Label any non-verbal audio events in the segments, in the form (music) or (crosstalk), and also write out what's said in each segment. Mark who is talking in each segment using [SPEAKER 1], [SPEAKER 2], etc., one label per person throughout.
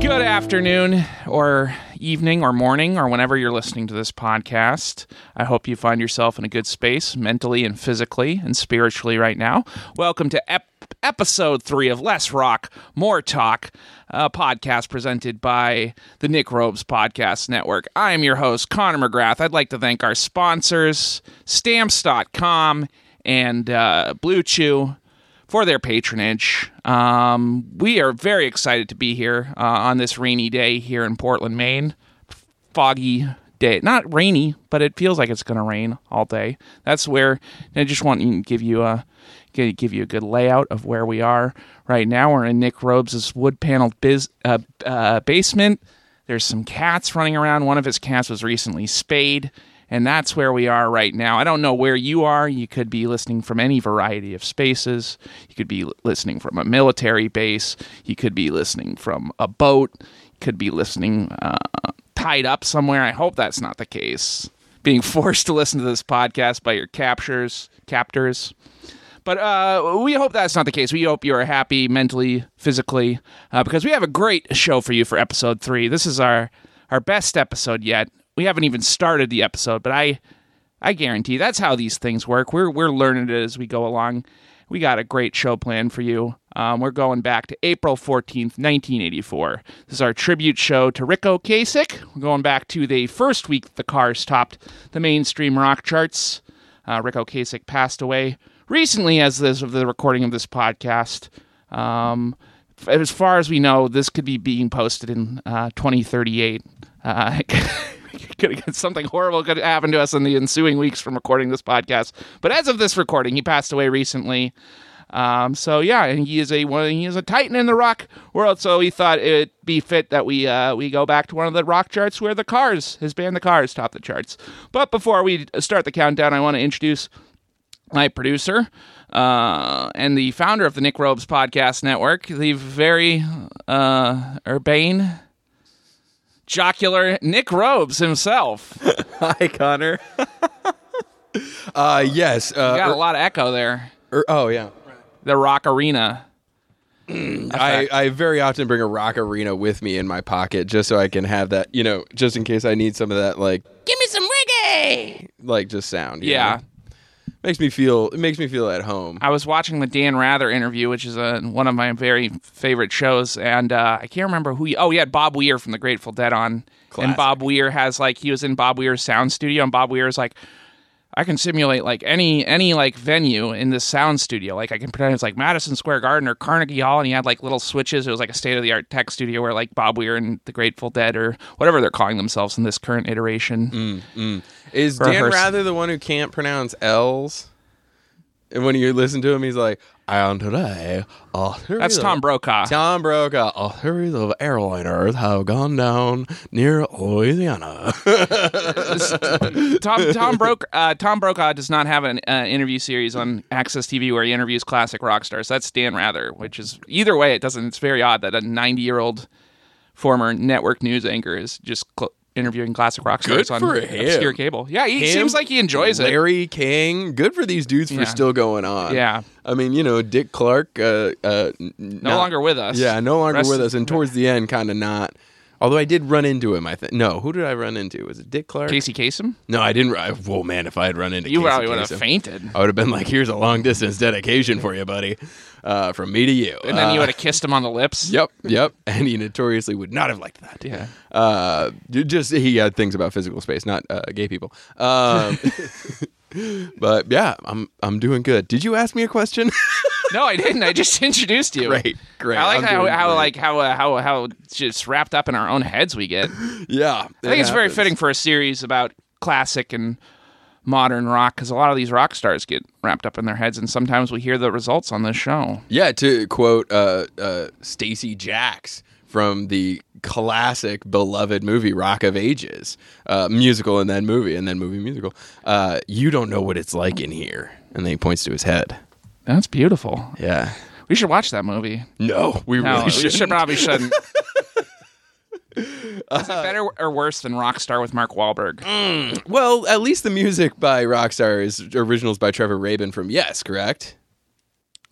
[SPEAKER 1] Good afternoon, or evening, or morning, or whenever you're listening to this podcast. I hope you find yourself in a good space mentally and physically and spiritually right now. Welcome to ep- episode three of Less Rock, More Talk, a podcast presented by the Nick Robes Podcast Network. I am your host, Connor McGrath. I'd like to thank our sponsors, stamps.com and uh, Blue Chew for their patronage. Um, we are very excited to be here uh, on this rainy day here in Portland, Maine. Foggy day, not rainy, but it feels like it's going to rain all day. That's where I just want to give you a give give you a good layout of where we are right now. We're in Nick Robes' wood paneled biz, uh, uh, basement. There's some cats running around. One of his cats was recently spayed and that's where we are right now. I don't know where you are. You could be listening from any variety of spaces. You could be listening from a military base. You could be listening from a boat. You could be listening uh, tied up somewhere. I hope that's not the case. Being forced to listen to this podcast by your captures, captors. But uh, we hope that's not the case. We hope you are happy mentally, physically, uh, because we have a great show for you for episode three. This is our our best episode yet we haven't even started the episode, but I I guarantee that's how these things work. We're we're learning it as we go along. We got a great show planned for you. Um, we're going back to April 14th, 1984. This is our tribute show to Rico Kasich. We're going back to the first week the Cars topped the mainstream rock charts. Uh, Rico Kasich passed away recently as this, of the recording of this podcast. Um, as far as we know, this could be being posted in uh, 2038. Uh, (laughs) something horrible could happen to us in the ensuing weeks from recording this podcast. But as of this recording, he passed away recently. Um, so yeah, and he is a one, he is a titan in the rock world. So he thought it be fit that we uh, we go back to one of the rock charts where the Cars, his band, the Cars, top the charts. But before we start the countdown, I want to introduce my producer uh, and the founder of the Nick Robes Podcast Network, the very uh, urbane jocular Nick Robes himself.
[SPEAKER 2] Hi, Connor. (laughs) uh, yes. Uh,
[SPEAKER 1] You got
[SPEAKER 2] (laughs)
[SPEAKER 1] a lot of echo there.
[SPEAKER 2] er- oh, yeah.
[SPEAKER 1] The Rock Arena.
[SPEAKER 2] I, I very often bring a rock arena with me in my pocket just so I can have that, you know, just in case I need some of that, like,
[SPEAKER 1] Give me some reggae.
[SPEAKER 2] like just sound. you
[SPEAKER 1] Yeah. Uh,
[SPEAKER 2] know? Makes me feel, it makes me feel at home.
[SPEAKER 1] I was watching the Dan Rather interview, which is uh one of my very favorite shows, and uh, I can't remember who. He, oh, he had Bob Weir from the Grateful Dead on, and
[SPEAKER 2] Classic.
[SPEAKER 1] Bob Weir has like he was in Bob Weir's sound studio, and Bob Weir's like, I can simulate like any any like venue in this sound studio. Like I can pretend it's like Madison Square Garden or Carnegie Hall, and he had like little switches. It was like a state of the art tech studio where like Bob Weir and the Grateful Dead or whatever they're calling themselves in this current iteration.
[SPEAKER 2] Is Dan
[SPEAKER 1] Rehearse.
[SPEAKER 2] Rather the one who can't pronounce L's? And when you listen to him, he's like, Andre, a hurry
[SPEAKER 1] That's
[SPEAKER 2] of-
[SPEAKER 1] Tom Brokaw.
[SPEAKER 2] Tom Brokaw, a series of airliners have gone down near Louisiana. (laughs)
[SPEAKER 1] Tom Tom Broke uh, Tom Brokaw does not have an uh, interview series on Access TV where he interviews classic rock stars. That's Dan Rather, which is either way, it doesn't. It's very odd that a ninety-year-old former network news anchor is just cl- interviewing classic rock
[SPEAKER 2] Good
[SPEAKER 1] stars on
[SPEAKER 2] for him.
[SPEAKER 1] obscure cable. Yeah, he
[SPEAKER 2] Him,
[SPEAKER 1] seems like he enjoys it.
[SPEAKER 2] Larry King. Good for these dudes
[SPEAKER 1] Yeah.
[SPEAKER 2] for still going on.
[SPEAKER 1] Yeah.
[SPEAKER 2] I mean, you know, Dick Clark. Uh, uh, n-
[SPEAKER 1] No
[SPEAKER 2] not-
[SPEAKER 1] longer with us.
[SPEAKER 2] Yeah, no longer
[SPEAKER 1] Rest-
[SPEAKER 2] with us. And towards the end, kind of not. Although I did run into him, I think. No, who did I run into? Was it Dick Clark?
[SPEAKER 1] Casey Kasem.
[SPEAKER 2] No, I didn't. I, whoa, man, if I had run into
[SPEAKER 1] You
[SPEAKER 2] Casey
[SPEAKER 1] probably would have
[SPEAKER 2] Kasem, Uh,
[SPEAKER 1] fainted,
[SPEAKER 2] I would have been like, "Here's a long distance dedication for you, buddy, uh, from me to you."
[SPEAKER 1] and then
[SPEAKER 2] Uh,
[SPEAKER 1] you
[SPEAKER 2] (laughs)
[SPEAKER 1] would have kissed him on the lips.
[SPEAKER 2] Yep, yep. (laughs) And he notoriously would not have liked that.
[SPEAKER 1] Yeah.
[SPEAKER 2] Uh, ju- just he had things about physical space, not uh, gay people.
[SPEAKER 1] (laughs)
[SPEAKER 2] Um, (laughs) but yeah, I'm I'm doing good. Did you ask me a question? (laughs)
[SPEAKER 1] No, I didn't. I just (laughs) introduced you.
[SPEAKER 2] Great, great.
[SPEAKER 1] I like
[SPEAKER 2] I'm
[SPEAKER 1] how,
[SPEAKER 2] doing
[SPEAKER 1] how
[SPEAKER 2] great.
[SPEAKER 1] like how uh, how how just wrapped up in our own heads we get.
[SPEAKER 2] yeah,
[SPEAKER 1] I think it's very fitting for a series about classic and modern rock because a lot of these rock stars get wrapped up in their heads, and sometimes we hear the results on this show.
[SPEAKER 2] Yeah, to quote uh, uh, Stacy Jacks from the classic beloved movie Rock of Ages, uh, musical and then movie and then movie musical. Uh, you don't know what it's like in here, and then he points to his head.
[SPEAKER 1] That's beautiful.
[SPEAKER 2] Yeah.
[SPEAKER 1] We should watch that movie.
[SPEAKER 2] No, we
[SPEAKER 1] No,
[SPEAKER 2] really
[SPEAKER 1] we
[SPEAKER 2] should.
[SPEAKER 1] should probably shouldn't.
[SPEAKER 2] (laughs)
[SPEAKER 1] Is it better or worse than Rockstar with Mark Wahlberg?
[SPEAKER 2] Mm. Well, at least the music by Rockstar is originals by Trevor Rabin from Yes, correct?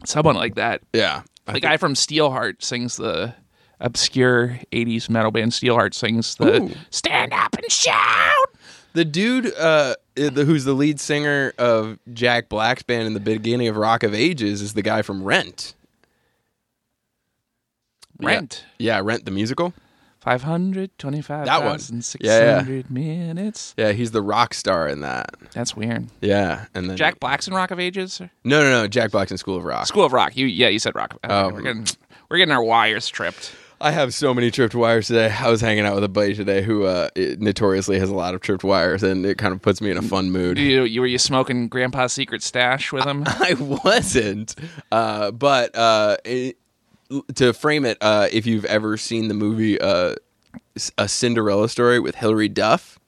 [SPEAKER 1] Someone like that.
[SPEAKER 2] Yeah.
[SPEAKER 1] The
[SPEAKER 2] I think-
[SPEAKER 1] guy from Steelheart sings the obscure 80s metal band Steel Heart sings the
[SPEAKER 2] Ooh.
[SPEAKER 1] Stand Up and Shout.
[SPEAKER 2] The dude uh, the, who's the lead singer of Jack Black's band in the beginning of Rock of Ages is the guy from Rent. Yeah.
[SPEAKER 1] Rent.
[SPEAKER 2] Yeah, Rent the musical.
[SPEAKER 1] Five hundred twenty-five
[SPEAKER 2] That one.
[SPEAKER 1] thousand six
[SPEAKER 2] Yeah, yeah.
[SPEAKER 1] hundred minutes.
[SPEAKER 2] Yeah, he's the rock star in that.
[SPEAKER 1] That's weird.
[SPEAKER 2] Yeah, and then
[SPEAKER 1] Jack Black's in Rock of Ages? Or-
[SPEAKER 2] No, no, no. Jack Black's in School of Rock.
[SPEAKER 1] School of Rock. You yeah, you said Rock. Okay, we're getting we're getting our wires tripped.
[SPEAKER 2] I have so many tripped wires today. I was hanging out with a buddy today who uh, it notoriously has a lot of tripped wires, and it kind of puts me in a fun mood.
[SPEAKER 1] You, you were you smoking Grandpa's secret stash with him?
[SPEAKER 2] (laughs) I wasn't, uh, but uh, it, to frame it, uh, if you've ever seen the movie uh, S- A Cinderella Story with Hilary Duff,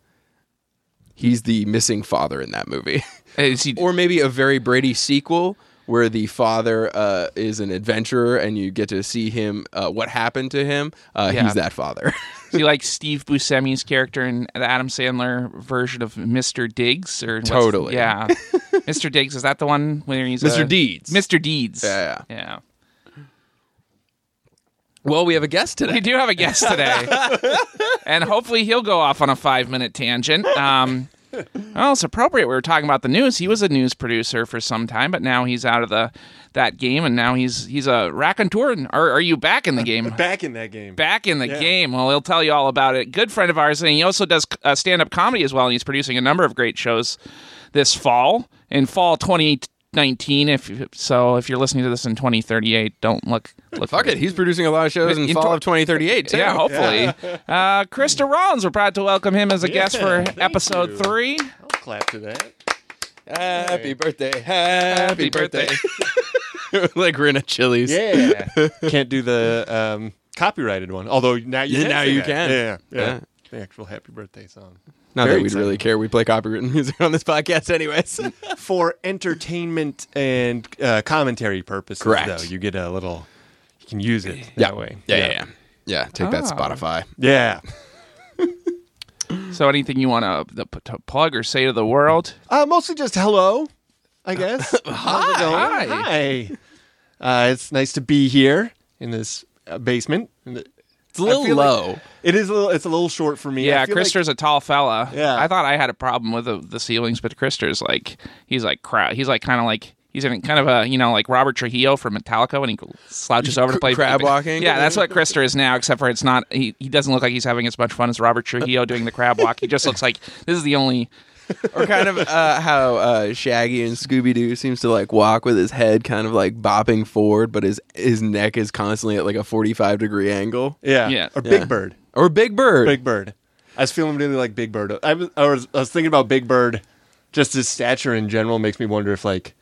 [SPEAKER 2] he's the missing father in that movie, (laughs)
[SPEAKER 1] Is he,
[SPEAKER 2] or maybe a very Brady sequel where the father uh, is an adventurer and you get to see him uh, what happened to him. Uh,
[SPEAKER 1] Yeah.
[SPEAKER 2] He's that father. (laughs)
[SPEAKER 1] is he like Steve Buscemi's character in the Adam Sandler version of Mr. Diggs? Or what's-
[SPEAKER 2] Totally.
[SPEAKER 1] yeah. (laughs) Mr. Diggs is that the one where he's
[SPEAKER 2] Mr.
[SPEAKER 1] a-
[SPEAKER 2] Deeds.
[SPEAKER 1] Mr. Deeds.
[SPEAKER 2] Yeah,
[SPEAKER 1] yeah. yeah.
[SPEAKER 2] Well, we have a guest today.
[SPEAKER 1] We do have a guest
[SPEAKER 2] (laughs)
[SPEAKER 1] today, and hopefully he'll go off on a five-minute tangent. Um, well, it's appropriate. We were talking about the news. He was a news producer for some time, but now he's out of the that game, and now he's he's a raconteur. And are, are you back in the game?
[SPEAKER 3] back in that game.
[SPEAKER 1] Back in the game. Well, he'll tell you all about it. Good friend of ours, and he also does uh, stand-up comedy as well. And he's producing a number of great shows this fall in fall 2019. If you- so, if you're listening to this in 2038, don't look look
[SPEAKER 2] Fuck it. He's producing a lot of shows in,
[SPEAKER 1] In
[SPEAKER 2] fall
[SPEAKER 1] tw-
[SPEAKER 2] of 2038, too.
[SPEAKER 1] yeah, hopefully. Uh, Krista Rollins, we're proud to welcome him as a guest for
[SPEAKER 3] thank
[SPEAKER 1] episode
[SPEAKER 3] you.
[SPEAKER 1] three.
[SPEAKER 3] I'll clap to that.
[SPEAKER 2] Happy birthday. Happy
[SPEAKER 1] birthday.
[SPEAKER 2] birthday. (laughs) like we're in a Chili's.
[SPEAKER 3] Yeah. Can't do the um, copyrighted one, although now you
[SPEAKER 2] Yeah,
[SPEAKER 3] can.
[SPEAKER 2] now
[SPEAKER 3] say
[SPEAKER 2] you
[SPEAKER 3] that.
[SPEAKER 2] can.
[SPEAKER 3] Yeah, yeah.
[SPEAKER 2] Yeah.
[SPEAKER 3] The actual happy birthday song.
[SPEAKER 2] Not
[SPEAKER 3] Very
[SPEAKER 2] that we'd really
[SPEAKER 3] exciting.
[SPEAKER 2] care. We play copywritten music on this podcast, (laughs) anyways.
[SPEAKER 3] For entertainment and uh, commentary purposes,
[SPEAKER 2] Correct.
[SPEAKER 3] though, you get a little, you can use it that way.
[SPEAKER 2] Yeah, yeah, Oh. yeah. Yeah, take that,
[SPEAKER 1] Ah.
[SPEAKER 2] Spotify.
[SPEAKER 3] Yeah.
[SPEAKER 1] So, anything you want to, to plug or say to the world?
[SPEAKER 3] Uh, mostly just hello,
[SPEAKER 2] Uh, (laughs)
[SPEAKER 3] I guess. How's it
[SPEAKER 1] Hi.
[SPEAKER 3] going? Hi. Uh, it's nice to be here in this uh, basement.
[SPEAKER 2] It's a little
[SPEAKER 3] feel like-
[SPEAKER 2] low.
[SPEAKER 3] It is a little. It's a little short for me. I
[SPEAKER 1] Yeah,
[SPEAKER 3] feel like-
[SPEAKER 1] Krister's a tall fella.
[SPEAKER 3] Yeah.
[SPEAKER 1] I thought I had a problem with the, the ceilings, but Krister's like, he's like, crowd. He's like, kind of like, he's in kind of a, you know, like Robert Trujillo from Metallica when he slouches over to play
[SPEAKER 2] Crab walking?
[SPEAKER 1] Yeah, that's what Krister is now, except for it's not, he, he doesn't look like he's having as much fun as Robert Trujillo doing the crab walk. He just looks like, this is the only.
[SPEAKER 2] (laughs) or kind of uh, how uh, Shaggy and Scooby Doo seems to like walk with his head kind of like bopping forward, but his his neck is constantly at like a 45 degree angle.
[SPEAKER 3] Yeah.
[SPEAKER 1] Yeah.
[SPEAKER 3] Or
[SPEAKER 2] Yeah.
[SPEAKER 3] Big Bird.
[SPEAKER 2] Or Big Bird.
[SPEAKER 3] Big Bird. I was feeling really like Big Bird. I was, I was, I was thinking about Big Bird. Just his stature in general makes me wonder if like,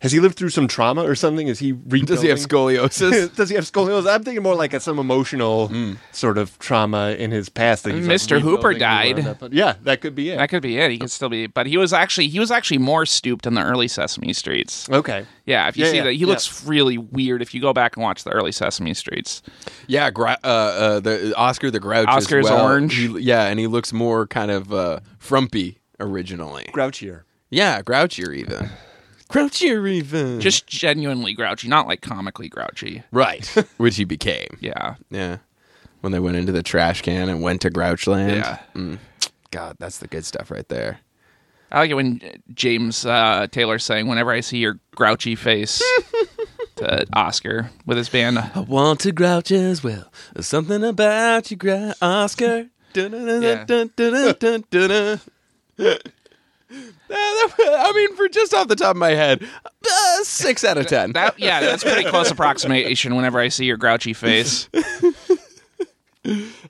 [SPEAKER 3] has he lived through some trauma or something? Is he rebuilding?
[SPEAKER 2] Does he have (laughs) scoliosis?
[SPEAKER 3] (laughs) Does he have scoliosis? I'm thinking more like a, some emotional sort of trauma in his past. That he's like,
[SPEAKER 1] Mr. Hooper
[SPEAKER 3] rebuilding and
[SPEAKER 1] died.
[SPEAKER 3] wound up on. Yeah, that could be it.
[SPEAKER 1] That could be it. He could still be, but he was actually he was actually more stooped in the early Sesame Streets.
[SPEAKER 3] okay.
[SPEAKER 1] Yeah, if you
[SPEAKER 3] Yeah,
[SPEAKER 1] see
[SPEAKER 3] yeah,
[SPEAKER 1] that, he
[SPEAKER 3] yeah.
[SPEAKER 1] looks really weird. If you go back and watch the early Sesame Streets,
[SPEAKER 2] Yeah, gr- uh, uh, the Oscar the Grouch. as
[SPEAKER 1] Oscar's
[SPEAKER 2] well.
[SPEAKER 1] orange.
[SPEAKER 2] He- yeah, and he looks more kind of uh, frumpy originally.
[SPEAKER 3] Grouchier.
[SPEAKER 2] yeah, grouchier even. Grouchier even.
[SPEAKER 1] just genuinely grouchy, not like comically grouchy.
[SPEAKER 2] right, (laughs) which he became.
[SPEAKER 1] Yeah,
[SPEAKER 2] Yeah, when they went into the trash can and went to Grouchland.
[SPEAKER 1] Yeah.
[SPEAKER 2] Mm. God, that's the good stuff right there.
[SPEAKER 1] I like it when James uh, Taylor sang, "Whenever I see your grouchy
[SPEAKER 3] (laughs)
[SPEAKER 1] face," to Oscar with his band.
[SPEAKER 2] I want to grouch as well. There's something about you, Grouch Oscar.
[SPEAKER 1] Yeah.
[SPEAKER 2] Dun-dun-dun-dun-dun-dun-dun. Uh, that- (laughs) I mean, for just off the top of my head, uh, six out of ten.
[SPEAKER 1] That yeah, that's pretty close approximation. Whenever I see your grouchy face,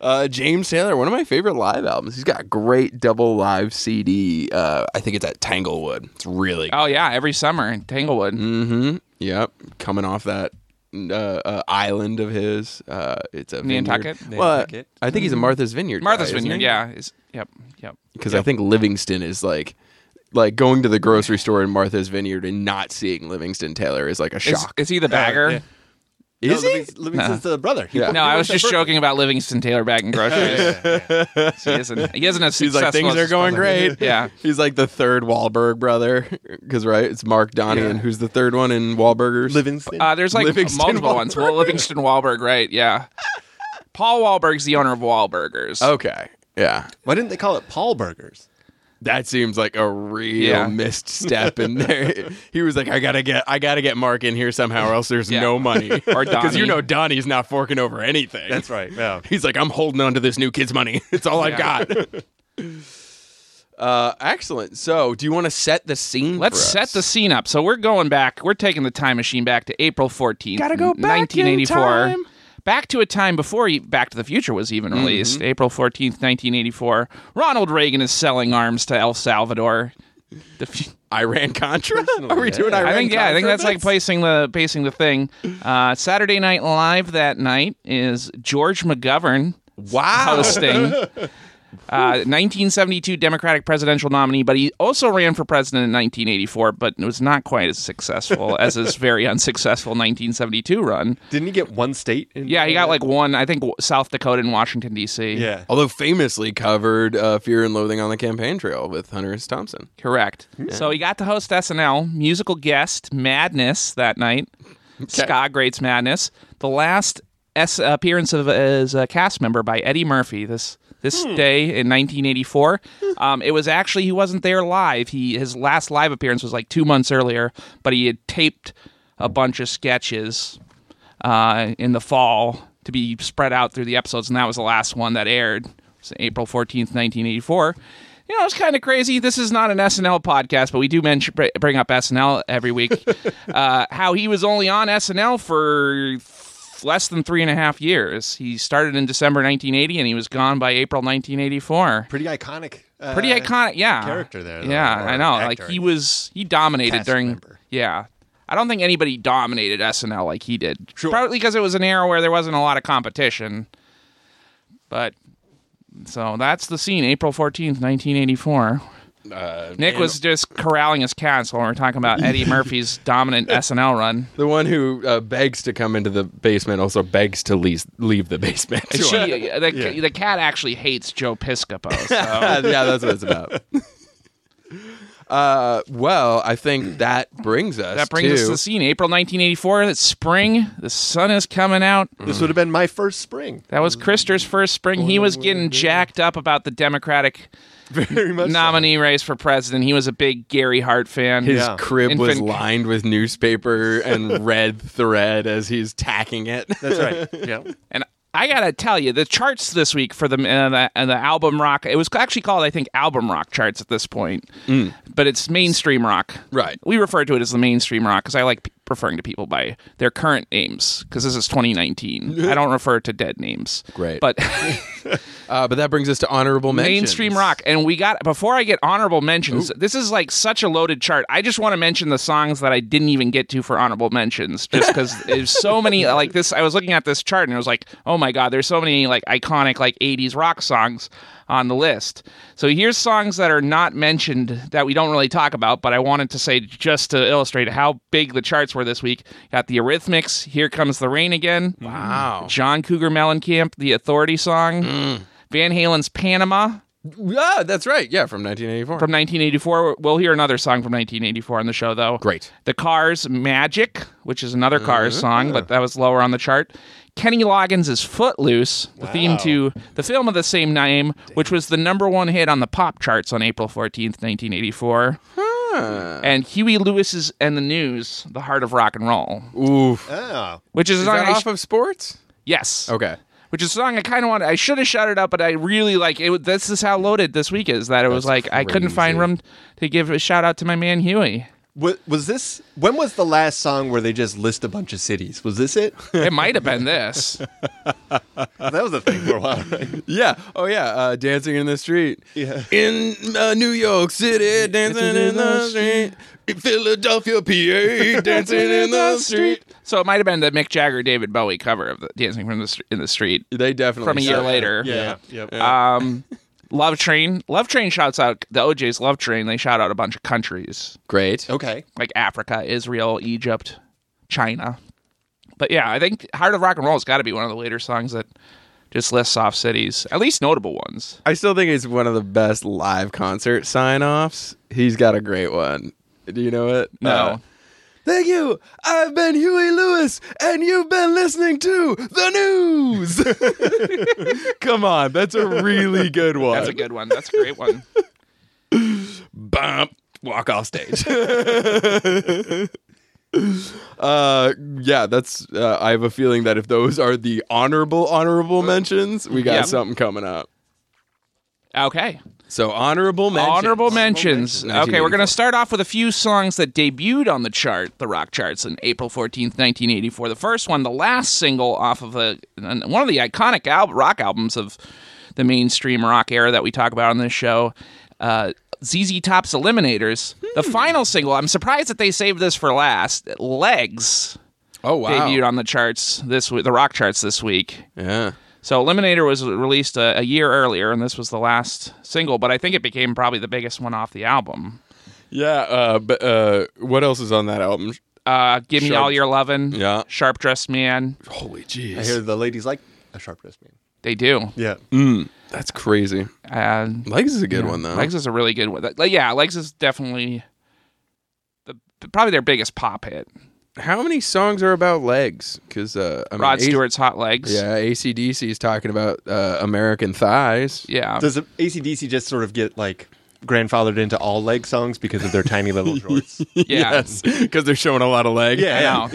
[SPEAKER 2] Uh, James Taylor, one of my favorite live albums. He's got a great double live CD. Uh, I think it's at Tanglewood. It's really
[SPEAKER 1] oh yeah, every summer in Tanglewood.
[SPEAKER 3] Mm,
[SPEAKER 2] Mm-hmm. Yep. Coming off that uh, uh, island of his. Uh, it's a
[SPEAKER 1] Nantucket?
[SPEAKER 2] vineyard. Well,
[SPEAKER 3] Nantucket.
[SPEAKER 2] I think he's a Martha's Vineyard.
[SPEAKER 1] Mm. Martha's
[SPEAKER 3] uh,
[SPEAKER 1] Vineyard, yeah, is yep, yep.
[SPEAKER 2] Because I think Livingston is like. Like going to the grocery store in Martha's Vineyard and not seeing Livingston Taylor is like a
[SPEAKER 1] Is,
[SPEAKER 2] shock.
[SPEAKER 1] is he the bagger?
[SPEAKER 3] Uh, yeah.
[SPEAKER 2] Is
[SPEAKER 3] no,
[SPEAKER 2] he?
[SPEAKER 3] Livings- Livingston's the brother. He
[SPEAKER 2] Yeah.
[SPEAKER 3] put-
[SPEAKER 1] No,
[SPEAKER 3] he
[SPEAKER 1] I was
[SPEAKER 3] works at
[SPEAKER 1] just
[SPEAKER 3] Berkeley.
[SPEAKER 1] joking about Livingston Taylor bagging groceries.
[SPEAKER 3] Yeah, yeah, yeah.
[SPEAKER 1] he isn't. He isn't as
[SPEAKER 2] (laughs) He's like
[SPEAKER 1] successful
[SPEAKER 2] things are
[SPEAKER 1] as-
[SPEAKER 2] going great.
[SPEAKER 1] (laughs) Yeah.
[SPEAKER 2] He's like the third Wahlberg brother, because right, it's Mark Donnie, and who's the third one in Wahlburgers?
[SPEAKER 3] Livingston.
[SPEAKER 1] Uh, there's like
[SPEAKER 2] Livingston
[SPEAKER 1] multiple ones. Well, Livingston Wahlberg, right? Yeah. Paul Wahlberg's the owner of Wahlburgers.
[SPEAKER 2] Okay. Yeah.
[SPEAKER 3] Why didn't they call it Paul Burgers?
[SPEAKER 2] That seems like a real
[SPEAKER 1] Yeah.
[SPEAKER 2] missed
[SPEAKER 1] (laughs)
[SPEAKER 2] step in there. he was like, I gotta get I gotta get Mark in here somehow or else there's
[SPEAKER 1] Yeah. (laughs)
[SPEAKER 2] no money.
[SPEAKER 1] (laughs)
[SPEAKER 2] (laughs)
[SPEAKER 1] Or
[SPEAKER 2] Because you
[SPEAKER 1] Donnie.
[SPEAKER 2] know Donnie's not forking over anything.
[SPEAKER 3] That's right. Yeah.
[SPEAKER 2] He's like, I'm holding on to this new kid's money. (laughs) It's all I've
[SPEAKER 1] Yeah.
[SPEAKER 2] got.
[SPEAKER 1] (laughs)
[SPEAKER 2] uh, excellent. So, do you want to set the scene?
[SPEAKER 1] Let's
[SPEAKER 2] for
[SPEAKER 1] set
[SPEAKER 2] us?
[SPEAKER 1] the scene up. So we're going back. We're taking the time machine back to April 14th,
[SPEAKER 2] Gotta go back in
[SPEAKER 1] 1984.
[SPEAKER 2] time. Mm-hmm.
[SPEAKER 1] Back to a time before he- Back to the Future was even released. April 14th, 1984. Ronald Reagan is selling arms to El Salvador. The fu-
[SPEAKER 2] Iran Contra. Are we doing
[SPEAKER 3] yeah.
[SPEAKER 2] Iran?
[SPEAKER 1] I think yeah, I think
[SPEAKER 2] Contra
[SPEAKER 1] that's like
[SPEAKER 2] bits?
[SPEAKER 1] placing the basing the thing. Uh, Saturday Night Live that night is George McGovern
[SPEAKER 2] Wow.
[SPEAKER 1] hosting. Uh, 1972 Democratic presidential nominee, but he also ran for president in 1984, but it was not quite as successful as his very unsuccessful 1972 run.
[SPEAKER 3] Didn't he get one state? In
[SPEAKER 1] Yeah, he got like one, I think, w- South Dakota and Washington, D.C.
[SPEAKER 3] Yeah.
[SPEAKER 2] Although famously covered uh, Fear and Loathing on the Campaign Trail with Hunter S. Thompson.
[SPEAKER 1] Correct. So he got to host SNL, musical guest Madness that night. Ska Greats Madness. The last S- appearance of as a cast member by Eddie Murphy this this day in 1984. Um, it was actually he wasn't there live. He his last live appearance was like two months earlier, but he had taped a bunch of sketches uh, in the fall to be spread out through the episodes, and that was the last one that aired, It's April fourteenth, nineteen eighty four. You know, it's kind of crazy. This is not an SNL podcast, but we do mention br- bring up SNL every week. uh, how he was only on SNL for th- less than three and a half years. He started in December 1980, and he was gone by April 1984.
[SPEAKER 3] Pretty iconic. Uh,
[SPEAKER 1] Pretty iconic, yeah.
[SPEAKER 3] character there, though,
[SPEAKER 1] yeah,
[SPEAKER 3] or
[SPEAKER 1] I know.
[SPEAKER 3] actor,
[SPEAKER 1] like
[SPEAKER 3] I
[SPEAKER 1] he was, he dominated
[SPEAKER 3] Cast
[SPEAKER 1] during.
[SPEAKER 3] member.
[SPEAKER 1] Yeah, I don't think anybody dominated SNL like he did. Probably because it was an era where there wasn't a lot of competition. But so that's the scene, April fourteenth, nineteen eighty-four.
[SPEAKER 3] Uh,
[SPEAKER 1] Nick was just corralling his cats when we were talking about Eddie
[SPEAKER 3] (laughs)
[SPEAKER 1] Murphy's dominant SNL run.
[SPEAKER 2] The one who uh, begs to come into the basement also begs to leave, leave the basement.
[SPEAKER 1] And she, uh, the, the cat actually hates Joe Piscopo.
[SPEAKER 3] (laughs)
[SPEAKER 1] So.
[SPEAKER 2] Uh, (laughs) yeah, that's what
[SPEAKER 1] (laughs)
[SPEAKER 2] it's about. Uh, well, I think that brings us.
[SPEAKER 1] That brings
[SPEAKER 2] to,
[SPEAKER 1] us to the scene, April 1984. It's spring. The sun is coming out.
[SPEAKER 3] This would have been my first spring. (laughs)
[SPEAKER 1] That was Krister's first spring. He was getting jacked up about the Democratic
[SPEAKER 3] Very much. so.
[SPEAKER 1] nominee race for president. He was a big Gary Hart fan.
[SPEAKER 2] his
[SPEAKER 3] Yeah.
[SPEAKER 2] crib was
[SPEAKER 1] Infant-
[SPEAKER 2] lined with newspaper and red thread as he's tacking it.
[SPEAKER 3] That's right. (laughs) Yeah.
[SPEAKER 1] And I gotta tell you, the charts this week for the uh, the, uh, the album rock. It was actually called, I think, album rock charts at this point, but it's mainstream rock.
[SPEAKER 2] Mm. Right.
[SPEAKER 1] We refer to it as the mainstream rock because I like p- referring to people by their current names because this is 2019.
[SPEAKER 2] (laughs)
[SPEAKER 1] I don't refer to dead names.
[SPEAKER 2] Great. (laughs)
[SPEAKER 1] But
[SPEAKER 2] (laughs) Uh, but that brings us to honorable mentions.
[SPEAKER 1] mainstream rock, and we got before I get honorable mentions. This is like such a loaded chart. I just want to mention the songs that I didn't even get to for honorable mentions, just because there's so many like this. I was looking at this chart and I was like, oh my god, there's so many like iconic like '80s rock songs on the list. So here's songs that are not mentioned that we don't really talk about, but I wanted to say just to illustrate how big the charts were this week. Got the Eurythmics, "Here Comes the Rain Again."
[SPEAKER 2] Wow.
[SPEAKER 1] John Cougar Mellencamp, the Authority song.
[SPEAKER 2] Mm.
[SPEAKER 1] Van Halen's Panama
[SPEAKER 2] Yeah, that's right. Yeah, from 1984.
[SPEAKER 1] from 1984. We'll hear another song from 1984 on the show, though.
[SPEAKER 2] Great. Mm-hmm.
[SPEAKER 1] The Cars' Magic, which is another Cars song, but that was lower on the chart. Kenny Loggins' is Footloose, the theme to the film of the same name, which was the number one hit on the pop charts on April 14th, 1984. And Huey Lewis's And the News, The Heart of Rock and Roll,
[SPEAKER 2] Oof.
[SPEAKER 3] Oh.
[SPEAKER 1] which is, a
[SPEAKER 2] Is
[SPEAKER 1] song
[SPEAKER 2] that
[SPEAKER 1] I sh-
[SPEAKER 2] off of sports?
[SPEAKER 1] Yes.
[SPEAKER 2] Okay.
[SPEAKER 1] which is a song I kind of want. I should have shouted out, but I really like it. This is how loaded this week is that it was like I couldn't find room to give a shout out to my man Huey.
[SPEAKER 3] Was, was this when was the last song where they just list a bunch of cities? Was this it?
[SPEAKER 1] It might have been this.
[SPEAKER 3] (laughs) that was the thing for a while. Right?
[SPEAKER 2] Yeah. Oh, yeah. Uh, dancing in the street.
[SPEAKER 3] Yeah.
[SPEAKER 2] In uh, New York City, dancing in the street. In Philadelphia, PA, (laughs) dancing in the street.
[SPEAKER 1] So it might have been the Mick Jagger David Bowie cover of the Dancing from the Str- in the Street
[SPEAKER 2] They definitely
[SPEAKER 1] from a year
[SPEAKER 2] suck.
[SPEAKER 1] later.
[SPEAKER 3] Yep.
[SPEAKER 2] Uh,
[SPEAKER 1] Um, Love Train. Love Train shouts out the OJ's Love Train. They shout out a bunch of countries
[SPEAKER 2] Great.
[SPEAKER 3] okay.
[SPEAKER 1] like Africa, Israel, Egypt, China. But yeah, I think Heart of Rock and Roll has got to be one of the later songs that just lists off cities, at least notable ones.
[SPEAKER 2] I still think it's one of the best live concert sign offs. He's got a great one. Do you know it?
[SPEAKER 1] No.
[SPEAKER 2] Uh, Thank you. I've been Huey Lewis, and you've been listening to the news. (laughs) Come on, that's a really good one.
[SPEAKER 1] That's a good one. That's a great one.
[SPEAKER 2] bump walk off stage (laughs) uh yeah that's uh, i have a feeling that if those are the honorable honorable mentions we got
[SPEAKER 1] Yeah.
[SPEAKER 2] something coming up
[SPEAKER 1] (laughs) Okay.
[SPEAKER 2] so honorable mentions
[SPEAKER 1] Honorable mentions.
[SPEAKER 2] mentions.
[SPEAKER 1] Okay, we're going to start off with a few songs that debuted on the chart, the rock charts, in April 14th, 1984. The first one, the last single off of a, an- one of the iconic al- rock albums of the mainstream rock era that we talk about on this show, uh, ZZ Top's Eliminators. The
[SPEAKER 2] Hmm.
[SPEAKER 1] final single, I'm surprised that they saved this for last, Legs,
[SPEAKER 2] oh wow
[SPEAKER 1] debuted on the charts this week, the rock charts this week.
[SPEAKER 2] yeah
[SPEAKER 1] So Eliminator was released a, a year earlier, and this was the last single, but I think it became probably the biggest one off the album.
[SPEAKER 2] yeah uh but uh what else is on that album
[SPEAKER 1] Uh, Give Me
[SPEAKER 2] Sharp-
[SPEAKER 1] All Your Lovin',
[SPEAKER 2] Yeah.
[SPEAKER 1] Sharp Dressed Man.
[SPEAKER 2] holy
[SPEAKER 3] I hear
[SPEAKER 2] jeez
[SPEAKER 3] the ladies like a sharp dressed man.
[SPEAKER 1] They do.
[SPEAKER 3] Yeah.
[SPEAKER 2] Mm, that's crazy
[SPEAKER 1] Uh,
[SPEAKER 2] legs is a good one though
[SPEAKER 1] Legs is a really good one. Like, yeah, Legs is definitely the probably their biggest pop hit.
[SPEAKER 2] how many songs are about legs because uh I mean,
[SPEAKER 1] Rod
[SPEAKER 2] A-
[SPEAKER 1] Stewart's Hot Legs.
[SPEAKER 2] yeah acdc is talking about uh american thighs
[SPEAKER 1] Yeah.
[SPEAKER 3] Does ACDC just sort of get like grandfathered into all leg songs because of their tiny (laughs) little shorts?
[SPEAKER 1] yeah.
[SPEAKER 2] Yes, because they're showing a lot of leg.
[SPEAKER 1] I know.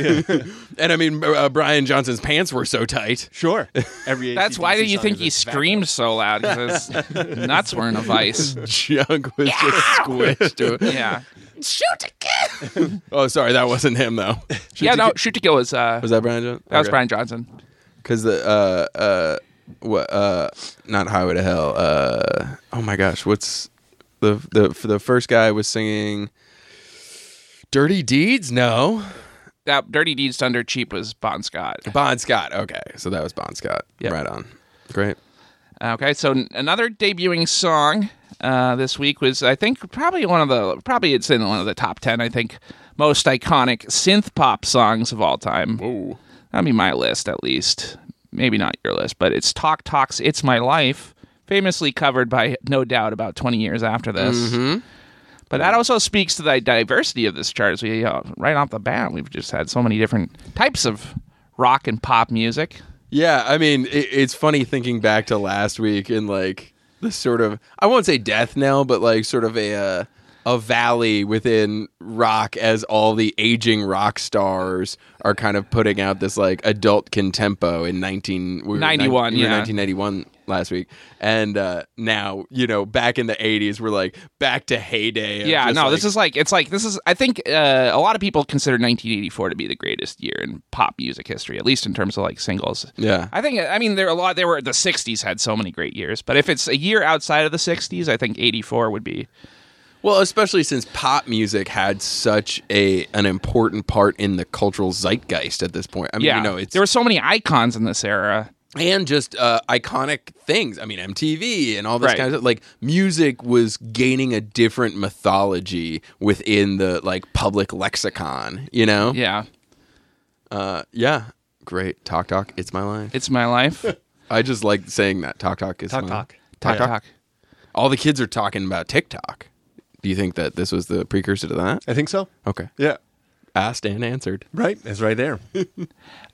[SPEAKER 2] and I mean, uh, Brian Johnson's pants were so tight. (laughs)
[SPEAKER 3] Sure. (laughs) Every
[SPEAKER 1] That's why
[SPEAKER 3] AC/DC
[SPEAKER 1] you
[SPEAKER 3] song
[SPEAKER 1] think
[SPEAKER 3] is
[SPEAKER 1] he
[SPEAKER 3] a tobacco.
[SPEAKER 1] screamed so loud because
[SPEAKER 2] (laughs)
[SPEAKER 1] his nuts were in a vice.
[SPEAKER 2] Junk was just squished.
[SPEAKER 1] (laughs)
[SPEAKER 2] To it.
[SPEAKER 1] Yeah. Shoot to kill.
[SPEAKER 2] Oh, sorry, that wasn't him though.
[SPEAKER 1] yeah, no, shoot to kill was uh,
[SPEAKER 2] Was that Brian Johnson?
[SPEAKER 1] that was Brian Johnson.
[SPEAKER 2] Because the uh uh what uh not Highway to Hell. Uh oh my gosh, what's the the the first guy was singing Dirty Deeds? No,
[SPEAKER 1] that Dirty Deeds to Under Cheap was Bon Scott.
[SPEAKER 2] Bon Scott. Okay, so that was Bon Scott.
[SPEAKER 1] Yep.
[SPEAKER 2] Right on. Great.
[SPEAKER 1] Okay, so n- another debuting song uh, this week was, I think, probably one of the probably it's in one of the top ten. I think most iconic synth pop songs of all time.
[SPEAKER 2] Whoa.
[SPEAKER 1] That'd be my list, at least. Maybe not your list, but it's Talk Talks. It's My Life, famously covered by No Doubt about twenty years after this. But that also speaks to the diversity of this chart. As we uh, right off the bat, we've just had so many different types of rock and pop music.
[SPEAKER 2] Yeah, I mean, it, it's funny thinking back to last week and like this sort of I won't say death knell, but like sort of a uh, a valley within rock as all the aging rock stars are kind of putting out this like adult contempo in 19 we were
[SPEAKER 1] 91,
[SPEAKER 2] nine- we were
[SPEAKER 1] yeah.
[SPEAKER 2] 1991 last week and uh now you know back in the 80s we're like back to heyday of
[SPEAKER 1] Yeah,
[SPEAKER 2] just,
[SPEAKER 1] no,
[SPEAKER 2] like,
[SPEAKER 1] this is like it's like this is. I think uh, a lot of people consider 1984 to be the greatest year in pop music history, at least in terms of like singles.
[SPEAKER 2] yeah
[SPEAKER 1] I think I mean there are a lot. There were the 60s had so many great years, but if it's a year outside of the 60s, I think 84 would be.
[SPEAKER 2] Well, especially since pop music had such a an important part in the cultural zeitgeist at this point. I mean,
[SPEAKER 1] Yeah,
[SPEAKER 2] you know, it's
[SPEAKER 1] there were so many icons in this era.
[SPEAKER 2] and just uh, iconic things. I mean, MTV and all this
[SPEAKER 1] Right.
[SPEAKER 2] kind of like music was gaining a different mythology within the like public lexicon. You know?
[SPEAKER 1] Yeah,
[SPEAKER 2] Uh, yeah. Great. Talk talk. It's my life.
[SPEAKER 1] it's my
[SPEAKER 2] (laughs)
[SPEAKER 1] life.
[SPEAKER 2] I just like saying that. Talk talk is
[SPEAKER 3] Talk
[SPEAKER 2] my
[SPEAKER 3] talk.
[SPEAKER 1] Talk
[SPEAKER 2] Yeah.
[SPEAKER 1] talk.
[SPEAKER 2] All the kids are talking about TikTok. Do you think that this was the precursor to that?
[SPEAKER 3] I think so.
[SPEAKER 1] Oh.
[SPEAKER 2] Okay.
[SPEAKER 3] Yeah.
[SPEAKER 2] Asked and answered.
[SPEAKER 3] Right. It's right there.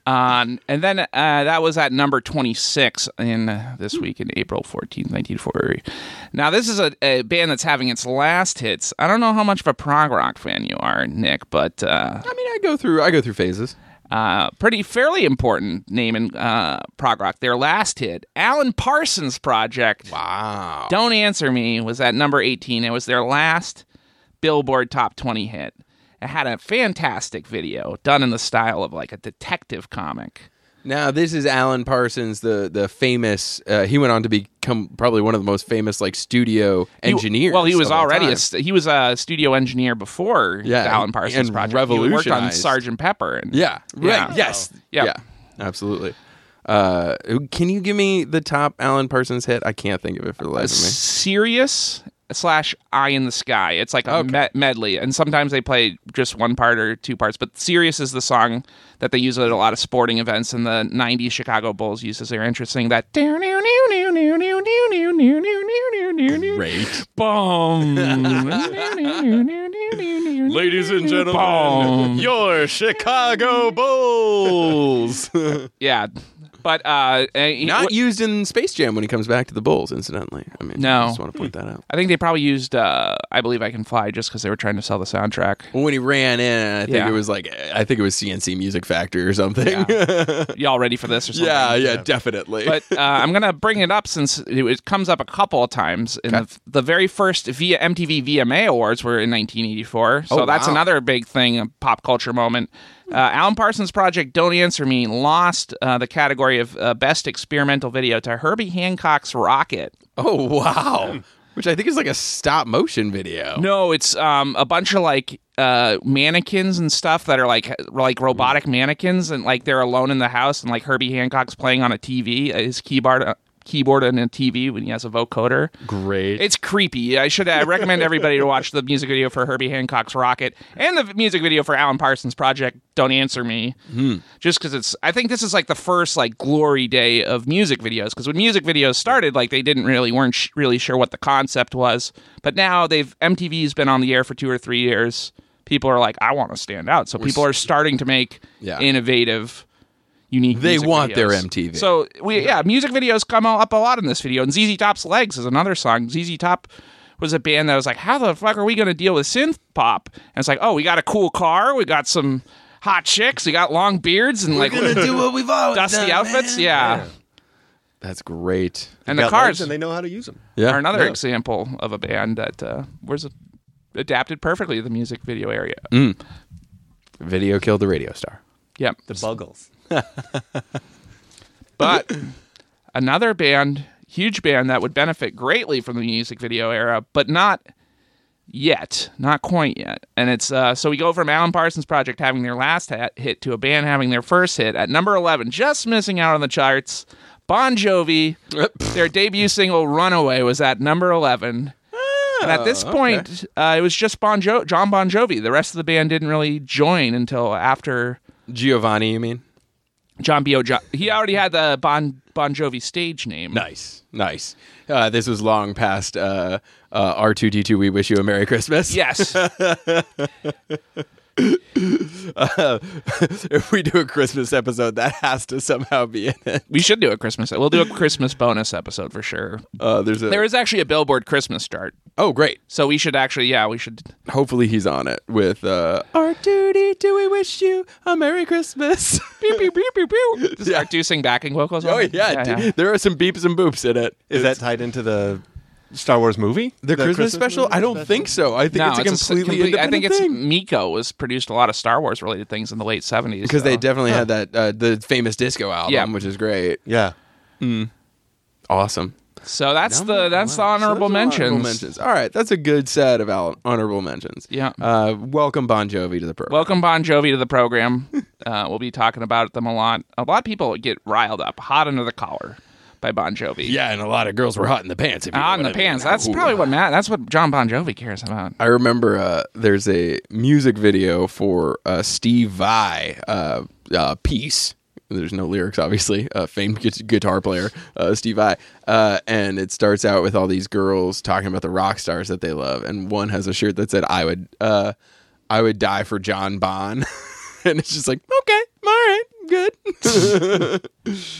[SPEAKER 1] Um, and then uh, that was at number 26 in uh, this week in April 14th, 1940. Now, this is a, a band that's having its last hits. I don't know how much of a prog rock fan you are, Nick, but uh,
[SPEAKER 2] I mean, I go through I go through phases.
[SPEAKER 1] uh, pretty fairly important name in uh, prog rock. Their last hit, Alan Parsons Project.
[SPEAKER 2] Wow.
[SPEAKER 1] Don't Answer Me was at number 18. It was their last Billboard Top 20 hit. It had a fantastic video done in the style of like a detective comic.
[SPEAKER 2] Now this is Alan Parsons, the the famous. Uh, he went on to become probably one of the most famous like studio
[SPEAKER 1] He-
[SPEAKER 2] engineers.
[SPEAKER 1] Well, he was
[SPEAKER 2] of all
[SPEAKER 1] already
[SPEAKER 2] time.
[SPEAKER 1] a, st- he was a studio engineer before
[SPEAKER 2] Yeah,
[SPEAKER 1] the Alan Parsons
[SPEAKER 2] and
[SPEAKER 1] project. He worked on
[SPEAKER 2] revolutionized.
[SPEAKER 1] Sergeant Pepper. And,
[SPEAKER 2] yeah, right.
[SPEAKER 1] Yeah.
[SPEAKER 2] Yes,
[SPEAKER 1] Yeah.
[SPEAKER 2] yeah, absolutely. Uh, can you give me the top Alan Parsons hit? I can't think of it for the life of
[SPEAKER 1] (laughs)
[SPEAKER 2] me.
[SPEAKER 1] Sirius slash Eye in the Sky. It's like a me- medley, and sometimes they play just one part or two parts. But Sirius is the song that they use at a lot of sporting events, and the '90s Chicago Bulls used as their entrance singing that. (laughs)
[SPEAKER 2] (laughs)
[SPEAKER 1] Great. Boom.
[SPEAKER 2] Ladies and gentlemen,
[SPEAKER 1] Boom.
[SPEAKER 2] your Chicago (laughs) Bulls.
[SPEAKER 1] Yeah, but uh, eh,
[SPEAKER 2] Not
[SPEAKER 1] wh-
[SPEAKER 2] used in Space Jam when he comes back to the Bulls, incidentally. I mean,
[SPEAKER 1] No.
[SPEAKER 2] I just want to point that out.
[SPEAKER 1] I think they probably used uh, "I Believe I Can Fly" just because they were trying to sell the
[SPEAKER 2] (laughs)
[SPEAKER 1] soundtrack.
[SPEAKER 2] Well, when he ran in, I think
[SPEAKER 1] Yeah.
[SPEAKER 2] it was like I think it was CNC Music Factory or something.
[SPEAKER 1] Yeah.
[SPEAKER 2] (laughs) Yeah,
[SPEAKER 1] Y'all ready for this or something?
[SPEAKER 2] yeah, definitely.
[SPEAKER 1] But uh, I'm gonna bring it up since it, it comes up a couple of times. In the, the very first via MTV VMA Awards were in 1984, so
[SPEAKER 2] Oh,
[SPEAKER 1] that's
[SPEAKER 2] wow.
[SPEAKER 1] another big thing, a pop culture moment. Uh, Alan Parsons' project "Don't Answer Me" lost uh, the category of uh, best experimental video to Herbie Hancock's "Rocket."
[SPEAKER 2] oh wow, which I think is like a stop motion video.
[SPEAKER 1] No, it's um, a bunch of like uh, mannequins and stuff that are like like robotic mannequins, and like they're alone in the house, and like Herbie Hancock's playing on a TV, uh, his keyboard uh, keyboard and a TV when he has a vocoder.
[SPEAKER 3] Great.
[SPEAKER 1] It's creepy. I should uh, recommend everybody to watch the music video for Herbie Hancock's Rocket and the v- music video for Alan Parsons' project Don't Answer Me.
[SPEAKER 2] Hmm.
[SPEAKER 1] Just because it's, I think this is like the first like glory day of music videos. Because when music videos started, like they didn't really weren't sh- really sure what the concept was. But now they've MTV's been on the air for two or three years. People are like, I want to stand out. So people are starting to make
[SPEAKER 2] Yeah.
[SPEAKER 1] innovative unique.
[SPEAKER 2] They
[SPEAKER 1] music
[SPEAKER 2] want their
[SPEAKER 1] videos.
[SPEAKER 2] MTV.
[SPEAKER 1] So we yeah, music videos come up a lot in this video, and ZZ Top's Legs is another song. ZZ Top was a band that was like, how the fuck are we going to deal with synth pop? And it's like, oh, we got a cool car, we got some hot chicks, we got long beards, and like
[SPEAKER 2] do what we've always
[SPEAKER 1] dusty outfits. Yeah.
[SPEAKER 2] That's great.
[SPEAKER 1] and
[SPEAKER 3] They've
[SPEAKER 1] the
[SPEAKER 3] got legs
[SPEAKER 1] cars
[SPEAKER 3] and they know how to use them.
[SPEAKER 2] Yeah.
[SPEAKER 1] are another example of a band that uh, was adapted perfectly to the music video area.
[SPEAKER 3] Mm.
[SPEAKER 2] Video killed the radio star.
[SPEAKER 1] Yep.
[SPEAKER 3] The Buggles.
[SPEAKER 1] But another band, huge band that would benefit greatly from the music video era, but not yet, not quite yet. And it's uh, so we go from Alan Parsons Project having their last ha- hit to a band having their first hit at number 11, just missing out on the charts. Bon Jovi, their debut single "Runaway" was at number 11. and at this point, uh, it was just Bon jo- John Bon Jovi. The rest of the band didn't really join until after
[SPEAKER 2] Giovanni, you mean?
[SPEAKER 1] John B.O. Jo- he already had the Bon Bon Jovi stage name.
[SPEAKER 2] Nice, nice. Uh, this was long past uh, uh, R2D2. We wish you a Merry Christmas.
[SPEAKER 1] Yes.
[SPEAKER 2] (laughs) if we do a Christmas episode, that has to somehow be in it.
[SPEAKER 1] we should do a Christmas. We'll do a Christmas bonus episode for sure.
[SPEAKER 2] Uh, there's a
[SPEAKER 1] There is actually a Billboard Christmas chart.
[SPEAKER 2] oh great.
[SPEAKER 1] So we should actually, yeah, we should.
[SPEAKER 2] Hopefully he's on it with uh, R2D2. We wish you a Merry Christmas.
[SPEAKER 1] Beep, beep, beep, beep, beep. Start doing backing vocals. on
[SPEAKER 2] (laughs) oh
[SPEAKER 1] it?
[SPEAKER 2] yeah, dude. there are some beeps and boops in it.
[SPEAKER 3] Is that tied into the Star Wars movie?
[SPEAKER 2] the, Christmas, special?
[SPEAKER 3] movie?
[SPEAKER 2] I don't think so. I think
[SPEAKER 1] No,
[SPEAKER 2] it's a
[SPEAKER 1] it's a s-
[SPEAKER 2] completely
[SPEAKER 1] complete- I
[SPEAKER 2] independent
[SPEAKER 1] think it's
[SPEAKER 2] thing.
[SPEAKER 1] Miko was produced a lot of Star Wars related things in the late seventies
[SPEAKER 2] because they definitely had that uh, the famous disco album,
[SPEAKER 1] Yeah.
[SPEAKER 2] which is great,
[SPEAKER 3] Yeah.
[SPEAKER 2] awesome.
[SPEAKER 1] So that's the
[SPEAKER 2] Number
[SPEAKER 1] that's the
[SPEAKER 2] eleven. So
[SPEAKER 1] honorable
[SPEAKER 2] those are
[SPEAKER 1] mentions.
[SPEAKER 2] honorable mentions. All right, that's a good set of al- honorable mentions.
[SPEAKER 1] Yeah.
[SPEAKER 2] Uh, welcome Bon Jovi to the program.
[SPEAKER 1] Welcome Bon Jovi to the program. (laughs) Uh, we'll be talking about them a lot. A lot of people get riled up, hot under the collar, by Bon Jovi.
[SPEAKER 2] yeah, and a lot of girls were hot in the pants. If you know
[SPEAKER 1] on
[SPEAKER 2] what
[SPEAKER 1] the
[SPEAKER 2] I mean.
[SPEAKER 1] pants. That's
[SPEAKER 2] Ooh.
[SPEAKER 1] probably what Matt. That's what John Bon Jovi cares about.
[SPEAKER 2] I remember uh, there's a music video for uh, Steve Vai uh, uh, piece. There's no lyrics, obviously. Uh, famed gu- guitar player uh, Steve Vai, uh, and it starts out with all these girls talking about the rock stars that they love, and one has a shirt that said "I would, uh, I would die for John Bon," (laughs) and it's just like, okay, all right, good.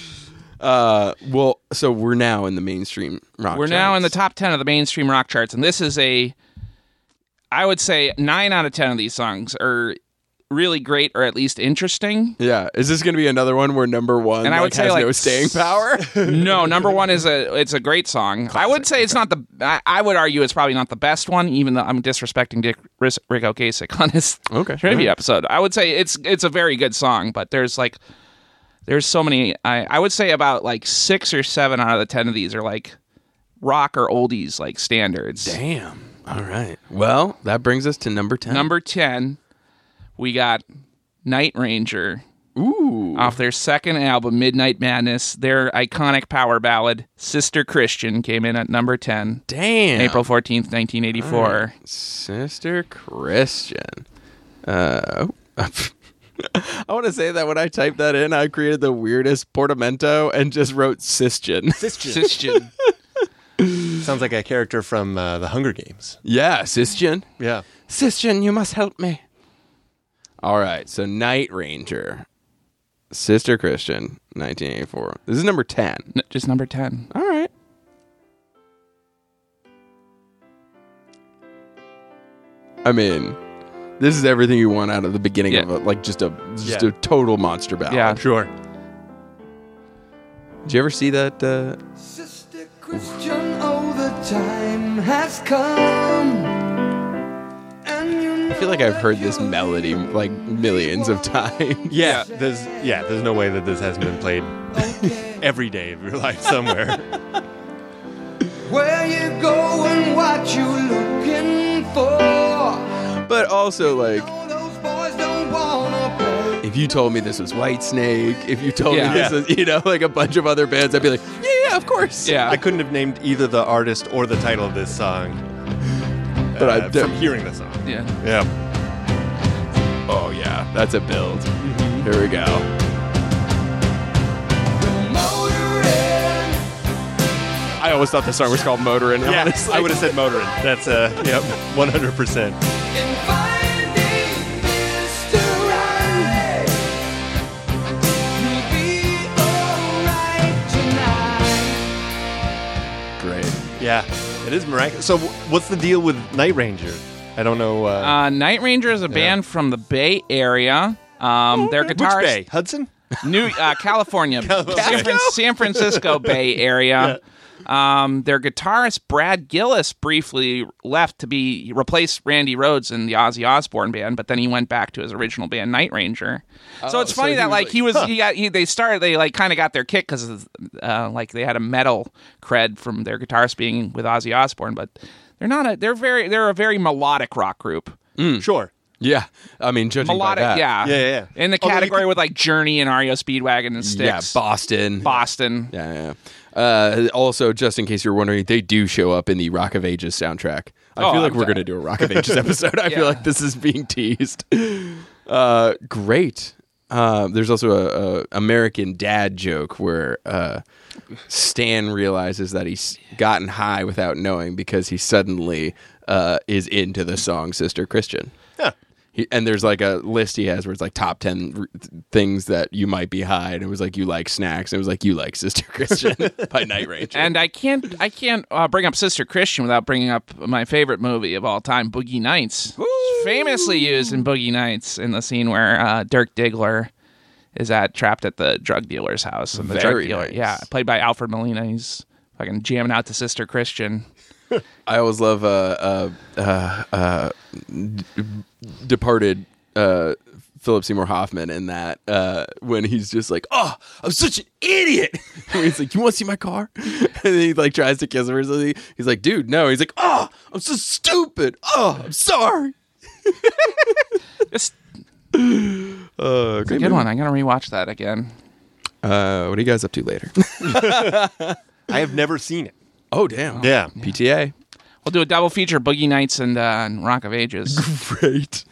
[SPEAKER 2] (laughs) uh, well, so we're now in the mainstream rock.
[SPEAKER 1] We're now in the
[SPEAKER 2] charts.
[SPEAKER 1] top ten of the mainstream rock charts, and this is a, I would say nine out of ten of these songs are really great or at least interesting.
[SPEAKER 2] Yeah, is this going to be another one where number one
[SPEAKER 1] And I
[SPEAKER 2] like,
[SPEAKER 1] would say,
[SPEAKER 2] has
[SPEAKER 1] like,
[SPEAKER 2] no staying power?
[SPEAKER 1] (laughs) no, number one is a it's a great song. I would say it's not the. I, I would argue it's probably not the best one, even though I'm disrespecting Dick Ris- Rick Ocasek (laughs) on his
[SPEAKER 2] Okay,
[SPEAKER 1] trivia
[SPEAKER 3] Mm-hmm.
[SPEAKER 2] alright.
[SPEAKER 1] episode. I would say it's it's a very good song, but there's like there's so many. I I would say about like six or seven out of the ten of these are like rock or oldies like standards.
[SPEAKER 2] Damn. All right. Well, that brings us to number ten.
[SPEAKER 1] Number ten, we got Night Ranger.
[SPEAKER 2] Ooh.
[SPEAKER 1] off their second album, Midnight Madness. Their iconic power ballad, Sister Christian, came in at number 10,
[SPEAKER 2] Damn.
[SPEAKER 1] April 14th, 1984.
[SPEAKER 2] Sister Christian. Uh, oh. (laughs) I want to say that when I typed that in, I created the weirdest portamento and just wrote Sistian.
[SPEAKER 1] Christian.
[SPEAKER 3] (laughs) Sounds like a character from uh, the Hunger Games.
[SPEAKER 2] (laughs) Yeah, Sisjin.
[SPEAKER 3] Yeah.
[SPEAKER 2] Sisjin, you must help me. All right, so Night Ranger, Sister Christian, 1984. This is number 10.
[SPEAKER 1] N- just number 10.
[SPEAKER 2] All right. I mean, this is everything you want out of the beginning
[SPEAKER 1] Yeah.
[SPEAKER 2] of a, like just a just
[SPEAKER 3] Yeah.
[SPEAKER 2] a total monster battle.
[SPEAKER 1] Yeah.
[SPEAKER 3] Sure.
[SPEAKER 2] Did you ever see that? Uh,
[SPEAKER 4] Sister Christian, oh, the time has come. And you
[SPEAKER 2] I feel like I've heard this melody like millions of times.
[SPEAKER 3] Yeah. There's yeah. There's no way that this hasn't been played every day of your life somewhere.
[SPEAKER 4] Where you going, what you looking for.
[SPEAKER 2] But also like
[SPEAKER 4] No, those boys don't wanna play.
[SPEAKER 2] if you told me this was White Snake, if you told
[SPEAKER 1] Yeah.
[SPEAKER 2] me this
[SPEAKER 3] Yeah.
[SPEAKER 2] was you know like a bunch of other bands, I'd be like, yeah, yeah, of course.
[SPEAKER 1] Yeah.
[SPEAKER 3] (laughs) I couldn't have named either the artist or the title of this song. uh,
[SPEAKER 2] But I def-
[SPEAKER 3] from hearing the song.
[SPEAKER 1] yeah.
[SPEAKER 3] Yeah.
[SPEAKER 2] Oh yeah, that's a build.
[SPEAKER 4] Mm-hmm.
[SPEAKER 2] Here we go.
[SPEAKER 4] The motoring.
[SPEAKER 2] I always thought the song was called Motorin.
[SPEAKER 3] Yeah.
[SPEAKER 2] honestly.
[SPEAKER 3] I would have said Motorin. That's uh. Yep. One hundred percent.
[SPEAKER 4] In finding mystery. You'll be alright tonight.
[SPEAKER 2] Great.
[SPEAKER 3] Yeah. It is miraculous. So w- what's the deal with Night Ranger? I don't know. Uh,
[SPEAKER 1] Uh, Night Ranger is a band from the Bay Area. Um, their
[SPEAKER 3] which
[SPEAKER 1] guitarist,
[SPEAKER 3] bay? Hudson.
[SPEAKER 1] New
[SPEAKER 2] (laughs)
[SPEAKER 1] uh, California, San, Fran- San Francisco Bay Area. Um, their guitarist Brad Gillis briefly left to be replace Randy Rhodes in the Ozzy Osbourne band, but then he went back to his original band Night Ranger. so
[SPEAKER 2] Oh,
[SPEAKER 1] it's
[SPEAKER 2] so
[SPEAKER 1] funny
[SPEAKER 2] he
[SPEAKER 1] that
[SPEAKER 2] was
[SPEAKER 1] like
[SPEAKER 2] like-
[SPEAKER 1] he was he got he, they started they like kind of got their kick because uh, like they had a metal cred from their guitarist being with Ozzy Osbourne, but they're not a they're very they're a very melodic rock group.
[SPEAKER 2] Hmm.
[SPEAKER 3] Sure.
[SPEAKER 2] Yeah, I mean, judging
[SPEAKER 1] Melodic,
[SPEAKER 2] by that,
[SPEAKER 1] yeah,
[SPEAKER 3] Yeah, yeah, yeah.
[SPEAKER 1] In the
[SPEAKER 3] Although you
[SPEAKER 1] category
[SPEAKER 3] could-
[SPEAKER 1] with like Journey and REO Speedwagon and
[SPEAKER 2] yeah,
[SPEAKER 1] Sticks.
[SPEAKER 2] Boston,
[SPEAKER 1] Boston.
[SPEAKER 2] Yeah, yeah. yeah. Uh, also, just in case you're wondering, they do show up in the Rock of Ages soundtrack. I
[SPEAKER 1] Oh,
[SPEAKER 2] feel like
[SPEAKER 1] I'm
[SPEAKER 2] we're
[SPEAKER 1] sorry.
[SPEAKER 2] going to do a Rock of
[SPEAKER 1] (laughs)
[SPEAKER 2] Ages episode. I
[SPEAKER 1] Yeah.
[SPEAKER 2] feel like this is being teased. Uh, great. Uh, there's also a, a American Dad joke where uh, Stan realizes that he's gotten high without knowing because he suddenly uh, is into the song Sister Christian.
[SPEAKER 3] Huh.
[SPEAKER 2] He, and there's like a list he has where it's like top 10 r- th- things that you might be high. And it was like, you like snacks. And it was like, you like Sister Christian by Night Ranger.
[SPEAKER 1] And I can't, I can't uh, bring up Sister Christian without bringing up my favorite movie of all time, Boogie Nights. It's Famously used in Boogie Nights in the scene where uh, Dirk Diggler is at trapped at the drug dealer's house, and the drug
[SPEAKER 2] Very
[SPEAKER 1] dealer,
[SPEAKER 2] nice.
[SPEAKER 1] yeah, played by Alfred Molina, he's fucking jamming out to Sister Christian.
[SPEAKER 2] I always love uh, uh, uh, uh, d- departed uh, Philip Seymour Hoffman in that uh, when he's just like, "Oh, I'm such an idiot." (laughs) When he's like, "You want to see my car?" (laughs) And then he like tries to kiss him or something. He's like, "Dude, no." He's like, "Oh, I'm so stupid. Oh, I'm sorry."
[SPEAKER 1] It's
[SPEAKER 2] Uh,
[SPEAKER 1] a
[SPEAKER 2] great
[SPEAKER 1] good
[SPEAKER 2] movie.
[SPEAKER 1] one. I gotta rewatch that again.
[SPEAKER 2] Uh, what are you guys up to later?
[SPEAKER 3] I have never seen it.
[SPEAKER 2] (laughs) oh, damn.
[SPEAKER 3] Yeah.
[SPEAKER 2] PTA.
[SPEAKER 1] We'll do a double feature: Boogie Nights and, uh, and Rock of Ages.
[SPEAKER 2] Great.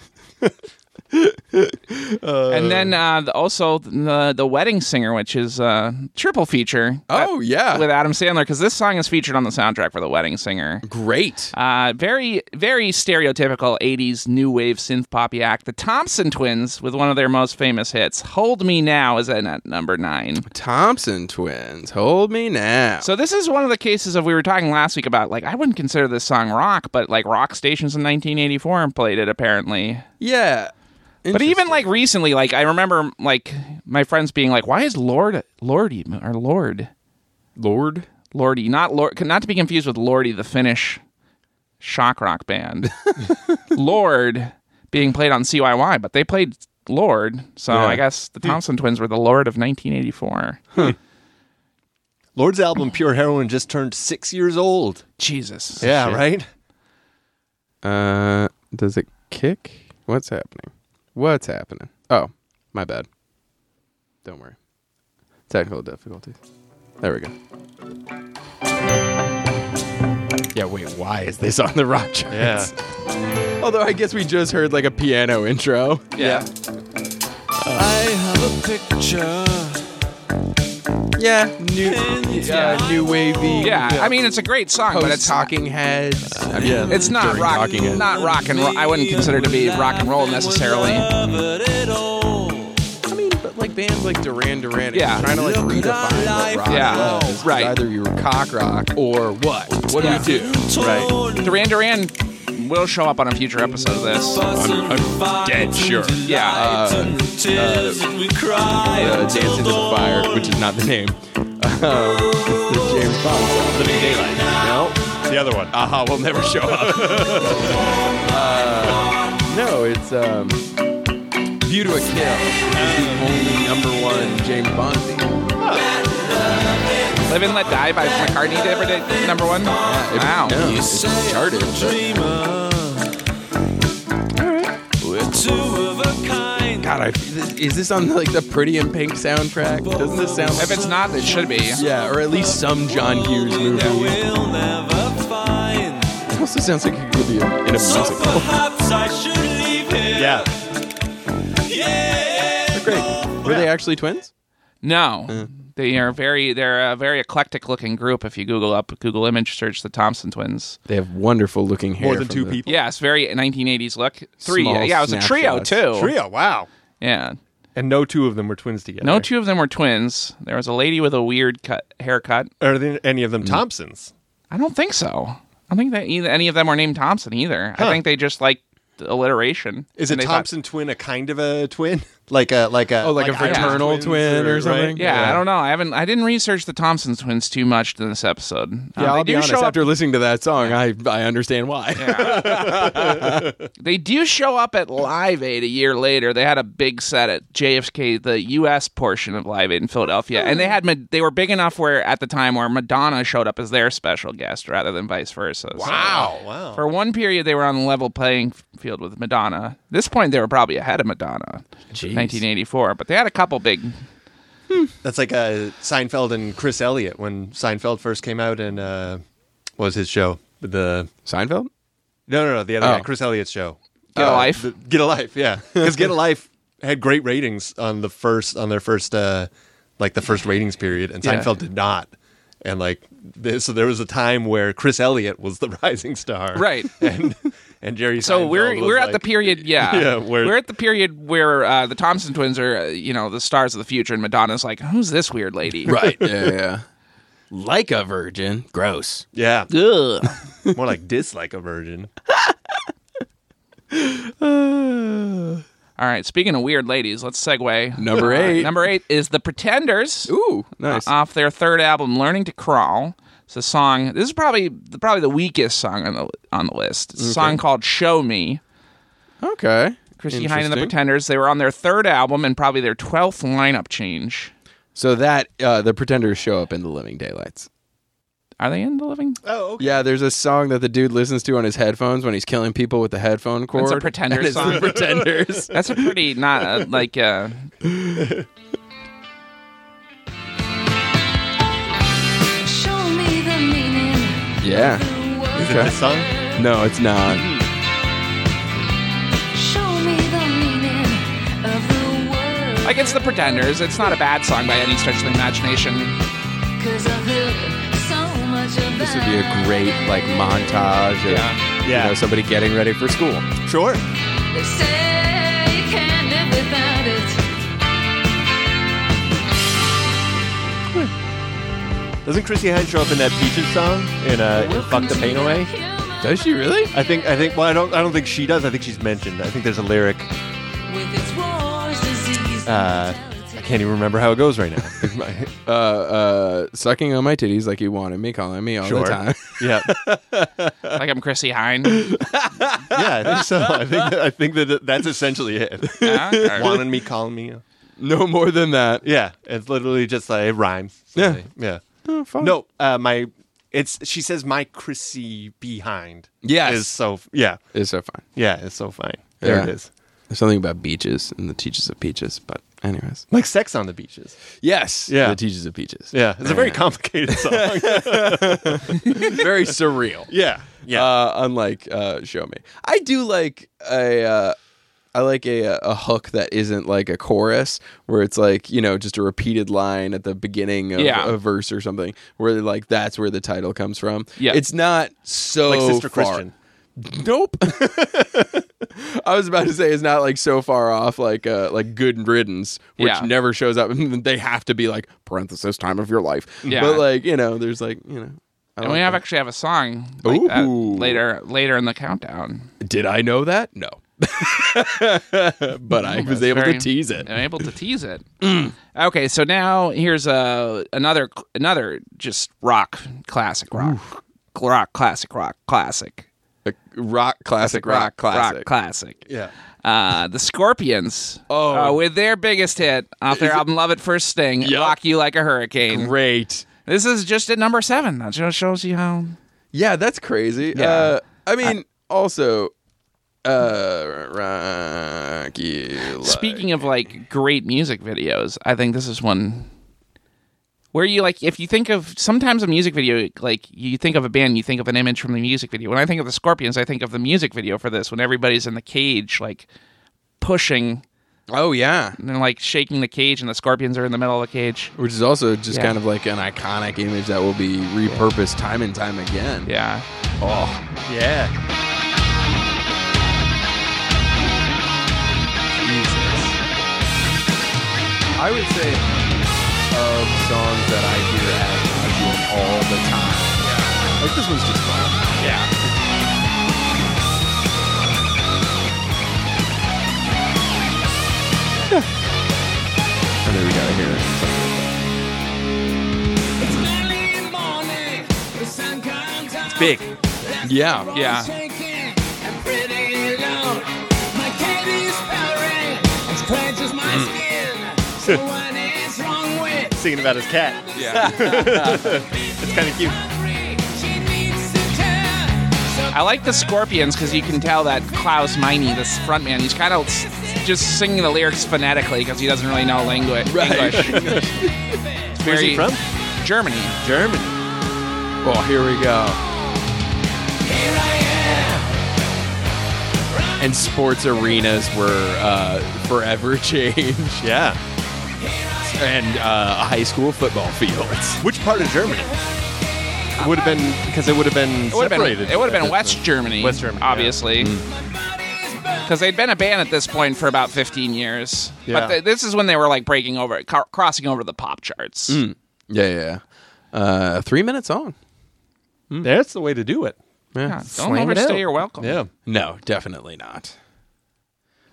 [SPEAKER 1] and then uh, the, also the the wedding singer, which is uh, triple feature.
[SPEAKER 2] Oh yeah.
[SPEAKER 1] with Adam Sandler because this song is featured on the soundtrack for The Wedding Singer.
[SPEAKER 2] Mm. great.
[SPEAKER 1] Uh, very, very stereotypical 80s new wave synth poppy act. The Thompson twins, with one of their most famous hits, Hold Me Now, is in at number nine.
[SPEAKER 2] Thompson twins. Hold me now.
[SPEAKER 1] So, this is one of the cases of we were talking last week about, like, I wouldn't consider this song rock, but like rock stations in 1984 played it apparently.
[SPEAKER 2] yeah.
[SPEAKER 1] But even like recently, like, I remember like my friends being like, why is Lord, Lordy, or Lord?
[SPEAKER 2] Lord.
[SPEAKER 1] Lordy, not Lord, not to be confused with Lordy, the Finnish shock rock
[SPEAKER 2] (laughs)
[SPEAKER 1] band. Lord being played on CYY, but they played Lord, so
[SPEAKER 2] Yeah.
[SPEAKER 1] I guess the Thompson twins were the Lord of 1984.
[SPEAKER 3] Lord's album Pure Heroin just turned six years old.
[SPEAKER 1] Jesus,
[SPEAKER 3] Yeah, right.
[SPEAKER 2] Uh, does it kick? What's happening? What's happening? Oh, my bad. Don't worry. Technical difficulties. There we go. Yeah, wait, why is this on the rock charts? Although I guess we just heard like a piano intro.
[SPEAKER 1] yeah.
[SPEAKER 4] I have a picture
[SPEAKER 2] Yeah, new, uh, new wavy.
[SPEAKER 1] Yeah, I mean it's a great song, but it's
[SPEAKER 2] talking heads. I mean,
[SPEAKER 3] Yeah.
[SPEAKER 1] It's not
[SPEAKER 2] during
[SPEAKER 1] rock,
[SPEAKER 2] Talking Heads.
[SPEAKER 1] not rock and roll. I wouldn't consider it to be rock and roll necessarily.
[SPEAKER 2] I mean, but like bands like Duran Duran, it's
[SPEAKER 1] Yeah.
[SPEAKER 2] trying to like redefine what rock
[SPEAKER 1] Yeah.
[SPEAKER 2] was. 'Cause
[SPEAKER 1] Right.
[SPEAKER 2] Either you were cock rock or what? What
[SPEAKER 1] Yeah.
[SPEAKER 2] do you do? Right.
[SPEAKER 1] Duran Duran will show up on a future episode of this.
[SPEAKER 2] Dead sure.
[SPEAKER 1] Yeah, uh,
[SPEAKER 2] Uh, Dancing to the Fire, which is not the name. Um, the (laughs) James Bond song. Living Daylight. No.
[SPEAKER 3] The other one.
[SPEAKER 2] Aha will never show up. (laughs) uh, no, it's um, View to a Kill. It's the only number one James Bond theme.
[SPEAKER 1] "Live and Let Die" by McCartney did ever did number one.
[SPEAKER 2] It-
[SPEAKER 1] Wow.
[SPEAKER 2] No, it's charted. but- God, I, is this on like the Pretty in Pink soundtrack? Doesn't this sound?
[SPEAKER 1] If it's not, it should be.
[SPEAKER 2] yeah, or at least some John Hughes movie. It also sounds like it could be in a musical.
[SPEAKER 3] Yeah.
[SPEAKER 2] Great. Were they actually twins?
[SPEAKER 1] No. They are very they're a very eclectic looking group if you Google up Google image search the Thompson twins.
[SPEAKER 2] They have wonderful looking hair.
[SPEAKER 3] More than
[SPEAKER 2] from
[SPEAKER 3] two
[SPEAKER 2] the-
[SPEAKER 3] people.
[SPEAKER 1] Yeah, it's very 1980s look. Three.
[SPEAKER 2] Small
[SPEAKER 1] yeah, it was a trio
[SPEAKER 2] snapshots.
[SPEAKER 1] too.
[SPEAKER 3] Trio. Wow.
[SPEAKER 1] Yeah.
[SPEAKER 3] And no two of them were twins together.
[SPEAKER 1] No two of them were twins. There was a lady with a weird cut haircut.
[SPEAKER 3] Are they, any of them
[SPEAKER 2] Hmm.
[SPEAKER 3] Thompsons?
[SPEAKER 1] I don't think so. I don't think that either, any of them were named Thompson either. I think they just like the alliteration.
[SPEAKER 3] Is
[SPEAKER 1] And
[SPEAKER 3] a
[SPEAKER 1] they thought-
[SPEAKER 3] Thompson twin a kind of a twin? (laughs) Like a like a
[SPEAKER 2] Oh, like, a
[SPEAKER 3] Irish
[SPEAKER 2] fraternal
[SPEAKER 3] twins
[SPEAKER 2] twin or,
[SPEAKER 3] right?
[SPEAKER 2] something.
[SPEAKER 1] yeah, I don't know. I haven't. I didn't research the Thompson twins too much in this episode. Um,
[SPEAKER 2] Yeah,
[SPEAKER 1] they
[SPEAKER 2] I'll
[SPEAKER 1] do
[SPEAKER 2] be honest.
[SPEAKER 1] show up.
[SPEAKER 2] After listening to that song, I I understand why.
[SPEAKER 1] They do show up at Live Aid a year later. They had a big set at JFK, the U.S. portion of Live Aid in Philadelphia, and they had Ma- they were big enough where at the time where Madonna showed up as their special guest rather than vice versa. So
[SPEAKER 3] Wow. Wow.
[SPEAKER 1] For one period, they were on the level playing f- field with Madonna. At this point, they were probably ahead of Madonna, 1984. But they had a couple big.
[SPEAKER 3] That's like uh, Seinfeld and Chris Elliott when Seinfeld first came out and uh, what was his show? The
[SPEAKER 2] (laughs) Seinfeld.
[SPEAKER 3] no, no, no, the other guy,
[SPEAKER 2] Oh.
[SPEAKER 3] Chris Elliott's show. Uh,
[SPEAKER 1] Get a Life?
[SPEAKER 3] the- Get a life,
[SPEAKER 1] (laughs)
[SPEAKER 3] yeah, because Get a Life had great ratings on the first on their first uh, like the first ratings period, and
[SPEAKER 1] Yeah.
[SPEAKER 3] Seinfeld did not. And like th- so, there was a time where Chris Elliott was the (laughs) rising star,
[SPEAKER 1] Right.
[SPEAKER 3] And and Jerry.
[SPEAKER 1] So
[SPEAKER 3] Seinfeld
[SPEAKER 1] we're
[SPEAKER 3] was
[SPEAKER 1] we're at
[SPEAKER 3] like-
[SPEAKER 1] the period,
[SPEAKER 2] (laughs)
[SPEAKER 1] yeah,
[SPEAKER 3] Yeah, where-
[SPEAKER 1] we're at the period where uh, the Thompson twins are, uh, you know, the stars of the future, and Madonna's like, who's this weird lady?
[SPEAKER 2] Right. Yeah. yeah. (laughs) Like a virgin. Gross.
[SPEAKER 1] (laughs)
[SPEAKER 3] Yeah,
[SPEAKER 1] Ugh.
[SPEAKER 3] more like dislike a virgin.
[SPEAKER 1] All right. Speaking of weird ladies, let's segue.
[SPEAKER 2] Number
[SPEAKER 1] Uh,
[SPEAKER 2] eight.
[SPEAKER 1] number eight is the Pretenders.
[SPEAKER 2] Ooh, nice.
[SPEAKER 1] off their third album, Learning to Crawl. It's a song. This is probably probably the weakest song on the on the list. It's a song called "Show Me."
[SPEAKER 2] okay.
[SPEAKER 1] Chrissy Hine and the
[SPEAKER 2] Interesting.
[SPEAKER 1] Pretenders. They were on their third album and probably their twelfth lineup change.
[SPEAKER 2] So that uh, the Pretenders show up in the Living Daylights.
[SPEAKER 1] Are they in the living?
[SPEAKER 3] Oh, okay.
[SPEAKER 2] Yeah, there's a song that the dude listens to on his headphones when he's killing people with the headphone cord.
[SPEAKER 1] That's a Pretenders
[SPEAKER 2] and it's
[SPEAKER 1] song.
[SPEAKER 2] The
[SPEAKER 1] (laughs)
[SPEAKER 2] Pretenders.
[SPEAKER 1] That's a pretty not uh, like. Uh,
[SPEAKER 5] Show me the meaning.
[SPEAKER 2] yeah.
[SPEAKER 3] Is it this song?
[SPEAKER 2] No, it's not.
[SPEAKER 5] Show me the meaning of the word.
[SPEAKER 1] like it's the Pretenders. It's not a bad song by any stretch of the imagination.
[SPEAKER 5] Cause I've heard so much about
[SPEAKER 2] This would be a great like montage of
[SPEAKER 1] Yeah.
[SPEAKER 2] you
[SPEAKER 3] Yeah.
[SPEAKER 2] know, somebody getting ready for school.
[SPEAKER 3] Sure.
[SPEAKER 5] They say you can't live without it.
[SPEAKER 3] Doesn't Chrissy Hine show up in that Peaches song in uh, in "Fuck the Pain Away"?
[SPEAKER 5] Human
[SPEAKER 2] Does she really?
[SPEAKER 3] I think. I think. Well, I don't. I don't think she does. I think she's mentioned. I think there's a lyric.
[SPEAKER 5] With its wars, disease,
[SPEAKER 3] Uh, I can't even remember how it goes right now.
[SPEAKER 2] Uh, uh, sucking on my titties like you wanted me, calling me all
[SPEAKER 3] Sure.
[SPEAKER 2] the time.
[SPEAKER 3] (laughs) yeah.
[SPEAKER 1] Like I'm Chrissy Hine.
[SPEAKER 3] Yeah, I think so. I think I think that that's essentially it.
[SPEAKER 1] Yeah? All right.
[SPEAKER 3] Wanted me, calling me.
[SPEAKER 2] (laughs) no more than that.
[SPEAKER 3] Yeah, it's literally just like it rhymes.
[SPEAKER 2] Yeah.
[SPEAKER 3] yeah.
[SPEAKER 2] (laughs) Oh, fine.
[SPEAKER 3] No, uh, my it's she says my Chrissy behind.
[SPEAKER 2] Yes.
[SPEAKER 3] is so yeah
[SPEAKER 2] it's so fine.
[SPEAKER 3] yeah it's so fine. There
[SPEAKER 2] Yeah.
[SPEAKER 3] it is.
[SPEAKER 2] There's something about beaches and the teachers of peaches, but anyways.
[SPEAKER 3] Like sex on the beaches.
[SPEAKER 2] Yes.
[SPEAKER 3] Yeah.
[SPEAKER 2] The teachers of peaches.
[SPEAKER 3] Yeah, it's a very complicated song.
[SPEAKER 2] very surreal. (laughs)
[SPEAKER 3] yeah, yeah.
[SPEAKER 2] Uh, unlike uh, Show Me, I do like a. Uh, I like a a hook that isn't like a chorus where it's like you know just a repeated line at the beginning of
[SPEAKER 1] Yeah.
[SPEAKER 2] a verse or something where like that's where the title comes from.
[SPEAKER 1] Yeah.
[SPEAKER 2] it's not so
[SPEAKER 3] Like Sister
[SPEAKER 2] far.
[SPEAKER 3] Christian.
[SPEAKER 2] Nope. (laughs) I was about to say it's not like so far off like uh like Good Riddance, which
[SPEAKER 1] Yeah.
[SPEAKER 2] never shows up. (laughs) they have to be like parenthesis time of your life.
[SPEAKER 1] Yeah.
[SPEAKER 2] But like you know, there's like you know. I
[SPEAKER 1] And
[SPEAKER 2] like
[SPEAKER 1] we have
[SPEAKER 2] that.
[SPEAKER 1] actually have a song like that
[SPEAKER 2] Ooh.
[SPEAKER 1] later later in the countdown.
[SPEAKER 2] Did I know that? No. (laughs) but I was able
[SPEAKER 1] very-
[SPEAKER 2] to tease it.
[SPEAKER 1] I'm able to tease it.
[SPEAKER 2] Mm.
[SPEAKER 1] Okay, so now here's uh, another another just rock classic rock rock classic rock classic
[SPEAKER 2] Like, rock classic, rock, classic.
[SPEAKER 1] rock classic.
[SPEAKER 3] Yeah.
[SPEAKER 1] Uh, the Scorpions,
[SPEAKER 2] Oh.
[SPEAKER 1] uh, with their biggest hit off their album "Love at First Sting,"
[SPEAKER 2] Yup.
[SPEAKER 1] "Rock You Like a Hurricane."
[SPEAKER 2] Great.
[SPEAKER 1] This is just at number seven. That just shows you how
[SPEAKER 2] Yeah, that's crazy.
[SPEAKER 1] Yeah.
[SPEAKER 2] Uh, I mean, also, uh, rock you like-
[SPEAKER 1] Speaking of like great music videos, I think this is one where you like if you think of sometimes a music video like you think of a band, you think of an image from the music video. When I think of the Scorpions, I think of the music video for this when everybody's in the cage like pushing
[SPEAKER 2] Oh, yeah.
[SPEAKER 1] and then like shaking the cage and the Scorpions are in the middle of the cage.
[SPEAKER 2] Which is also just
[SPEAKER 1] Yeah.
[SPEAKER 2] kind of like an iconic image that will be repurposed time and time again.
[SPEAKER 1] Yeah.
[SPEAKER 2] Oh,
[SPEAKER 3] Yeah.
[SPEAKER 2] Jesus. I would say of songs that I hear at Nauseam all the time. Like this one's just fun. Yeah. I know Oh, we gotta hear it.
[SPEAKER 4] It's
[SPEAKER 3] Big.
[SPEAKER 2] Yeah.
[SPEAKER 1] Yeah.
[SPEAKER 4] I'm pretty alone. My candy's powdering. It's clenches my skin.
[SPEAKER 6] Mm.
[SPEAKER 4] So what is wrong with
[SPEAKER 3] Singing about his cat.
[SPEAKER 1] Yeah.
[SPEAKER 3] It's kind of cute.
[SPEAKER 4] hungry? She needs to tell. So
[SPEAKER 1] (laughs) I like the Scorpions because you can tell that Klaus Meine, this frontman, he's kind of s- just singing the lyrics phonetically because he doesn't really know language.
[SPEAKER 2] Right.
[SPEAKER 1] English. It's
[SPEAKER 3] Where's he
[SPEAKER 1] very-
[SPEAKER 3] from?
[SPEAKER 1] Germany.
[SPEAKER 3] Germany.
[SPEAKER 2] Oh, here we go.
[SPEAKER 4] here I am.
[SPEAKER 2] And sports arenas were uh, forever (laughs) changed,
[SPEAKER 3] Yeah.
[SPEAKER 2] and uh, high school football fields. (laughs)
[SPEAKER 3] Which part of Germany? Would have been because it would have been
[SPEAKER 1] It would have
[SPEAKER 3] separated.
[SPEAKER 1] been. It would have been West Germany.
[SPEAKER 3] West Germany, yeah.
[SPEAKER 1] obviously,
[SPEAKER 4] My body's
[SPEAKER 1] because they'd been a band at this point for about 15 years. But
[SPEAKER 3] Yeah.
[SPEAKER 1] th this is when they were like breaking over, co- crossing over the pop charts.
[SPEAKER 2] Yeah, yeah. yeah. Uh, three minute song.
[SPEAKER 3] That's the way to do it.
[SPEAKER 2] Yeah.
[SPEAKER 1] Yeah, don't
[SPEAKER 3] Slam it
[SPEAKER 1] overstay
[SPEAKER 3] out.
[SPEAKER 1] your welcome.
[SPEAKER 3] Yeah.
[SPEAKER 2] No, definitely not.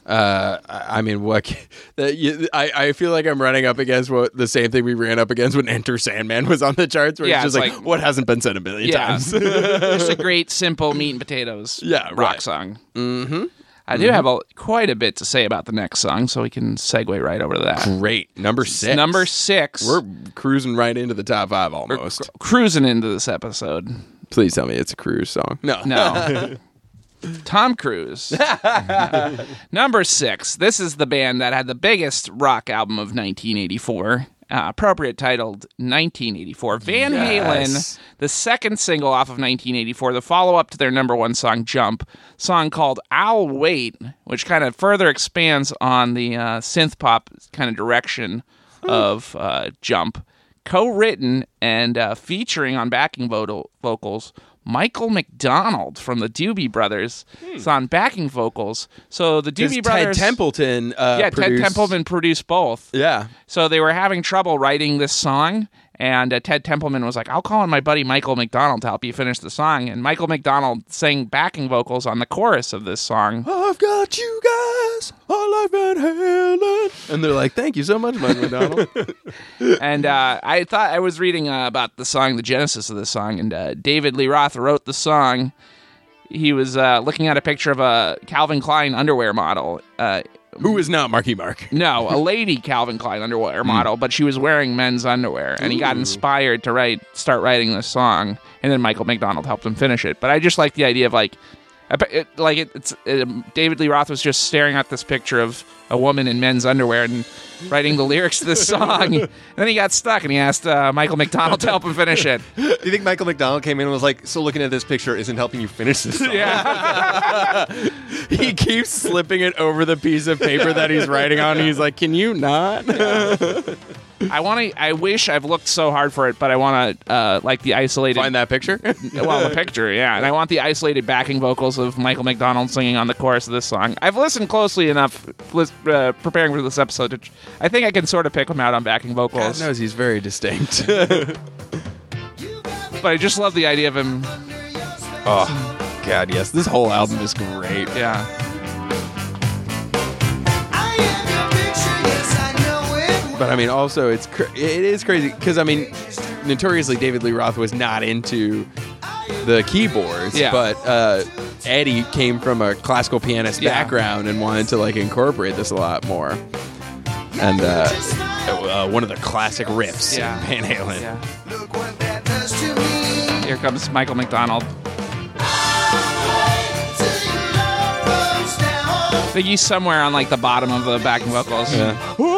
[SPEAKER 2] Uh, I I mean, what? c- That you, I I feel like I'm running up against what the same thing we ran up against when Enter Sandman was on the charts, where
[SPEAKER 1] Yeah,
[SPEAKER 2] it's just
[SPEAKER 1] it's
[SPEAKER 2] like,
[SPEAKER 1] like-
[SPEAKER 2] what hasn't been said a million
[SPEAKER 1] Yeah. (laughs)
[SPEAKER 2] times.
[SPEAKER 1] Just a great, simple meat and potatoes.
[SPEAKER 2] Yeah,
[SPEAKER 1] rock
[SPEAKER 2] right.
[SPEAKER 1] song. Mm-hmm. I do have a, quite a bit to say about the next song, so we can segue right over to that.
[SPEAKER 2] Great number six.
[SPEAKER 1] Number 6
[SPEAKER 2] We're cruising right into the top five almost.
[SPEAKER 1] cr- cruising into this episode.
[SPEAKER 2] Please tell me it's a cruise song. No,
[SPEAKER 1] No. Tom Cruise. No. Number six. This is the band that had the biggest rock album of 1984. Uh, appropriate titled 1984. Van Halen,
[SPEAKER 2] Yes.
[SPEAKER 1] the second single off of 1984, the follow up to their number one song, Jump, song called I'll Wait, which kind of further expands on the uh, synth pop kind of direction of uh, Jump. Co written and uh, featuring on backing vo- vocals, Michael McDonald from the Doobie Brothers is on backing vocals. So the
[SPEAKER 2] Does
[SPEAKER 1] Doobie
[SPEAKER 2] Ted
[SPEAKER 1] Brothers.
[SPEAKER 2] Templeton. Uh,
[SPEAKER 1] yeah, Ted
[SPEAKER 2] produced-
[SPEAKER 1] Templeman produced both.
[SPEAKER 2] Yeah,
[SPEAKER 1] So they were having trouble writing this song, and uh, Ted Templeman was like, "I'll call on my buddy Michael McDonald to help you finish the song." And Michael McDonald sang backing vocals on the chorus of this
[SPEAKER 2] (laughs)
[SPEAKER 1] song.
[SPEAKER 2] I've got you guys. all I've been handling. And they're like, thank you so much, Mike McDonald.
[SPEAKER 1] and uh, I thought I was reading uh, about the song, the genesis of the song, and uh, David Lee Roth wrote the song. He was uh, looking at a picture of a Calvin Klein underwear model. Uh,
[SPEAKER 2] (laughs) Who is not Marky Mark? (laughs)
[SPEAKER 1] no, a lady Calvin Klein
[SPEAKER 2] Hmm.
[SPEAKER 1] underwear model, but she was wearing men's underwear, and he got inspired to write, start writing this song, and then Michael McDonald helped him finish it. But I just like the idea of like, I bet it, like it, it's it, um, David Lee Roth was just staring at this picture of a woman in men's underwear and writing the lyrics
[SPEAKER 2] (laughs)
[SPEAKER 1] to this song. and then he got stuck, and he asked uh, Michael McDonald to help him finish
[SPEAKER 2] (laughs)
[SPEAKER 1] it.
[SPEAKER 3] Do you think
[SPEAKER 1] (laughs)
[SPEAKER 3] Michael McDonald came in and was like, "So looking at this picture isn't helping you finish this song"?
[SPEAKER 1] Yeah,
[SPEAKER 2] he keeps slipping it over the piece of paper that he's writing on. And he's like, "Can you (laughs) not?"
[SPEAKER 1] I want to. I wish I've looked so hard for it, but I want to uh, like the isolated.
[SPEAKER 2] Find that (laughs) picture.
[SPEAKER 1] well, the picture, yeah, and I want the isolated backing vocals of Michael McDonald singing on the chorus of this song. I've listened closely enough lis- uh, preparing for this episode. To tr- I think I can sort of pick him out on backing vocals,
[SPEAKER 2] God knows he's very (laughs) distinct.
[SPEAKER 1] but I just love the idea of him.
[SPEAKER 2] oh, God, yes, this whole album is great.
[SPEAKER 1] Yeah,
[SPEAKER 2] But I mean, also it's cr- it is crazy because I mean, notoriously David Lee Roth was not into the keyboards,
[SPEAKER 1] Yeah.
[SPEAKER 2] but uh, Eddie came from a classical pianist
[SPEAKER 1] Yeah.
[SPEAKER 2] background and wanted to like incorporate this a lot more. And uh, uh, one of the classic riffs
[SPEAKER 1] Yeah.
[SPEAKER 2] in Van Halen.
[SPEAKER 1] yeah. Here comes Michael McDonald. But he's somewhere on like the bottom of the backing vocals.
[SPEAKER 2] Yeah. Oh,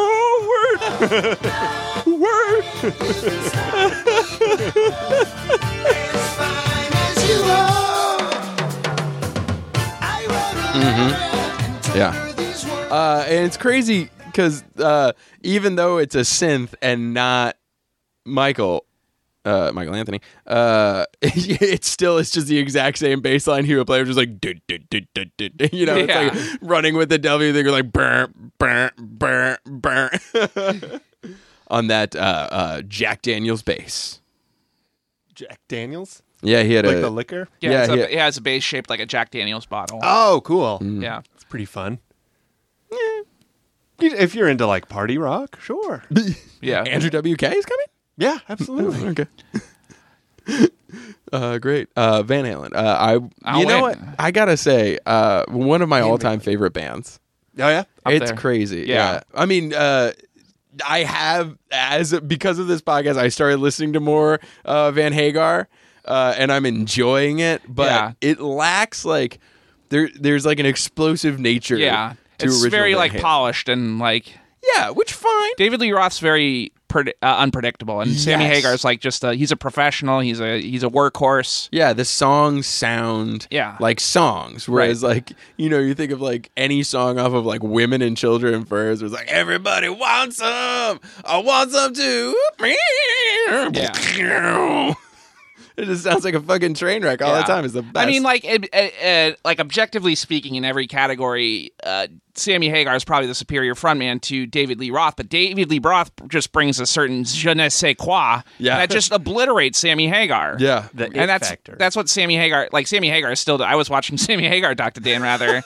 [SPEAKER 2] word, word. Mm-hmm. Yeah. Uh, and it's crazy because uh, even though it's a synth and not Michael, uh, Michael Anthony, uh, (laughs) it still is just the exact same bass line he would play, which is like, (laughs) "Du- du- du- du- du- du," you know,
[SPEAKER 1] Yeah.
[SPEAKER 2] it's like running with the W. They're like, burr, burr, burr, burr. (laughs) on that uh, uh, Jack Daniels bass.
[SPEAKER 3] Jack Daniels,
[SPEAKER 2] Yeah, he had
[SPEAKER 3] like
[SPEAKER 2] a.
[SPEAKER 3] the liquor.
[SPEAKER 1] Yeah,
[SPEAKER 2] Yeah,
[SPEAKER 1] it's a,
[SPEAKER 2] yeah.
[SPEAKER 1] it has a base shaped like a Jack Daniels bottle.
[SPEAKER 3] Oh, cool.
[SPEAKER 1] Yeah.
[SPEAKER 2] Mm.
[SPEAKER 3] It's pretty fun. You- If you're into like party rock, sure.
[SPEAKER 1] Yeah.
[SPEAKER 2] Andrew WK is coming?
[SPEAKER 3] Yeah,
[SPEAKER 2] (laughs)
[SPEAKER 3] absolutely.
[SPEAKER 2] Okay. uh, great. Uh, Van Halen. Uh, I.
[SPEAKER 1] I'll
[SPEAKER 2] you know
[SPEAKER 1] win.
[SPEAKER 2] what? I gotta say, uh, one of my all-time favorite bands.
[SPEAKER 3] Oh yeah.
[SPEAKER 1] Up
[SPEAKER 2] it's
[SPEAKER 1] there.
[SPEAKER 2] crazy.
[SPEAKER 1] Yeah.
[SPEAKER 2] Yeah. I mean, uh, I have as because of this podcast, I started listening to more uh, Van Hagar, uh, and I'm enjoying it. But
[SPEAKER 1] Yeah.
[SPEAKER 2] it lacks like there. There's like an explosive nature.
[SPEAKER 1] yeah.
[SPEAKER 2] To
[SPEAKER 1] It's
[SPEAKER 2] original
[SPEAKER 1] very
[SPEAKER 2] Van
[SPEAKER 1] like
[SPEAKER 2] Halen.
[SPEAKER 1] polished and like
[SPEAKER 2] Yeah, which fine.
[SPEAKER 1] David Lee Roth's very pred- uh, unpredictable, and Sammy
[SPEAKER 2] Yes.
[SPEAKER 1] Hagar's like just a, he's a professional. He's a he's a workhorse.
[SPEAKER 2] Yeah, the songs sound
[SPEAKER 1] Yeah.
[SPEAKER 2] like songs. Whereas like, you know, you think of like any song off of like Women and Children First was like everybody wants some. I want some too. (laughs) it just sounds like a fucking train wreck all
[SPEAKER 1] Yeah.
[SPEAKER 2] the time. It's the
[SPEAKER 1] I
[SPEAKER 2] best.
[SPEAKER 1] mean, like it, it, uh like objectively speaking, in every category, uh, Sammy Hagar is probably the superior frontman to David Lee Roth. But David Lee Roth just brings a certain je ne sais quoi
[SPEAKER 2] Yeah.
[SPEAKER 1] that just obliterates Sammy Hagar.
[SPEAKER 2] Yeah.
[SPEAKER 3] The it
[SPEAKER 1] and that's
[SPEAKER 3] factor.
[SPEAKER 1] that's what Sammy Hagar like. Sammy Hagar is still. I was watching (laughs) Sammy Hagar talk to Dan
[SPEAKER 2] (laughs)
[SPEAKER 1] Rather,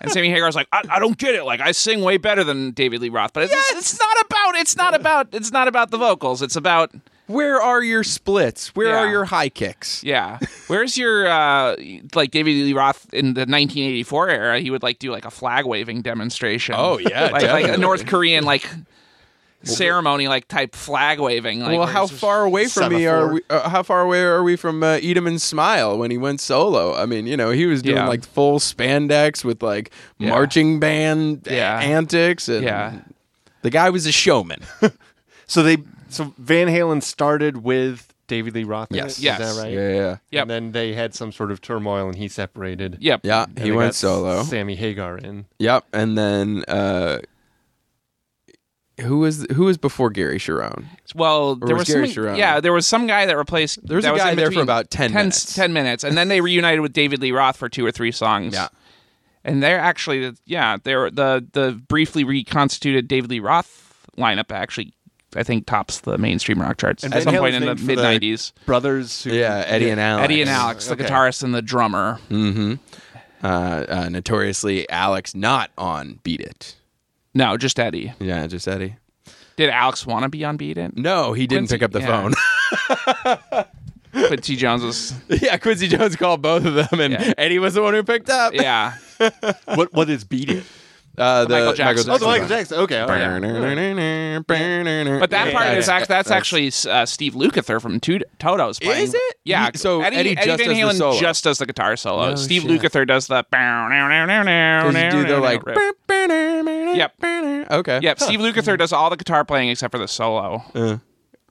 [SPEAKER 1] and Sammy Hagar's like, I, I don't get it. Like I sing way better than David Lee Roth, but it's, it's, not about. It's not about. It's not about the vocals. It's about
[SPEAKER 2] where are your splits? Where
[SPEAKER 1] Yeah.
[SPEAKER 2] are your high kicks?
[SPEAKER 1] yeah. Where's your uh like David Lee Roth in the 1984 era? He would like do like a flag waving demonstration.
[SPEAKER 2] Oh, yeah,
[SPEAKER 1] like, like a
[SPEAKER 2] definitely.
[SPEAKER 1] North Korean like. Ceremony like type flag waving. Like,
[SPEAKER 2] well,
[SPEAKER 1] where
[SPEAKER 2] how
[SPEAKER 1] it's just-
[SPEAKER 2] far away from me are
[SPEAKER 3] semaphore.
[SPEAKER 2] we? Uh, how far away are we from uh, Edom and Smile when he went solo? I mean, you know, he was doing
[SPEAKER 1] Yeah.
[SPEAKER 2] like full spandex with like marching band a-
[SPEAKER 1] Yeah.
[SPEAKER 2] antics, and
[SPEAKER 1] Yeah,
[SPEAKER 2] the guy was
[SPEAKER 1] (laughs)
[SPEAKER 2] a showman.
[SPEAKER 3] So they so Van Halen started with David Lee Roth. in it?
[SPEAKER 2] Yes.
[SPEAKER 3] Is
[SPEAKER 1] Yes.
[SPEAKER 3] that right?
[SPEAKER 2] yeah,
[SPEAKER 1] Yep.
[SPEAKER 3] And then they had some sort of turmoil, and he separated.
[SPEAKER 1] yep,
[SPEAKER 2] yeah.
[SPEAKER 3] And
[SPEAKER 2] he
[SPEAKER 3] they
[SPEAKER 2] went
[SPEAKER 3] got
[SPEAKER 2] solo.
[SPEAKER 3] Sammy Hagar in.
[SPEAKER 2] Yep, and then uh, who was who was before Gary Sharon?
[SPEAKER 1] Well, there
[SPEAKER 2] was
[SPEAKER 1] was,
[SPEAKER 2] Gary
[SPEAKER 1] some,
[SPEAKER 2] Cherone?
[SPEAKER 1] yeah, there was some guy that replaced.
[SPEAKER 2] There was
[SPEAKER 1] that
[SPEAKER 2] a guy
[SPEAKER 1] in
[SPEAKER 2] there for
[SPEAKER 1] between
[SPEAKER 2] about 10
[SPEAKER 1] 10
[SPEAKER 2] minutes.
[SPEAKER 1] 10 minutes, and then they reunited with David Lee Roth for two or three songs.
[SPEAKER 2] Yeah.
[SPEAKER 1] and they're actually, yeah, they're the the briefly reconstituted David Lee Roth lineup actually. I think tops the mainstream rock charts
[SPEAKER 3] And
[SPEAKER 1] at
[SPEAKER 3] Van
[SPEAKER 1] some point
[SPEAKER 3] Halen's
[SPEAKER 1] in the
[SPEAKER 3] named for
[SPEAKER 1] mid
[SPEAKER 3] the-
[SPEAKER 1] '90s.
[SPEAKER 3] Brothers. Who,
[SPEAKER 2] Yeah, Eddie and Alex.
[SPEAKER 1] Eddie and Alex, the
[SPEAKER 3] Okay.
[SPEAKER 1] guitarist and the drummer.
[SPEAKER 2] uh, uh, notoriously Alex not on Beat It.
[SPEAKER 1] No, just Eddie.
[SPEAKER 2] Yeah, just Eddie.
[SPEAKER 1] Did Alex want to be on Beat It?
[SPEAKER 2] (laughs) No, he didn't
[SPEAKER 1] Quincy,
[SPEAKER 2] pick up the
[SPEAKER 1] yeah.
[SPEAKER 2] phone.
[SPEAKER 1] Quincy Jones was,
[SPEAKER 2] (laughs) Yeah, Quincy Jones called both of them, and
[SPEAKER 1] Yeah.
[SPEAKER 2] Eddie was the one who picked up.
[SPEAKER 1] yeah,
[SPEAKER 3] What what is Beat It?
[SPEAKER 2] Uh, the
[SPEAKER 1] Michael Jackson.
[SPEAKER 3] Oh, the Michael Jackson. Okay. all right.
[SPEAKER 1] But that
[SPEAKER 3] Yeah,
[SPEAKER 1] part
[SPEAKER 3] yeah,
[SPEAKER 1] is
[SPEAKER 2] yeah.
[SPEAKER 1] act- that's, actually uh, Steve Lukather from Tu- Toto's playing.
[SPEAKER 2] Is it?
[SPEAKER 1] Yeah.
[SPEAKER 2] He- so
[SPEAKER 1] Eddie,
[SPEAKER 2] Eddie
[SPEAKER 1] Eddie
[SPEAKER 2] just
[SPEAKER 1] Van
[SPEAKER 2] does the
[SPEAKER 1] Halen
[SPEAKER 2] solo.
[SPEAKER 1] just does the guitar solo.
[SPEAKER 2] No
[SPEAKER 1] Steve
[SPEAKER 2] shit.
[SPEAKER 1] Lukather does the.
[SPEAKER 2] Does he do the like?
[SPEAKER 1] Right.
[SPEAKER 2] Yep. Okay.
[SPEAKER 1] Yep. Steve Lukather does all the guitar playing except for the solo.
[SPEAKER 2] Uh.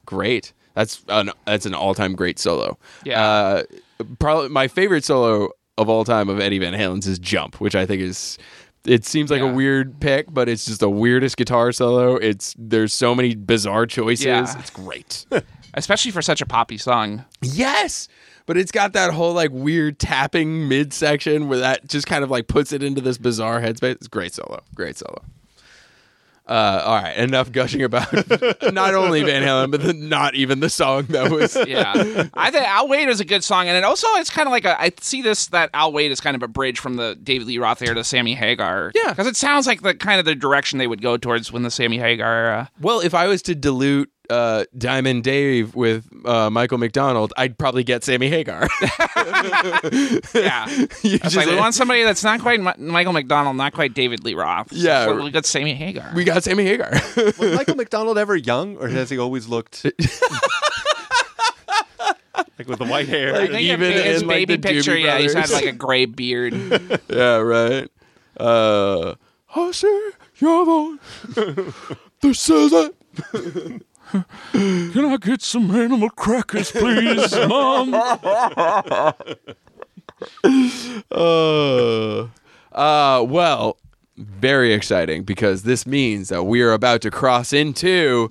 [SPEAKER 2] Great. That's an that's an all time great solo.
[SPEAKER 1] Yeah.
[SPEAKER 2] Uh, probably my favorite solo of all time of Eddie Van Halen's is Jump, which I think is it seems like
[SPEAKER 1] Yeah.
[SPEAKER 2] a weird pick, but it's just the weirdest guitar solo. It's there's so many bizarre choices.
[SPEAKER 1] Yeah.
[SPEAKER 2] It's great.
[SPEAKER 1] especially for such a poppy
[SPEAKER 2] (laughs)
[SPEAKER 1] song.
[SPEAKER 2] yes. But it's got that whole like weird tapping midsection where that just kind of like puts it into this bizarre headspace. It's great solo. Great solo. Uh, all right, enough gushing about (laughs) not only Van Halen, but the, not even the song
[SPEAKER 1] (laughs)
[SPEAKER 2] that was
[SPEAKER 1] Yeah, I think "I'll Wait" is a good song, and it also it's kind of like a I see this that "I'll Wait" is kind of a bridge from the David Lee Roth era to Sammy Hagar.
[SPEAKER 2] Yeah.
[SPEAKER 1] because it sounds like the kind of the direction they would go towards when the Sammy Hagar uh,
[SPEAKER 2] (laughs)
[SPEAKER 1] era.
[SPEAKER 2] Well, if I was to dilute uh, Diamond Dave with uh, Michael McDonald, I'd probably get Sammy Hagar. (laughs)
[SPEAKER 1] Yeah,
[SPEAKER 2] You
[SPEAKER 1] it's
[SPEAKER 2] just-
[SPEAKER 1] like we want somebody that's not quite Mi- Michael McDonald, not quite David Lee Roth. So
[SPEAKER 2] Yeah.
[SPEAKER 1] we got Sammy Hagar.
[SPEAKER 2] we got Sammy Hagar. (laughs)
[SPEAKER 3] Was Michael McDonald ever young, or has he always looked like with the white hair?
[SPEAKER 1] I think
[SPEAKER 2] even
[SPEAKER 1] even his
[SPEAKER 2] in, like,
[SPEAKER 1] baby
[SPEAKER 2] the Doobie
[SPEAKER 1] picture, yeah, he's had
[SPEAKER 2] Brothers.
[SPEAKER 1] like a gray beard.
[SPEAKER 2] yeah, right. Uh, I see your voice.
[SPEAKER 1] (laughs)
[SPEAKER 2] This is it.
[SPEAKER 1] Can I get some animal crackers, please, (laughs) Mom?
[SPEAKER 2] Uh, uh, well, very exciting because this means that we are about to cross into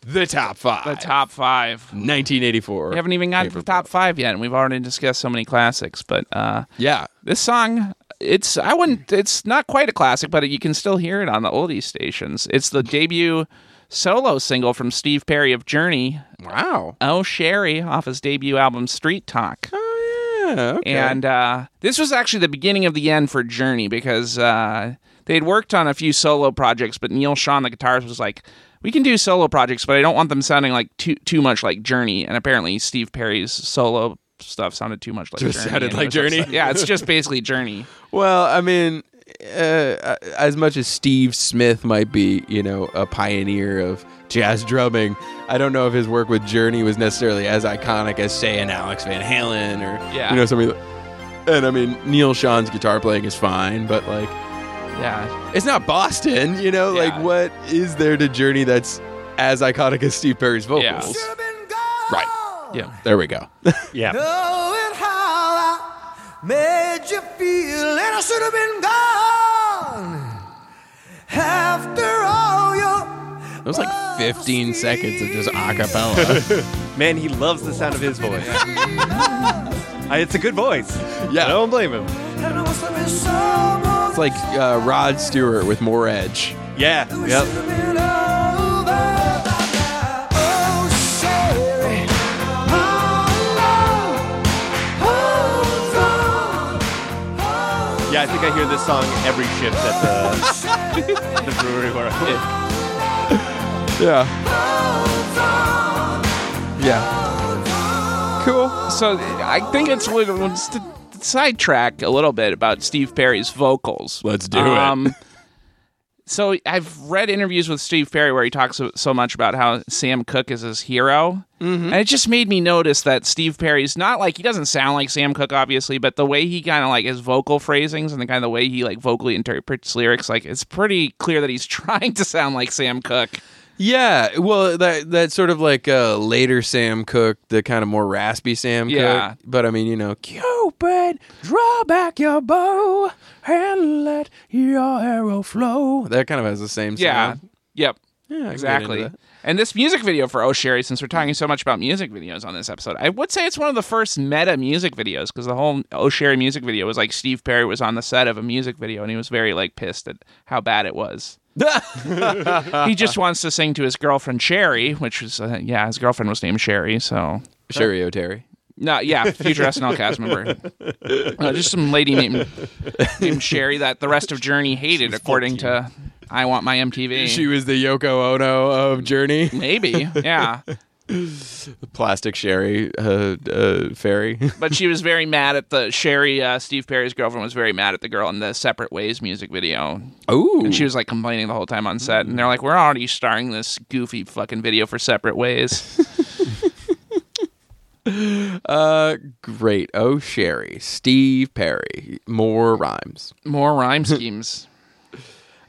[SPEAKER 2] the top five.
[SPEAKER 1] The top five.
[SPEAKER 2] 1984.
[SPEAKER 1] We haven't even gotten to the top five yet, and we've already discussed so many classics. But uh,
[SPEAKER 2] Yeah.
[SPEAKER 1] this song, it's I wouldn't. It's not quite a classic, but you can still hear it on the oldies stations. It's the debut solo single from Steve Perry of Journey.
[SPEAKER 2] Wow.
[SPEAKER 1] Oh, Sherry, off his debut album Street Talk.
[SPEAKER 2] Oh, yeah. Okay.
[SPEAKER 1] And uh, this was actually the beginning of the end for Journey because uh, they'd worked on a few solo projects, but Neil Sean, the guitarist, was like, "We can do solo projects, but I don't want them sounding like too too much like Journey." And apparently, Steve Perry's solo stuff sounded too much like
[SPEAKER 2] Just
[SPEAKER 1] Journey.
[SPEAKER 2] sounded
[SPEAKER 1] and it
[SPEAKER 2] like
[SPEAKER 1] was
[SPEAKER 2] Journey.
[SPEAKER 1] just- yeah, it's just basically
[SPEAKER 2] (laughs)
[SPEAKER 1] Journey.
[SPEAKER 2] Well, I mean, uh, as much as Steve Smith might be, you know, a pioneer of jazz drumming, I don't know if his work with Journey was necessarily as iconic as, say, an Alex Van Halen or,
[SPEAKER 1] Yeah.
[SPEAKER 2] you know, somebody. And I mean, Neil Sean's guitar playing is fine, but like,
[SPEAKER 1] Yeah,
[SPEAKER 2] it's not Boston, you know.
[SPEAKER 1] Yeah.
[SPEAKER 2] Like, what is there to Journey that's as iconic as Steve Perry's vocals?
[SPEAKER 1] Yeah.
[SPEAKER 2] Right.
[SPEAKER 1] yeah.
[SPEAKER 2] There we go. (laughs)
[SPEAKER 3] yeah.
[SPEAKER 6] Knowing how I made you feel, and I should have been gone. After all your
[SPEAKER 2] That was like 15 seconds of just acapella.
[SPEAKER 3] Man, he loves the sound of his voice. I- it's a good voice.
[SPEAKER 2] Yeah.
[SPEAKER 3] I don't blame him.
[SPEAKER 6] and I must have been
[SPEAKER 2] (laughs)
[SPEAKER 6] someone
[SPEAKER 2] It's like uh, Rod Stewart with more edge.
[SPEAKER 3] Yeah. Yep.
[SPEAKER 6] should have been over by now. Oh, Sherry, how long, how long, how
[SPEAKER 3] Yeah, I think I hear this song every shift at the,
[SPEAKER 6] Sherry,
[SPEAKER 3] the (laughs) brewery where I live.
[SPEAKER 2] Yeah.
[SPEAKER 6] how long,
[SPEAKER 2] Yeah.
[SPEAKER 6] how long.
[SPEAKER 2] Cool.
[SPEAKER 1] So I think it's what- what's to sidetrack a little bit about Steve Perry's vocals. Um,
[SPEAKER 2] Let's do it.
[SPEAKER 1] so I've read interviews with Steve Perry where he talks so, so much about how Sam Cooke is his hero,
[SPEAKER 2] Mm-hmm.
[SPEAKER 1] and it just made me notice that Steve Perry's not like he doesn't sound like Sam Cooke, obviously, but the way he kind of like his vocal phrasings and the kind of way he like vocally interprets lyrics, like it's pretty clear that he's (laughs) trying to sound like Sam Cooke.
[SPEAKER 2] Yeah, well, that that sort of like uh, later Sam Cook, the kind of more raspy Sam
[SPEAKER 1] Yeah.
[SPEAKER 2] Cook. But I mean, you know, Cupid, draw back your bow and let your arrow flow. That kind of has the same
[SPEAKER 1] Yeah.
[SPEAKER 2] sound.
[SPEAKER 1] Yep.
[SPEAKER 2] Yeah, I can get
[SPEAKER 1] Exactly.
[SPEAKER 2] into that.
[SPEAKER 1] And this music video for Oh Sherry, since we're talking so much about music videos on this episode, I would say it's one of the first meta music videos because the whole Oh Sherry music video was like Steve Perry was on the set of a music video and he was very like pissed at how bad it was. he just wants to sing to his girlfriend Sherry, which was uh, yeah, his girlfriend was named Sherry, so
[SPEAKER 2] Sherry O'Terry.
[SPEAKER 1] no, yeah, future SNL cast member. Uh, just some lady named named Sherry that the rest of Journey hated, according to I Want My MTV.
[SPEAKER 2] She was the Yoko Ono of Journey.
[SPEAKER 1] Maybe, yeah.
[SPEAKER 2] Plastic Sherry uh, uh,
[SPEAKER 1] (laughs)
[SPEAKER 2] Fairy.
[SPEAKER 1] but she was very mad at the Sherry. Uh, Steve Perry's girlfriend was very mad at the girl in the "Separate Ways" music video,
[SPEAKER 2] Ooh.
[SPEAKER 1] and she was like complaining the whole time on set. And they're like, "We're already starring this goofy fucking video for Separate Ways."
[SPEAKER 2] uh, great. Oh, Sherry. Steve Perry. More rhymes.
[SPEAKER 1] More rhyme schemes.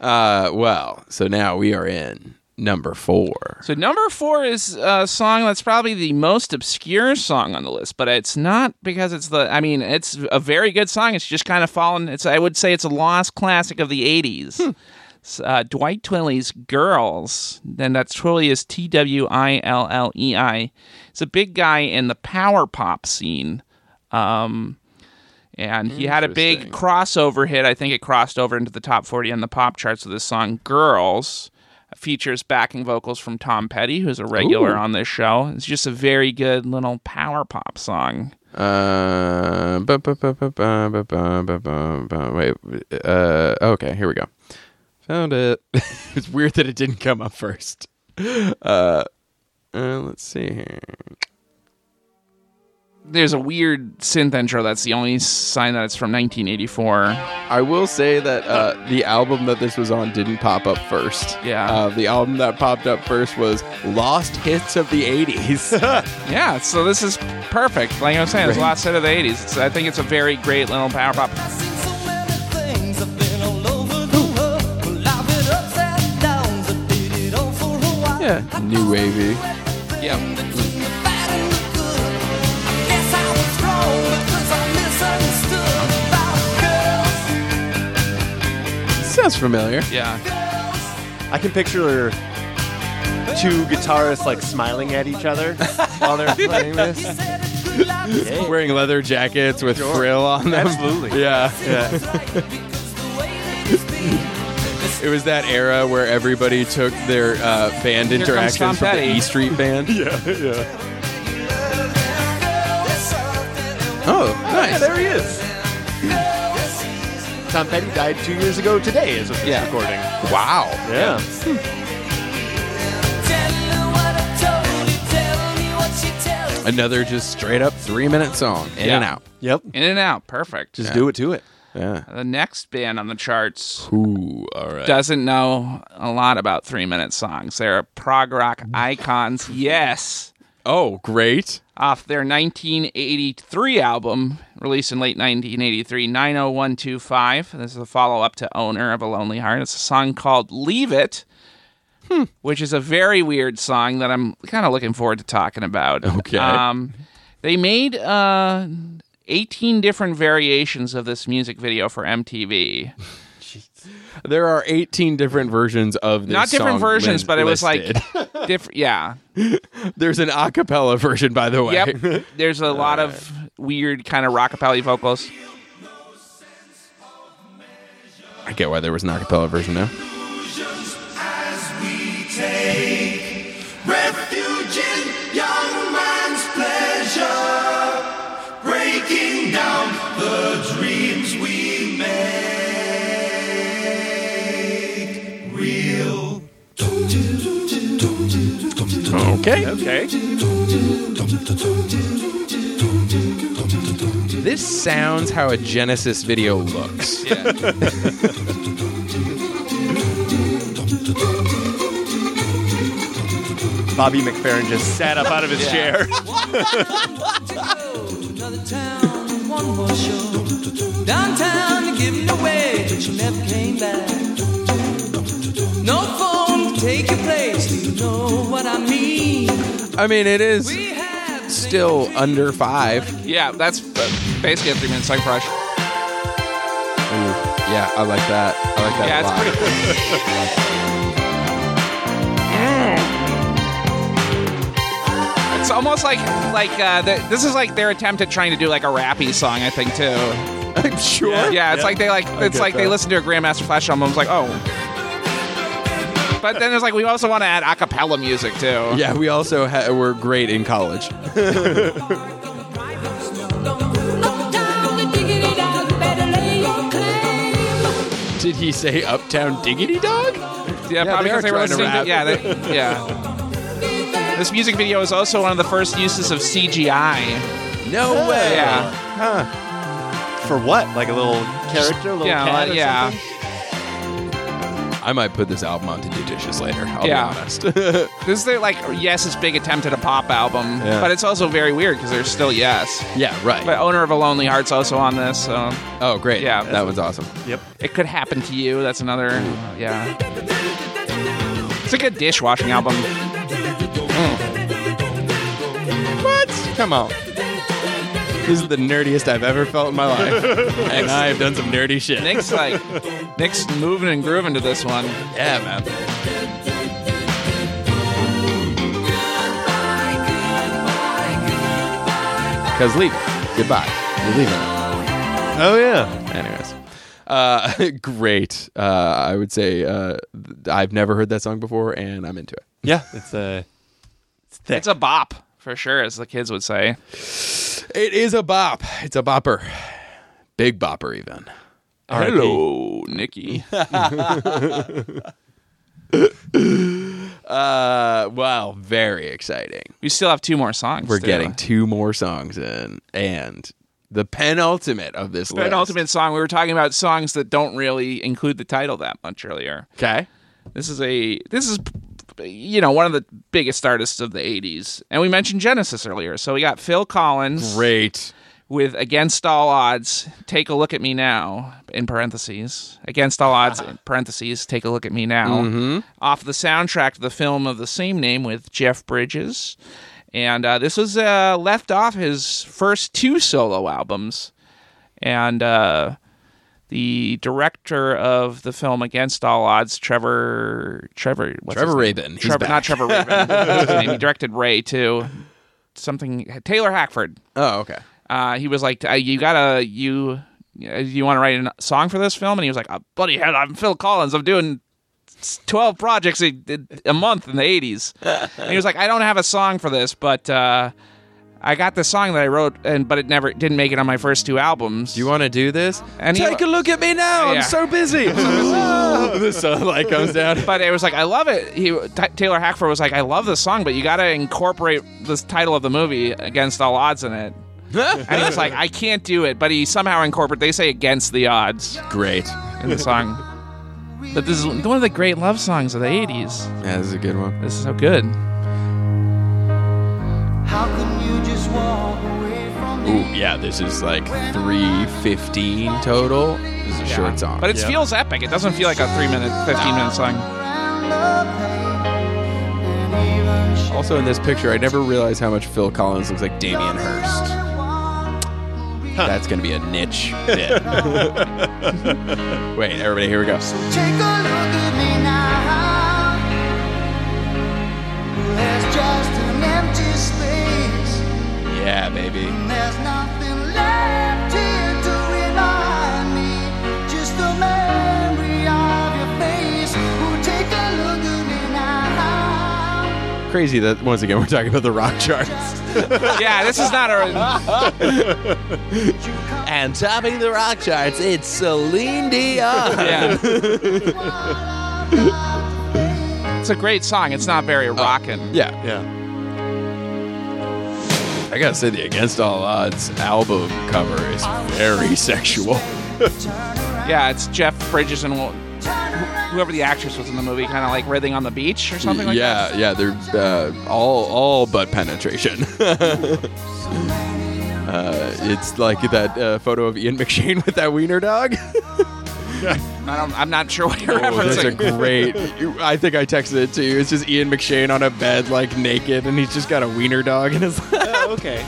[SPEAKER 2] Uh, well, so now we are in number four.
[SPEAKER 1] So number four is a song that's probably the most obscure song on the list, but it's not because it's the. I mean, it's a very good song. It's just kind of fallen. It's I would say it's a lost classic of the '80s. It's, uh, Dwight Twilley's "Girls," then that's Twilley is T W I L L E I. He's a big guy in the power pop scene. Um, and he had a big crossover hit. I think it crossed over into the top 40 on the pop charts with his song Girls. Features backing vocals from Tom Petty, who's a regular on this show. It's just a very good little power pop song.
[SPEAKER 2] Uh, bu- bu- bu- bu- bu- bu- bu- bu- bu- bu- wait. Uh, okay, here we go. Found it. (laughs) it's weird that it didn't come up first. Uh, uh, let's see here.
[SPEAKER 1] There's a weird synth intro that's the only sign that it's from 1984.
[SPEAKER 2] I will say that uh, the album that this was on didn't pop up first.
[SPEAKER 1] Yeah.
[SPEAKER 2] Uh, the album that popped up first was Lost Hits of the
[SPEAKER 3] (laughs)
[SPEAKER 2] 80s.
[SPEAKER 1] Yeah, so this is perfect. Like I was saying, it's a lot set of the 80s. It's, I think it's a very great little power pop.
[SPEAKER 2] yeah. New wavy.
[SPEAKER 1] Yeah.
[SPEAKER 2] (laughs) Sounds familiar.
[SPEAKER 1] Yeah.
[SPEAKER 3] I can picture two guitarists like smiling at each other while (laughs) they're playing this.
[SPEAKER 2] Wearing leather jackets with frill on them.
[SPEAKER 3] Absolutely.
[SPEAKER 2] (laughs) Yeah. It was that era where everybody took their uh, band
[SPEAKER 1] comes Tom
[SPEAKER 2] interactions from
[SPEAKER 1] Petty.
[SPEAKER 2] the E Street
[SPEAKER 1] (laughs)
[SPEAKER 2] Band. yeah, yeah. Oh, nice.
[SPEAKER 3] There he is. Tom Petty died two years ago today as of this
[SPEAKER 2] Yeah.
[SPEAKER 3] recording.
[SPEAKER 2] Wow.
[SPEAKER 3] Yeah.
[SPEAKER 2] Another just straight up three minute song. In and
[SPEAKER 1] Yeah.
[SPEAKER 2] out.
[SPEAKER 3] Yep.
[SPEAKER 1] In and out. Perfect.
[SPEAKER 3] Just do it to it.
[SPEAKER 2] Yeah.
[SPEAKER 1] The next band on the charts
[SPEAKER 2] Ooh, all right.
[SPEAKER 1] doesn't know a lot about three minute songs. They're prog rock icons, yes.
[SPEAKER 2] oh, great.
[SPEAKER 1] Off their 1983 album, released in late 1983, 90125. This is a follow up to Owner of a Lonely Heart. It's a song called Leave It, which is a very weird song that I'm kind of looking forward to talking about.
[SPEAKER 2] Okay.
[SPEAKER 1] Um, they made uh, 18 different variations of this music video for MTV.
[SPEAKER 2] There are 18 different versions of this
[SPEAKER 1] not different
[SPEAKER 2] song
[SPEAKER 1] versions,
[SPEAKER 2] lin-
[SPEAKER 1] but it was
[SPEAKER 2] listed. (laughs)
[SPEAKER 1] like different. Yeah,
[SPEAKER 2] There's an a cappella version, by the way. (laughs)
[SPEAKER 3] (laughs)
[SPEAKER 1] yep. There's a lot of weird kind of rockabilly vocals.
[SPEAKER 2] I get why there was an a cappella version now. Okay.
[SPEAKER 3] Okay.
[SPEAKER 2] This sounds how a Genesis video looks.
[SPEAKER 3] Bobby McFerrin just sat up out of his (laughs) chair.
[SPEAKER 4] Downtown, you're giving away, but you never came back. No phone to take your place, do you know what I mean?
[SPEAKER 2] I mean, it is
[SPEAKER 4] We have
[SPEAKER 2] still under five.
[SPEAKER 1] Yeah, that's uh, basically a three-minute song crush.
[SPEAKER 2] Yeah, I like that. I like that
[SPEAKER 1] Yeah,
[SPEAKER 2] a
[SPEAKER 1] it's
[SPEAKER 2] lot.
[SPEAKER 1] pretty cool. It's almost like like uh, the, this is like their attempt at trying to do like a rappy song, I think too.
[SPEAKER 2] (laughs) I'm sure.
[SPEAKER 1] Yeah, it's like they like it's
[SPEAKER 3] get
[SPEAKER 1] like they
[SPEAKER 3] that.
[SPEAKER 1] listen to a Grandmaster Flash album. It's like oh, but then it's like we also want to add acapella music too. Yeah,
[SPEAKER 2] Yeah, we also ha- were great in college. Did he say Uptown Diggity Dog?
[SPEAKER 1] Yeah, probably
[SPEAKER 2] they are
[SPEAKER 1] because they were
[SPEAKER 2] trying to
[SPEAKER 1] listening to,
[SPEAKER 2] rap.
[SPEAKER 1] yeah, they, yeah. This music video is also one of the first uses of CGI.
[SPEAKER 2] No way.
[SPEAKER 1] Yeah,
[SPEAKER 3] For what? Like a little character, a little
[SPEAKER 1] yeah,
[SPEAKER 3] cat
[SPEAKER 1] like-
[SPEAKER 3] or
[SPEAKER 1] yeah.
[SPEAKER 3] something?
[SPEAKER 2] I might put this album on to do dishes later. I'll
[SPEAKER 1] Yeah.
[SPEAKER 2] be honest. (laughs)
[SPEAKER 1] This is their like yes, it's big attempt at a pop album,
[SPEAKER 2] Yeah.
[SPEAKER 1] but it's also very weird because there's still yes.
[SPEAKER 2] yeah, right.
[SPEAKER 1] But owner of a lonely heart's also on this, so
[SPEAKER 2] oh, great.
[SPEAKER 1] Yeah.
[SPEAKER 2] that was awesome.
[SPEAKER 3] Yep.
[SPEAKER 1] it could happen to you. That's another yeah. It's like a dishwashing album.
[SPEAKER 2] What? Come on. This is the nerdiest I've ever felt in my (laughs) life. and I've done some nerdy shit.
[SPEAKER 1] Nick's like, Nick's moving and grooving to this one.
[SPEAKER 2] Yeah, man. Because leave it. Goodbye. You're leaving.
[SPEAKER 3] Oh yeah.
[SPEAKER 2] Anyways. Uh, (laughs) great. Uh, I would say uh, th- I've never heard that song before, and I'm into it.
[SPEAKER 3] Yeah. It's uh it's thick.
[SPEAKER 1] It's a bop for sure, as the kids would say.
[SPEAKER 2] It is a bop. It's a bopper. Big bopper, even.
[SPEAKER 3] R.I.P.
[SPEAKER 1] Hello,
[SPEAKER 2] (laughs)
[SPEAKER 1] Nikki.
[SPEAKER 2] Uh, wow. Very exciting.
[SPEAKER 1] we still have two more songs.
[SPEAKER 2] We're
[SPEAKER 1] too.
[SPEAKER 2] getting two more songs in, and the penultimate of this list.
[SPEAKER 1] penultimate song. We were talking about songs that don't really include the title that much earlier.
[SPEAKER 2] Okay.
[SPEAKER 1] This is a this is you know one of the biggest artists of the 80s and we mentioned genesis earlier so we got phil collins
[SPEAKER 2] Great.
[SPEAKER 1] with against all odds take a look at me now in parentheses against all odds
[SPEAKER 2] Uh-huh.
[SPEAKER 1] in parentheses take a look at me now
[SPEAKER 2] Mm-hmm.
[SPEAKER 1] off the soundtrack to the film of the same name with jeff bridges and uh, this was uh, left off his first two solo albums and uh, the director of the film Against All Odds, Trevor Trevor what's
[SPEAKER 2] Trevor
[SPEAKER 1] his name?
[SPEAKER 2] Rabin. He's
[SPEAKER 1] Trevor,
[SPEAKER 2] back.
[SPEAKER 1] not Trevor Rabin. What's
[SPEAKER 2] (laughs)
[SPEAKER 1] his name? He directed Ray too. Something Taylor Hackford.
[SPEAKER 2] Oh, okay. (laughs)
[SPEAKER 1] Uh, he was like, uh, "You gotta you uh, you want to write a song for this film?" And he was like, oh, "Bloody hell, I'm Phil Collins. I'm doing." 12 projects a, a month in the
[SPEAKER 2] (laughs)
[SPEAKER 1] 80s. And he was like, I don't have a song for this, but uh, I got the song that I wrote, and but it never didn't make it on my first two albums.
[SPEAKER 2] Do you want to do this?
[SPEAKER 1] And he-
[SPEAKER 2] Take a look at me now.
[SPEAKER 1] Yeah.
[SPEAKER 2] I'm so busy. the sunlight comes
[SPEAKER 1] (laughs)
[SPEAKER 2] down.
[SPEAKER 1] but it was like I love it. He T- Taylor Hackford was like, I love this song, but you got to incorporate this title of the movie against all odds in it. And he was like, I can't do it, but he somehow incorporated. They say against the odds
[SPEAKER 2] Great.
[SPEAKER 1] in the song. But this is one of the great love songs of the '80s.
[SPEAKER 2] Yeah, this is a good one.
[SPEAKER 1] This is so good.
[SPEAKER 6] How can you just walk away from
[SPEAKER 2] Ooh, yeah, this is like 315 total. This is a short song.
[SPEAKER 1] But it feels epic. It doesn't feel like a three-minute, fifteen-minute song.
[SPEAKER 6] around the pain and even
[SPEAKER 2] also in this picture, I never realized how much Phil Collins looks like Damien Hirst. That's going to be a niche bit. Wait, everybody, here we go.
[SPEAKER 6] Take a look at me now. There's just an empty space.
[SPEAKER 2] Yeah, baby.
[SPEAKER 6] There's nothing left here to remind me. Just the memory of your face. Oh, take a look at me now.
[SPEAKER 2] Crazy that once again we're talking about the rock charts.
[SPEAKER 1] Yeah, this is not a.
[SPEAKER 2] And topping the rock charts, it's Celine Dion.
[SPEAKER 1] Yeah. It's a great song. It's not very rockin'.
[SPEAKER 2] (laughs) Yeah,
[SPEAKER 3] Yeah.
[SPEAKER 2] I gotta say the Against All Odds album cover is very sexual.
[SPEAKER 1] Yeah, it's Jeff Bridges and wh- whoever the actress was in the movie, kind of like writhing on the beach or something like
[SPEAKER 2] yeah,
[SPEAKER 1] that.
[SPEAKER 2] yeah, they're uh, all all but penetration. (laughs) uh, it's like that uh, photo of Ian McShane with that
[SPEAKER 1] (laughs)
[SPEAKER 2] wiener dog. (laughs)
[SPEAKER 1] I don't, I'm not sure what you're
[SPEAKER 2] Oh, there's a
[SPEAKER 1] referencing.
[SPEAKER 2] great. I think I texted it to you. It's just Ian McShane on a bed, like naked, and he's just got a wiener dog in his. (laughs)
[SPEAKER 3] Oh, okay.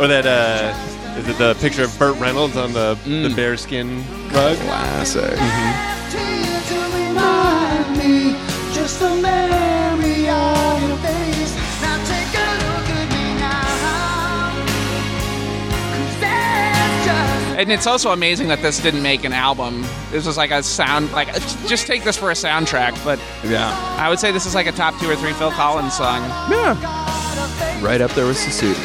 [SPEAKER 3] Or that uh is it the picture of Burt Reynolds on the the bearskin rug?
[SPEAKER 2] Classic.
[SPEAKER 6] Left here to remind me. Just the memory of your face. Now take a look at me now. 'Cause there's just
[SPEAKER 1] and it's also amazing that this didn't make an album. This was like a sound, like just take this for a soundtrack. But
[SPEAKER 2] Yeah,
[SPEAKER 1] I would say this is like a top two or three Phil Collins song.
[SPEAKER 2] right up there with Susudio.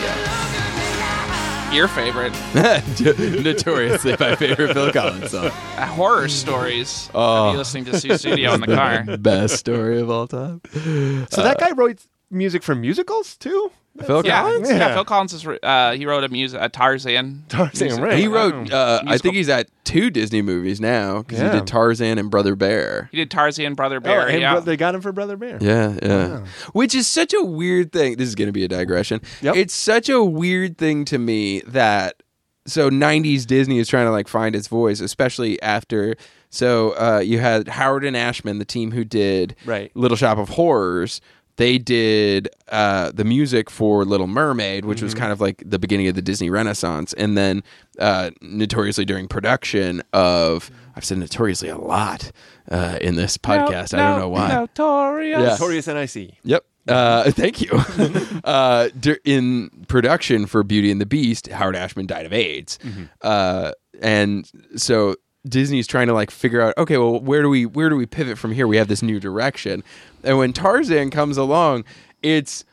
[SPEAKER 1] Your favorite,
[SPEAKER 2] (laughs) Notoriously my favorite Phil Collins song.
[SPEAKER 1] Uh, horror stories.
[SPEAKER 2] Oh.
[SPEAKER 1] Of you listening to Sue Studio in
[SPEAKER 2] (laughs)
[SPEAKER 1] the car.
[SPEAKER 2] Best story of all time.
[SPEAKER 3] So that guy wrote music for musicals too?
[SPEAKER 2] Phil
[SPEAKER 1] Yeah,
[SPEAKER 2] Collins?
[SPEAKER 1] yeah.
[SPEAKER 3] Yeah.
[SPEAKER 1] Phil Collins is. Uh, he wrote a music, a Tarzan.
[SPEAKER 3] Tarzan, right. Oh.
[SPEAKER 2] He wrote, uh, I think
[SPEAKER 1] Musical.
[SPEAKER 2] he's at two Disney movies now because
[SPEAKER 3] Yeah.
[SPEAKER 2] he did Tarzan and Brother Bear.
[SPEAKER 1] He did Tarzan, Brother
[SPEAKER 3] Oh,
[SPEAKER 1] Bear.
[SPEAKER 3] and
[SPEAKER 1] yeah.
[SPEAKER 3] bro- they got him for Brother Bear.
[SPEAKER 2] Yeah, yeah. Which is such a weird thing. This is going to be a digression.
[SPEAKER 3] Yep.
[SPEAKER 2] It's such a weird thing to me that so 90s Disney is trying to like find its voice, especially after So uh, you had Howard and Ashman, the team who did
[SPEAKER 3] Right.
[SPEAKER 2] Little Shop of Horrors. They did uh, the music for Little Mermaid, which
[SPEAKER 3] Mm-hmm.
[SPEAKER 2] was kind of like the beginning of the Disney Renaissance, and then uh, notoriously during production of I've said notoriously a lot uh, in this podcast. I don't know why.
[SPEAKER 1] Notorious.
[SPEAKER 2] Yeah.
[SPEAKER 3] Notorious NIC.
[SPEAKER 2] Yep. Uh, (laughs) thank you. uh, dur- in production for Beauty and the Beast, Howard Ashman died of AIDS, uh, and so Disney's trying to like figure out, okay, well, where do we where do we pivot from here? We have this new direction, and when Tarzan comes along, it's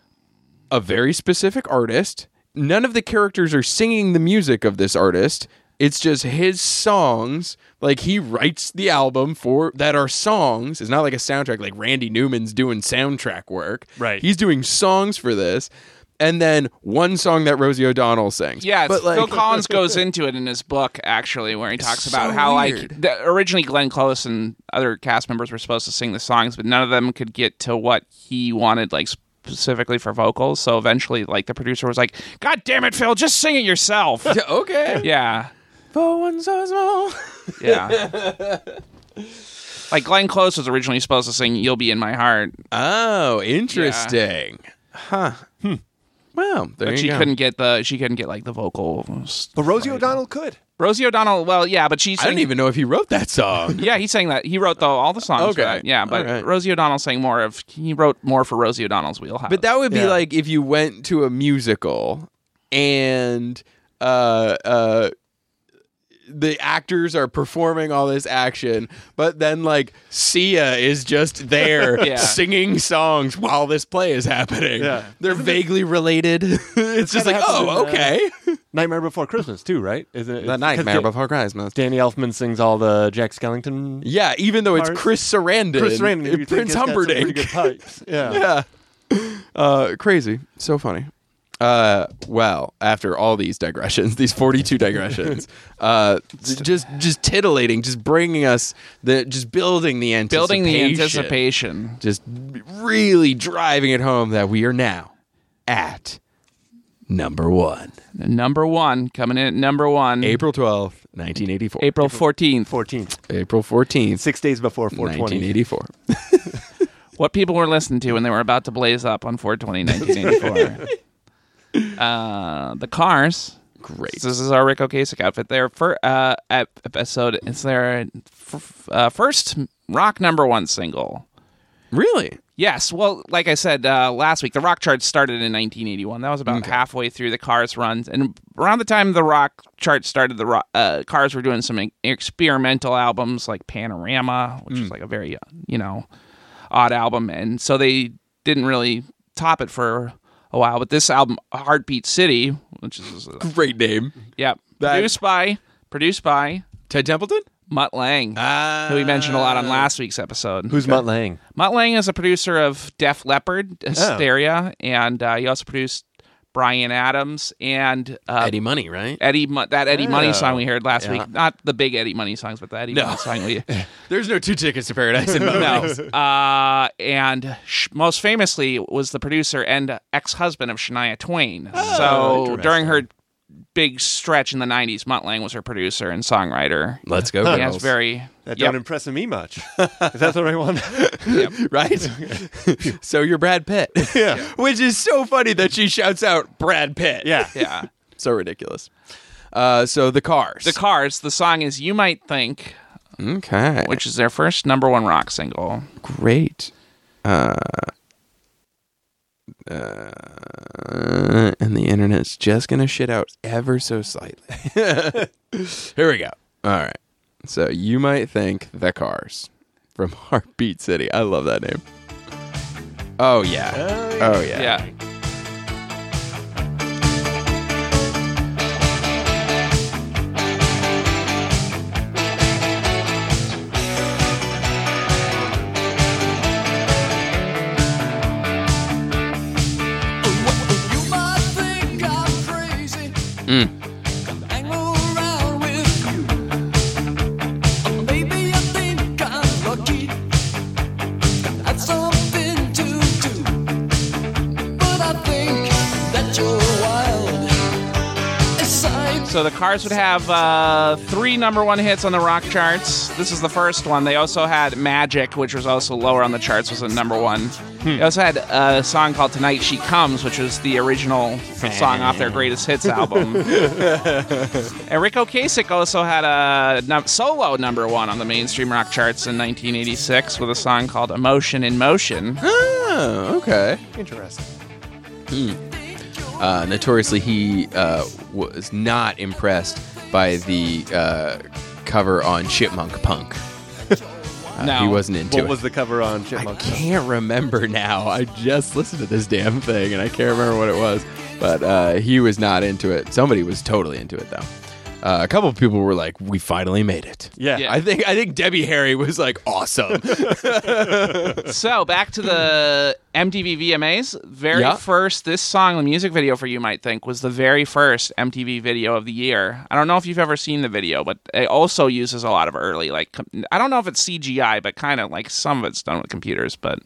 [SPEAKER 2] a very specific artist. None of the characters are singing the music of this artist. It's just his songs. Like he writes the album for that are songs. It's not like a soundtrack like Randy Newman's doing soundtrack work.
[SPEAKER 3] Right.
[SPEAKER 2] He's doing songs for this. And then one song that Rosie O'Donnell sings.
[SPEAKER 1] Yeah, it's-
[SPEAKER 2] But like
[SPEAKER 1] Phil Collins goes into it in his book actually, where he talks about
[SPEAKER 2] so
[SPEAKER 1] how like
[SPEAKER 2] weird.
[SPEAKER 1] the, originally Glenn Close and other cast members were supposed to sing the songs, but none of them could get to what he wanted like specifically for vocals. So eventually, like the producer was like, "God damn it, Phil, just sing it
[SPEAKER 2] (laughs)
[SPEAKER 1] yourself."
[SPEAKER 2] (laughs) okay.
[SPEAKER 1] yeah,
[SPEAKER 2] For one so small.
[SPEAKER 1] yeah.
[SPEAKER 2] (laughs)
[SPEAKER 1] like Glenn Close was originally supposed to sing "You'll Be in My Heart,"
[SPEAKER 2] Oh, interesting. Huh. Wow. There
[SPEAKER 1] Hmm. but
[SPEAKER 2] you
[SPEAKER 1] she
[SPEAKER 2] go.
[SPEAKER 1] couldn't get the she couldn't get like the vocals.
[SPEAKER 3] But Rosie O'Donnell could.
[SPEAKER 1] Rosie O'Donnell, well, yeah, but she
[SPEAKER 2] I
[SPEAKER 1] sang
[SPEAKER 2] don't even know if he wrote that song.
[SPEAKER 1] Yeah, he sang that. He wrote the, all the songs. for
[SPEAKER 2] Okay.
[SPEAKER 1] that. Yeah, but
[SPEAKER 2] All right.
[SPEAKER 1] Rosie O'Donnell sang more of. He wrote more for Rosie O'Donnell's wheelhouse.
[SPEAKER 2] But that would be
[SPEAKER 3] Yeah.
[SPEAKER 2] like if you went to a musical and uh uh the actors are performing all this action, but then like Sia is just
[SPEAKER 3] (laughs)
[SPEAKER 2] there
[SPEAKER 1] Yeah.
[SPEAKER 2] singing songs while this play is happening.
[SPEAKER 3] Yeah.
[SPEAKER 2] They're vaguely related. (laughs) it's just
[SPEAKER 3] kinda
[SPEAKER 2] like,
[SPEAKER 3] happens
[SPEAKER 2] oh,
[SPEAKER 3] in, uh,
[SPEAKER 2] okay.
[SPEAKER 3] Nightmare Before Christmas too, right? Isn't it?
[SPEAKER 2] The
[SPEAKER 3] it's- 'cause Dan-
[SPEAKER 2] Christmas.
[SPEAKER 3] Danny Elfman sings all the Jack Skellington.
[SPEAKER 2] Yeah, even though it's
[SPEAKER 3] Parts.
[SPEAKER 2] Chris Sarandon,
[SPEAKER 3] Chris Randon,
[SPEAKER 2] uh,
[SPEAKER 3] who you think
[SPEAKER 2] Prince
[SPEAKER 3] has got some pretty good
[SPEAKER 2] Humperdinck.
[SPEAKER 3] (laughs) pipes. Yeah.
[SPEAKER 2] yeah. (laughs) Uh, crazy. So funny. Uh, well, after all these digressions, (laughs) these 42 digressions, uh, just, just titillating, just bringing us the, just building the
[SPEAKER 1] building
[SPEAKER 2] anticipation,
[SPEAKER 1] the anticipation.
[SPEAKER 2] just really driving it home that we are now at number one,
[SPEAKER 1] Number one coming in at number one.
[SPEAKER 2] April 12th, 1984,
[SPEAKER 1] April fourteenth.
[SPEAKER 3] 14th.
[SPEAKER 2] April 14th,
[SPEAKER 3] Six days before 420.
[SPEAKER 2] 1984.
[SPEAKER 1] What people were listening to when they were about to blaze up on 420
[SPEAKER 2] (laughs)
[SPEAKER 1] 1984. uh, the Cars.
[SPEAKER 2] Great.
[SPEAKER 1] This is our Rick Ocasek outfit. Their fir- uh, ep- episode. It's their f- uh, first rock number one single.
[SPEAKER 2] Really?
[SPEAKER 1] Yes. Well, like I said uh, last week, the rock chart started in 1981. That was about halfway through the Cars runs, and around the time the rock chart started, the rock, uh, Cars were doing some e- experimental albums like Panorama, which
[SPEAKER 2] Hmm.
[SPEAKER 1] was like a very uh, you know odd album, and so they didn't really top it for a while. But this album, Heartbeat City, which is uh,
[SPEAKER 2] Great name.
[SPEAKER 1] yeah,
[SPEAKER 2] That-
[SPEAKER 1] produced by produced by
[SPEAKER 2] Ted Templeton?
[SPEAKER 1] Mutt Lang,
[SPEAKER 2] Ah.
[SPEAKER 1] who we mentioned a lot on last week's episode.
[SPEAKER 3] Who's Mutt Lang?
[SPEAKER 1] Mutt Lang is a producer of Def Leppard, Hysteria, and uh, he also produced Brian Adams and uh, Eddie.
[SPEAKER 2] Eddie Money, right?
[SPEAKER 3] (laughs)
[SPEAKER 1] Mu- that Eddie Money song we heard last
[SPEAKER 2] Yeah.
[SPEAKER 1] week. Not the big Eddie Money songs, but the Eddie Money song we. (laughs)
[SPEAKER 2] There's no two tickets to paradise in Mumbai.
[SPEAKER 1] no. Uh, and sh- most famously was the producer and ex husband of Shania Twain. so during her big stretch in the 90s, Mutt Lang was her producer and songwriter.
[SPEAKER 2] Let's go,
[SPEAKER 1] He has
[SPEAKER 2] girls.
[SPEAKER 1] very.
[SPEAKER 3] (laughs) That
[SPEAKER 1] yep.
[SPEAKER 3] don't impress me (laughs) much. Is that the right one?
[SPEAKER 2] right? so you're Brad Pitt.
[SPEAKER 3] (laughs)
[SPEAKER 2] (laughs)
[SPEAKER 3] Yeah.
[SPEAKER 2] Which is so funny that she shouts out Brad Pitt.
[SPEAKER 3] yeah.
[SPEAKER 1] yeah.
[SPEAKER 2] So ridiculous. Uh, so the cars.
[SPEAKER 1] The Cars, the song is You Might Think.
[SPEAKER 2] okay.
[SPEAKER 1] which is their first number one rock single.
[SPEAKER 2] great. Uh, uh, and the internet's just gonna shit out ever so slightly. (laughs) Here we go. All right. So you might think the cars from (laughs) Heartbeat City. I love that name. Oh yeah. Oh yeah.
[SPEAKER 1] Yeah.
[SPEAKER 4] You might think I'm crazy. Come hang around with you. Maybe I think I'm lucky. Got something to do. But I
[SPEAKER 1] So the Cars would have uh, three number one hits on the rock charts. This is the first one. They also had Magic, which was also lower on the charts, was at number one. They also had a song called Tonight She Comes, which was the original song off their greatest hits album. Enrico Kasich also had a num- solo number one on the mainstream rock charts in 1986 with a song called Emotion in Motion.
[SPEAKER 2] Oh, okay.
[SPEAKER 3] Interesting.
[SPEAKER 2] Uh, notoriously, he uh, was not impressed by the uh, cover on Chipmunk Punk.
[SPEAKER 1] no.
[SPEAKER 2] Uh, He wasn't into
[SPEAKER 3] What
[SPEAKER 2] it.
[SPEAKER 3] was the cover on
[SPEAKER 2] I
[SPEAKER 3] Chipmunk?
[SPEAKER 2] can't remember now. I just listened to this damn thing and I can't remember what it was. But uh, he was not into it. Somebody was totally into it though. Uh, a couple of people were like, "We finally made it."
[SPEAKER 3] Yeah.
[SPEAKER 1] Yeah.
[SPEAKER 2] I think I think Debbie Harry was like,
[SPEAKER 3] (laughs)
[SPEAKER 2] "Awesome."
[SPEAKER 1] So back to the MTV VMAs. Very
[SPEAKER 2] Yeah.
[SPEAKER 1] first, this song, the music video for You Might Think, was the very first MTV video of the year. I don't know if you've ever seen the video, but it also uses a lot of early, like, com- I don't know if it's CGI, but kind of like some of it's done with computers. But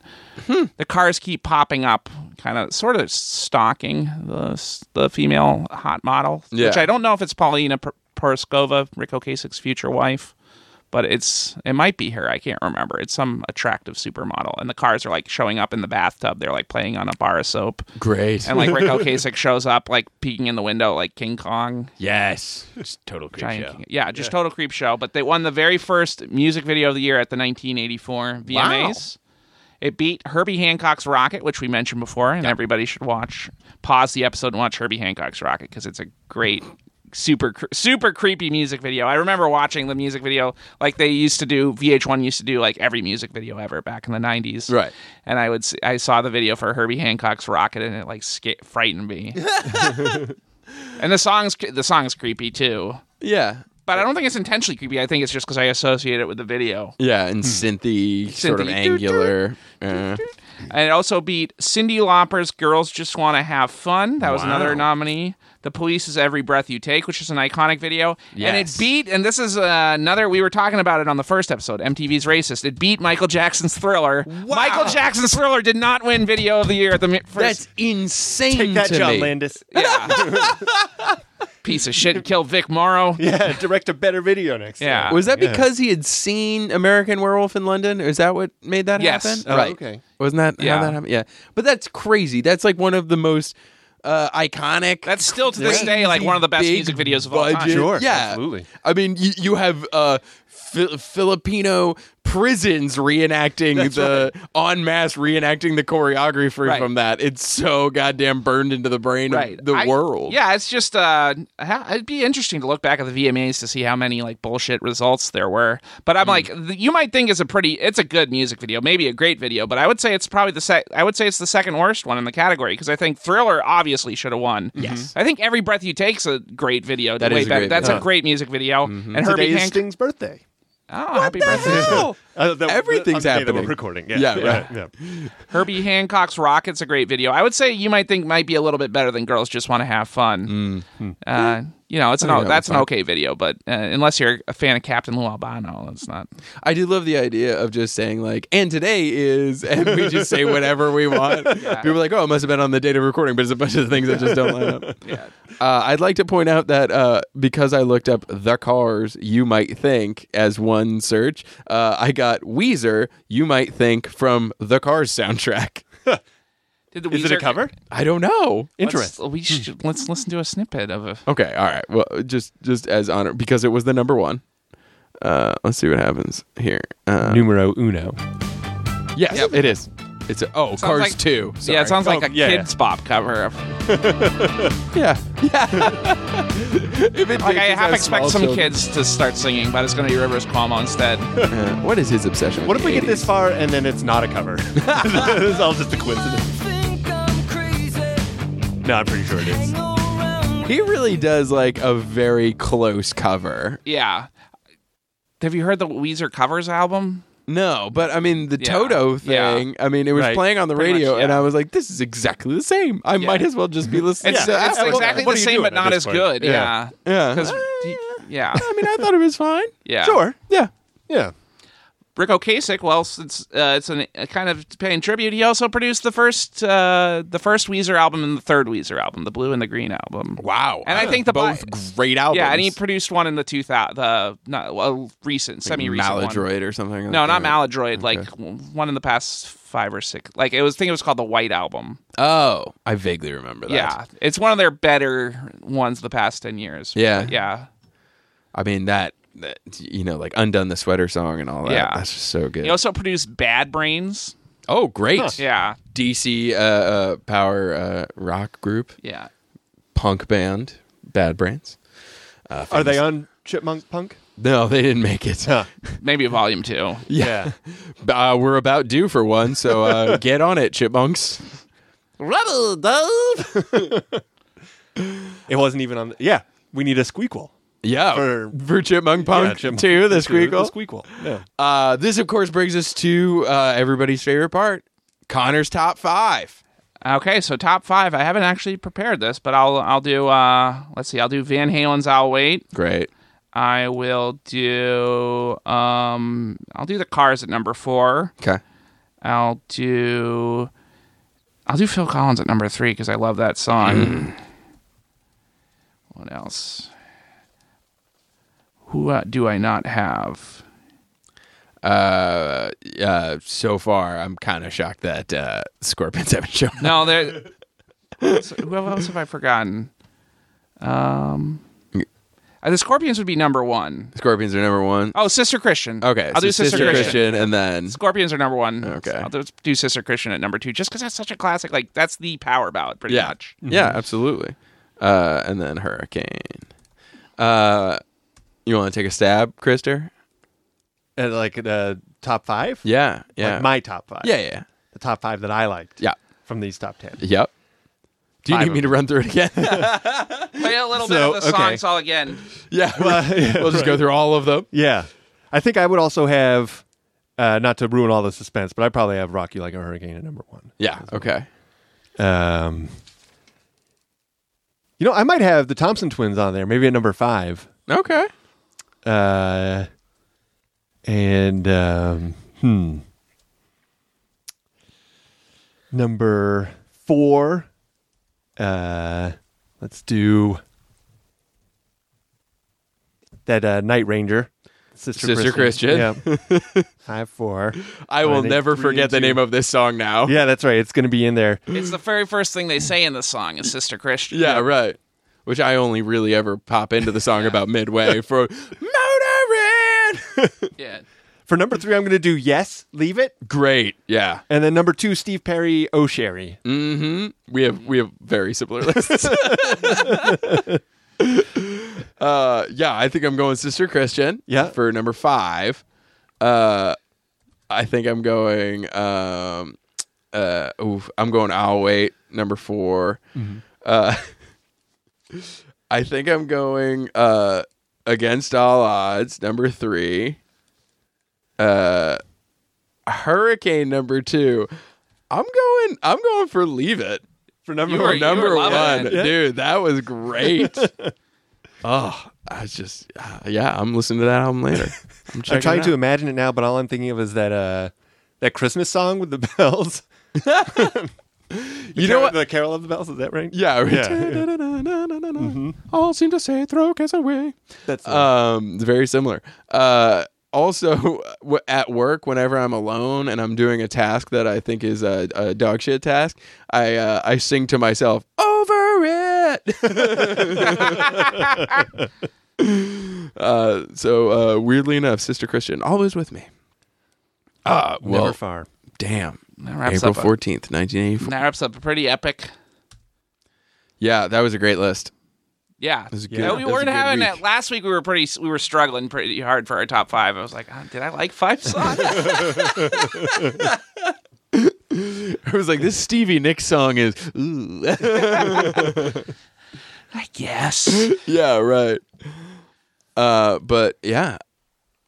[SPEAKER 1] the cars keep popping up, kind of sort of stalking the, the female hot model,
[SPEAKER 2] Yeah.
[SPEAKER 1] which I don't know if it's Paulina P- Poroskova, Rico Kasich's future wife but it's it might be her. I can't remember. It's some attractive supermodel, and the cars are like showing up in the bathtub. They're like playing on a bar of soap,
[SPEAKER 2] Great.
[SPEAKER 1] and like Rico Kasich shows up, like peeking in the window, like King Kong.
[SPEAKER 2] yes. Just total creep
[SPEAKER 1] Giant
[SPEAKER 2] show.
[SPEAKER 1] King- Yeah, just total creep show. But they won the very first music video of the year at the 1984 VMAs. It beat Herbie Hancock's Rocket, which we mentioned before, and everybody should watch. Pause the episode and watch Herbie Hancock's Rocket because it's a great, super, cr- super creepy music video. I remember watching the music video like they used to do. VH1 used to do like every music video ever back in the 90s,
[SPEAKER 2] Right.
[SPEAKER 1] And I would s- I saw the video for Herbie Hancock's Rocket, and it like sca- frightened me.
[SPEAKER 2] (laughs)
[SPEAKER 1] and the songs the song's creepy too.
[SPEAKER 2] Yeah.
[SPEAKER 1] But I don't think it's intentionally creepy. I think it's just because I associate it with the video.
[SPEAKER 2] Yeah,
[SPEAKER 3] Hmm.
[SPEAKER 2] and synthy, sort of
[SPEAKER 1] Synthy.
[SPEAKER 2] angular. Uh,
[SPEAKER 1] And it also beat Cindy Lauper's Girls Just Want to Have Fun. That was another nominee. The Police's Every Breath You Take, which is an iconic video. And it
[SPEAKER 2] Yes.
[SPEAKER 1] beat, and this is uh, another, we were talking about it on the first episode, MTV's Racist. It beat Michael Jackson's Thriller. Michael Jackson's Thriller did not win Video of the Year at the mi-
[SPEAKER 2] that's
[SPEAKER 1] first.
[SPEAKER 2] insane
[SPEAKER 3] Take that,
[SPEAKER 2] to
[SPEAKER 3] John
[SPEAKER 2] me.
[SPEAKER 3] Landis. (laughs)
[SPEAKER 1] (laughs) yeah. Piece of shit. Kill Vic Morrow.
[SPEAKER 3] Yeah, direct a better video next
[SPEAKER 1] Yeah.
[SPEAKER 3] time.
[SPEAKER 2] Was that
[SPEAKER 3] Yeah.
[SPEAKER 2] because he had seen American Werewolf in London? Is that what made that
[SPEAKER 1] Yes.
[SPEAKER 2] happen?
[SPEAKER 3] Oh,
[SPEAKER 2] right.
[SPEAKER 3] okay.
[SPEAKER 2] Wasn't that
[SPEAKER 1] Yeah.
[SPEAKER 2] how that happened? Yeah. But that's crazy. That's like one of the most uh, iconic.
[SPEAKER 1] That's still to this day like one of the best
[SPEAKER 2] big
[SPEAKER 1] music videos of all time.
[SPEAKER 2] budget-
[SPEAKER 3] Sure,
[SPEAKER 2] Yeah.
[SPEAKER 3] absolutely.
[SPEAKER 2] I mean, you, you have uh, Fi- Filipino prisons reenacting the en masse reenacting the choreography
[SPEAKER 1] Right.
[SPEAKER 2] from that. It's so goddamn burned into the brain
[SPEAKER 1] right.
[SPEAKER 2] of the
[SPEAKER 1] I-
[SPEAKER 2] world.
[SPEAKER 1] Yeah, it's just uh, ha- it'd be interesting to look back at the VMAs to see how many like bullshit results there were. But
[SPEAKER 2] Hmm.
[SPEAKER 1] I'm like, th- you might think it's a pretty, it's a good music video, maybe a great video, but I would say it's probably the sec- I would say it's the second worst one in the category because I think Thriller obviously should have won. Yes, I think Every Breath You Take's a great video.
[SPEAKER 2] That
[SPEAKER 1] way
[SPEAKER 2] is a
[SPEAKER 1] better.
[SPEAKER 2] great
[SPEAKER 1] That's
[SPEAKER 2] video.
[SPEAKER 1] a
[SPEAKER 2] Mm-hmm.
[SPEAKER 1] great music video. And
[SPEAKER 3] Today
[SPEAKER 1] Herbie
[SPEAKER 3] is
[SPEAKER 1] Hancock.
[SPEAKER 3] Sting's birthday.
[SPEAKER 1] oh, happy birthday!
[SPEAKER 2] Hell.
[SPEAKER 3] Uh, that-
[SPEAKER 2] Everything's
[SPEAKER 3] on the day that
[SPEAKER 2] happening.
[SPEAKER 3] We're recording. Yeah,
[SPEAKER 2] Yeah,
[SPEAKER 3] yeah,
[SPEAKER 2] right.
[SPEAKER 3] yeah.
[SPEAKER 1] Herbie Hancock's Rocket's a great video. I would say you might think might be a little bit better than Girls Just Want to Have Fun.
[SPEAKER 3] Mm-hmm.
[SPEAKER 1] Uh, you know, it's an
[SPEAKER 2] I think that
[SPEAKER 1] that's
[SPEAKER 2] was
[SPEAKER 1] an
[SPEAKER 2] fun.
[SPEAKER 1] okay video, but uh, unless you're a fan of Captain Lou Albano, it's not.
[SPEAKER 2] I do love the idea of just saying like, and today is, (laughs) and we just say whatever we want. People are like, oh, it must have been on the date of recording, but it's a bunch of things that just don't line up. Yeah. Uh, I'd like to point out that uh, because I looked up the cars, you might think as one search, uh, I got Weezer, you might think from the Cars soundtrack. (laughs)
[SPEAKER 1] Did the
[SPEAKER 3] Is it a
[SPEAKER 1] Weezer- Hmm.
[SPEAKER 3] cover?
[SPEAKER 2] I don't know.
[SPEAKER 1] Let's, we should, let's listen to a snippet of a.
[SPEAKER 2] Okay, all right. Well, just just as honor because it was the number one. Uh, let's see what happens here. Uh,
[SPEAKER 3] Numero uno.
[SPEAKER 2] yes, it is. It's a, oh, Cars
[SPEAKER 1] like-
[SPEAKER 2] two.
[SPEAKER 1] Yeah, it
[SPEAKER 2] Sorry.
[SPEAKER 1] sounds like
[SPEAKER 3] Oh,
[SPEAKER 1] a
[SPEAKER 3] yeah.
[SPEAKER 1] kids' pop cover. Of,
[SPEAKER 2] Yeah. Yeah. if it
[SPEAKER 1] like I half expect some kids to start singing, but it's going to be Rivers Cuomo
[SPEAKER 3] (laughs)
[SPEAKER 1] instead.
[SPEAKER 2] what is his obsession? with
[SPEAKER 3] What if
[SPEAKER 2] the
[SPEAKER 3] we get
[SPEAKER 2] 80s?
[SPEAKER 3] this far and then it's not a (laughs) cover? this is all just a coincidence.
[SPEAKER 4] Think I'm crazy.
[SPEAKER 3] No, I'm pretty sure it is.
[SPEAKER 4] Go round
[SPEAKER 2] He really does like a very close cover.
[SPEAKER 1] yeah. Have you heard the Weezer covers album?
[SPEAKER 2] No, but I mean the
[SPEAKER 1] Yeah.
[SPEAKER 2] Toto
[SPEAKER 1] Yeah.
[SPEAKER 2] thing. I mean it was
[SPEAKER 3] Right.
[SPEAKER 2] playing on the
[SPEAKER 1] Pretty
[SPEAKER 2] radio,
[SPEAKER 1] much, yeah.
[SPEAKER 2] and I was like, this is exactly the same. I might as well just be listening.
[SPEAKER 1] It's,
[SPEAKER 2] to
[SPEAKER 1] it's
[SPEAKER 2] Apple.
[SPEAKER 1] exactly
[SPEAKER 3] What
[SPEAKER 1] the
[SPEAKER 3] are you
[SPEAKER 1] same,
[SPEAKER 3] doing
[SPEAKER 1] but
[SPEAKER 3] at
[SPEAKER 1] not
[SPEAKER 3] this
[SPEAKER 1] as
[SPEAKER 3] point?
[SPEAKER 1] good.
[SPEAKER 3] Yeah.
[SPEAKER 1] Yeah.
[SPEAKER 2] Yeah. Eh,
[SPEAKER 1] 'Cause- yeah.
[SPEAKER 2] I mean, I thought it was fine.
[SPEAKER 1] Yeah.
[SPEAKER 2] Sure. Yeah.
[SPEAKER 3] Yeah.
[SPEAKER 1] Rick Ocasek, well, since uh, it's an, a kind of paying tribute, he also produced the first uh, the first Weezer album and the third Weezer album, the Blue and the Green album.
[SPEAKER 2] Wow.
[SPEAKER 1] And I think the bi-
[SPEAKER 2] both great albums.
[SPEAKER 1] Yeah, and he produced one in the two thousand, the not well, recent, semi recent one.
[SPEAKER 2] Maladroid or something.
[SPEAKER 1] No,
[SPEAKER 2] like
[SPEAKER 1] not
[SPEAKER 2] that.
[SPEAKER 1] Maladroid. Like w- one in the past five or six. Like it was, I think it was called the White Album.
[SPEAKER 2] Oh, I vaguely remember that.
[SPEAKER 1] Yeah, it's one of their better ones the past ten years.
[SPEAKER 2] Yeah.
[SPEAKER 1] But yeah.
[SPEAKER 2] I mean that, that you know, like undone the sweater song and all that.
[SPEAKER 1] Yeah.
[SPEAKER 2] that's just so good.
[SPEAKER 1] He also produced Bad Brains.
[SPEAKER 2] oh, great.
[SPEAKER 1] Yeah,
[SPEAKER 2] DC uh, uh, power uh, rock group,
[SPEAKER 1] yeah.
[SPEAKER 2] punk band, Bad Brains.
[SPEAKER 3] Are they on Chipmunk Punk?
[SPEAKER 2] No, they didn't make it.
[SPEAKER 3] Huh.
[SPEAKER 1] Maybe Volume Two.
[SPEAKER 3] (laughs) Yeah.
[SPEAKER 2] Uh, we're about due for one, so
[SPEAKER 3] (laughs)
[SPEAKER 2] uh, get on it, chipmunks.
[SPEAKER 1] Rebel Dove.
[SPEAKER 3] it wasn't even on. The, yeah, we need a squeakquel.
[SPEAKER 2] Yeah, for,
[SPEAKER 3] For-
[SPEAKER 2] chipmunk
[SPEAKER 3] Yeah,
[SPEAKER 2] punk
[SPEAKER 3] Chipmunk
[SPEAKER 2] too. The
[SPEAKER 3] Punk too,
[SPEAKER 2] squeakle.
[SPEAKER 3] The squeakquel. Yeah.
[SPEAKER 2] Uh, this, of course, brings us to uh, everybody's favorite part: Connor's top five.
[SPEAKER 1] Okay, so top five. I haven't actually prepared this, but I'll I'll do. Uh, let's see. I'll do Van Halen's "I'll Wait."
[SPEAKER 2] Great.
[SPEAKER 1] I will do. Um, I'll do the Cars at number four.
[SPEAKER 2] Okay.
[SPEAKER 1] I'll do. I'll do Phil Collins at number three because I love that song. What else? Who uh, do I not have?
[SPEAKER 2] Uh, uh, so far, I'm kind of shocked that uh, Scorpions (laughs) haven't shown
[SPEAKER 1] (laughs)
[SPEAKER 2] up.
[SPEAKER 1] No, there. so who else have I forgotten? Um, uh, the Scorpions would be number one.
[SPEAKER 2] Scorpions are number one.
[SPEAKER 1] Oh, Sister Christian.
[SPEAKER 2] Okay,
[SPEAKER 1] I'll
[SPEAKER 2] so
[SPEAKER 1] do Sister, Christian.
[SPEAKER 2] and then
[SPEAKER 1] Scorpions are number one.
[SPEAKER 2] Okay.
[SPEAKER 1] I'll do- do Sister Christian at number two, just because that's such a classic. Like that's the power ballad, pretty
[SPEAKER 2] yeah,
[SPEAKER 1] much.
[SPEAKER 2] yeah, absolutely, uh, and then Hurricane. Uh, you want to take a stab, Krister?
[SPEAKER 3] And like the top five?
[SPEAKER 2] Yeah, yeah,
[SPEAKER 3] Like my top five.
[SPEAKER 2] yeah, yeah,
[SPEAKER 3] The top five that I liked.
[SPEAKER 2] yeah,
[SPEAKER 3] From these top ten.
[SPEAKER 2] yep. Do you
[SPEAKER 3] Five
[SPEAKER 2] need me
[SPEAKER 3] of
[SPEAKER 2] to run through it (laughs) again?
[SPEAKER 1] Play a little
[SPEAKER 3] So,
[SPEAKER 1] bit of the
[SPEAKER 3] okay.
[SPEAKER 1] songs all again.
[SPEAKER 2] yeah,
[SPEAKER 3] Well, yeah,
[SPEAKER 2] we'll just go through all of them.
[SPEAKER 3] Yeah. I think I would also have, uh, not to ruin all the suspense, but I probably have Rocky Like a Hurricane at number one.
[SPEAKER 2] Yeah. Okay.
[SPEAKER 3] Um, you know, I might have the Thompson twins on there, maybe at number five.
[SPEAKER 2] Okay.
[SPEAKER 3] Uh, and um, hmm, number four. Uh, let's do that. Uh, Night Ranger, Sister,
[SPEAKER 2] Sister
[SPEAKER 3] Yeah,
[SPEAKER 1] (laughs)
[SPEAKER 3] five four.
[SPEAKER 2] I will
[SPEAKER 3] think
[SPEAKER 2] never
[SPEAKER 3] three
[SPEAKER 2] forget
[SPEAKER 3] and
[SPEAKER 2] the
[SPEAKER 3] two.
[SPEAKER 2] name of this song now.
[SPEAKER 3] Yeah, that's right. It's going to be in there.
[SPEAKER 1] It's the very first thing they say in the song is Sister Christian.
[SPEAKER 2] Yeah, right. Which I only really ever pop into the song about midway (laughs) for motoring.
[SPEAKER 1] Yeah.
[SPEAKER 3] For number three, I'm going to do Yes, Leave It,
[SPEAKER 2] Great. Yeah.
[SPEAKER 3] and then number two, Steve Perry, Oh Sherry.
[SPEAKER 1] Mm.
[SPEAKER 2] Mm-hmm. We have we have very similar (laughs) lists. uh, yeah, I think I'm going Sister Christian.
[SPEAKER 3] Yeah.
[SPEAKER 2] for number five. Uh, I think I'm going. Um, uh, oof, I'm going. I'll wait. Number 4 Uh, (laughs) I think I'm going uh, against all odds. Number three. Uh, Hurricane number two. I'm going. I'm going for leave it.
[SPEAKER 3] For number
[SPEAKER 1] You
[SPEAKER 2] For
[SPEAKER 1] were-
[SPEAKER 2] number
[SPEAKER 1] loving
[SPEAKER 2] one,
[SPEAKER 1] it.
[SPEAKER 2] dude, that was
[SPEAKER 1] (laughs)
[SPEAKER 2] great. oh, I was just uh, yeah. I'm listening to that album later. I'm, checking
[SPEAKER 3] I'm trying
[SPEAKER 2] it
[SPEAKER 3] to
[SPEAKER 2] out.
[SPEAKER 3] imagine it now, but all I'm thinking of is that uh, that Christmas song with the (laughs) bells.
[SPEAKER 2] You know what?
[SPEAKER 3] The Carol of the Bells is that right?
[SPEAKER 2] Yeah. right. (laughs)
[SPEAKER 3] Yeah.
[SPEAKER 1] Mm-hmm.
[SPEAKER 2] All seem to say throw us away.
[SPEAKER 3] that's uh,
[SPEAKER 2] Um, it's very similar. Uh, also, (laughs) w- at work, whenever I'm alone and I'm doing a task that I think is a, a dog shit task, I uh, I sing to myself over it. (laughs) uh, so uh, weirdly enough, Sister Christian always with me. Ah, well,
[SPEAKER 3] never far.
[SPEAKER 2] damn.
[SPEAKER 1] That wraps
[SPEAKER 2] April
[SPEAKER 1] up a-
[SPEAKER 2] fourteenth, nineteen
[SPEAKER 1] And
[SPEAKER 2] eighty-four.
[SPEAKER 1] that wraps up a pretty epic.
[SPEAKER 2] Yeah, that was a great list.
[SPEAKER 1] Yeah.
[SPEAKER 2] was a
[SPEAKER 1] Yeah,
[SPEAKER 2] good- that
[SPEAKER 1] we
[SPEAKER 2] was a
[SPEAKER 1] weren't
[SPEAKER 2] good
[SPEAKER 1] having
[SPEAKER 2] week.
[SPEAKER 1] that last week. We were pretty. We were struggling pretty hard for our top five. I was like, "Ah, did I like five
[SPEAKER 2] (laughs)
[SPEAKER 1] songs?
[SPEAKER 2] (laughs) I was like, this Stevie Nicks song is. Ooh.
[SPEAKER 1] I guess.
[SPEAKER 2] yeah, right. Uh, but yeah,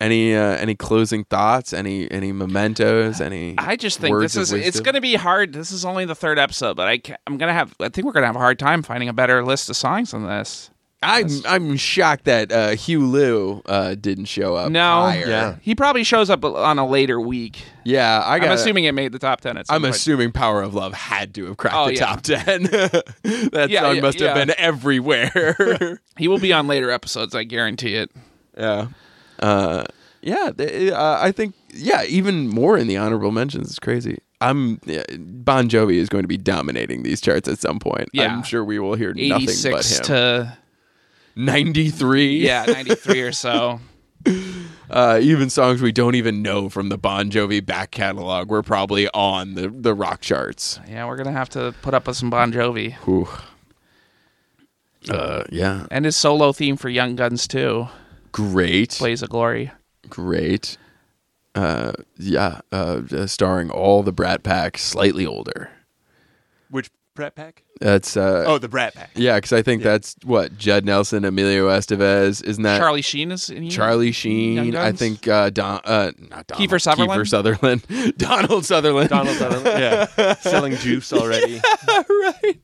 [SPEAKER 2] any uh, any closing thoughts? Any any mementos? Any?
[SPEAKER 1] I just think
[SPEAKER 2] words
[SPEAKER 1] this is.
[SPEAKER 2] of
[SPEAKER 1] It's
[SPEAKER 2] wisdom?
[SPEAKER 1] going to be hard. This is only the third episode, but I ca I'm going to have. I think we're going to have a hard time finding a better list of songs than this.
[SPEAKER 2] I'm I'm shocked that uh, Hugh Liu uh, didn't show up.
[SPEAKER 1] No.
[SPEAKER 2] higher.
[SPEAKER 3] Yeah.
[SPEAKER 1] He probably shows up on a later week.
[SPEAKER 2] yeah. I got.
[SPEAKER 1] I'm assuming it made the top ten. At some
[SPEAKER 2] I'm
[SPEAKER 1] point.
[SPEAKER 2] assuming Power of Love had to have cracked
[SPEAKER 1] Oh,
[SPEAKER 2] the
[SPEAKER 1] yeah.
[SPEAKER 2] top (laughs) ten. that
[SPEAKER 1] Yeah,
[SPEAKER 2] song
[SPEAKER 1] yeah,
[SPEAKER 2] must have
[SPEAKER 1] yeah.
[SPEAKER 2] been everywhere. (laughs)
[SPEAKER 1] he will be on later episodes. I guarantee it.
[SPEAKER 2] yeah, uh, yeah. They, uh, I think yeah, even more in the honorable mentions is crazy. I'm yeah, Bon Jovi is going to be dominating these charts at some point.
[SPEAKER 1] Yeah.
[SPEAKER 2] I'm sure we will hear (laughs) nothing but
[SPEAKER 1] 86
[SPEAKER 2] him.
[SPEAKER 1] to
[SPEAKER 2] 93.
[SPEAKER 1] yeah 93 or
[SPEAKER 2] (laughs)
[SPEAKER 1] so.
[SPEAKER 2] Uh, even songs we don't even know from the Bon Jovi back catalog were probably on the, the rock charts.
[SPEAKER 1] Yeah, we're gonna have to put up with some Bon Jovi
[SPEAKER 2] Whew. Uh, yeah.
[SPEAKER 1] and his solo theme for Young Guns too.
[SPEAKER 2] Great.
[SPEAKER 1] Blaze of Glory.
[SPEAKER 2] Great. Uh, yeah. Uh, starring all the Brat Pack, slightly older.
[SPEAKER 3] Which Brat Pack?
[SPEAKER 2] That's. Uh,
[SPEAKER 3] Oh, the Brat Pack.
[SPEAKER 2] Yeah, because I think that's what? Judd Nelson, Emilio Estevez. Isn't that.
[SPEAKER 1] Charlie Sheen is in. here?
[SPEAKER 2] Uh, Charlie
[SPEAKER 1] Young
[SPEAKER 2] Sheen,
[SPEAKER 1] Guns?
[SPEAKER 2] I think uh, Don, uh, not Donald,
[SPEAKER 1] Kiefer Sutherland?
[SPEAKER 2] Kiefer Sutherland, (laughs) Donald Sutherland,
[SPEAKER 3] Donald Sutherland. Yeah, (laughs) selling juice (laughs) already.
[SPEAKER 2] right.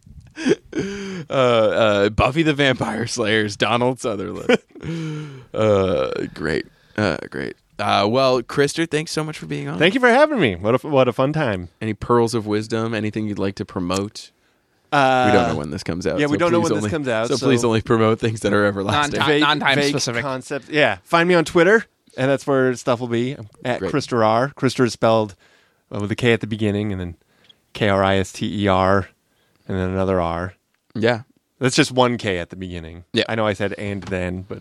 [SPEAKER 2] Uh, uh, Buffy the Vampire Slayers, Donald Sutherland. (laughs) uh, great, uh, great. Uh, well, Krister, thanks so much for being on.
[SPEAKER 3] Thank you for having me. What a what a fun time.
[SPEAKER 2] Any pearls of wisdom? Anything you'd like to promote?
[SPEAKER 3] Uh,
[SPEAKER 2] We don't know when this comes out.
[SPEAKER 3] yeah, we
[SPEAKER 2] so
[SPEAKER 3] don't know
[SPEAKER 2] please
[SPEAKER 3] when this
[SPEAKER 2] only-
[SPEAKER 3] comes out,
[SPEAKER 2] So,
[SPEAKER 3] so-
[SPEAKER 2] please only promote things that are everlasting.
[SPEAKER 1] Non-time. non-time
[SPEAKER 3] vague
[SPEAKER 1] specific.
[SPEAKER 3] concept. Yeah, find me on Twitter, and that's where stuff will be I'm at
[SPEAKER 2] Great.
[SPEAKER 3] Krister R. Krister is spelled uh, with a K at the beginning, and then K R I S T E R, and then another R.
[SPEAKER 2] Yeah,
[SPEAKER 3] That's just one K at the beginning.
[SPEAKER 2] Yeah.
[SPEAKER 3] I know I said and then, but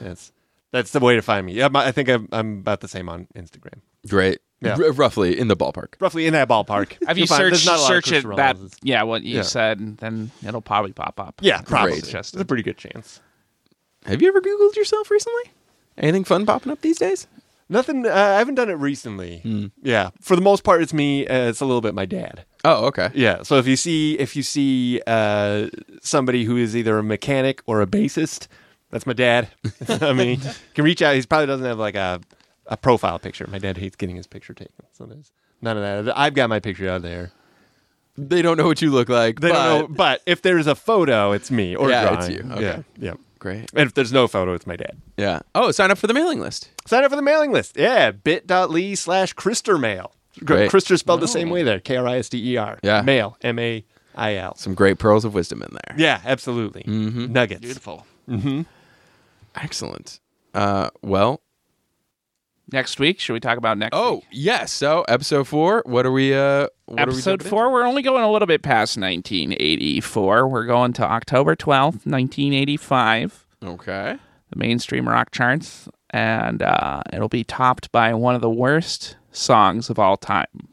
[SPEAKER 3] that's that's the way to find me. Yeah, my- I think I'm, I'm about the same on Instagram,
[SPEAKER 2] great.
[SPEAKER 3] Yeah.
[SPEAKER 2] R- roughly in the ballpark.
[SPEAKER 3] roughly in that (laughs) ballpark.
[SPEAKER 1] Have you
[SPEAKER 3] You'll find-
[SPEAKER 1] searched
[SPEAKER 3] there's not a lot of
[SPEAKER 1] search it
[SPEAKER 3] Krister
[SPEAKER 1] that?
[SPEAKER 3] Rolls.
[SPEAKER 1] Yeah, what you
[SPEAKER 3] Yeah.
[SPEAKER 1] said, and then it'll probably pop up.
[SPEAKER 3] Yeah, probably.
[SPEAKER 2] Great.
[SPEAKER 3] There's a pretty good chance.
[SPEAKER 2] Have you ever Googled yourself recently? Anything fun popping up these days?
[SPEAKER 3] Nothing. Uh, I haven't done it recently. Yeah, for the most part, it's me. Uh, it's a little bit my dad.
[SPEAKER 2] Oh, okay.
[SPEAKER 3] Yeah. So if you see if you see uh, somebody who is either a mechanic or a bassist, that's my dad. (laughs) I mean, you can reach out. He probably doesn't have like a a profile picture. My dad hates getting his picture taken, so there's none of that. I've got my picture out there.
[SPEAKER 2] They don't know what you look like.
[SPEAKER 3] They
[SPEAKER 2] but...
[SPEAKER 3] don't know, but if there's a photo, it's me or
[SPEAKER 2] Yeah, it's
[SPEAKER 3] drawing.
[SPEAKER 2] you. Okay.
[SPEAKER 3] Yeah, yeah.
[SPEAKER 2] Great.
[SPEAKER 3] And if there's no photo, it's my dad.
[SPEAKER 2] Yeah. Oh, sign up for the mailing list.
[SPEAKER 3] Sign up for the mailing list. Yeah, bit.ly slash Kristermail.
[SPEAKER 2] Great. Oh.
[SPEAKER 3] Krister spelled the same way there. K R I S D E R.
[SPEAKER 2] Yeah.
[SPEAKER 3] Mail. M A I L.
[SPEAKER 2] Some great pearls of wisdom in there.
[SPEAKER 3] Yeah, absolutely. Nuggets.
[SPEAKER 1] Beautiful.
[SPEAKER 2] Excellent. Uh, well,
[SPEAKER 1] Next week, should we talk about next?
[SPEAKER 2] oh
[SPEAKER 1] week?
[SPEAKER 2] yes. So episode four. What are we? Uh, what are we
[SPEAKER 1] episode
[SPEAKER 2] jumping in?
[SPEAKER 1] four. We're only going a little bit past 1984. We're going to October 12th, 1985.
[SPEAKER 2] Okay.
[SPEAKER 1] the mainstream rock charts, and uh, it'll be topped by one of the worst songs of all time.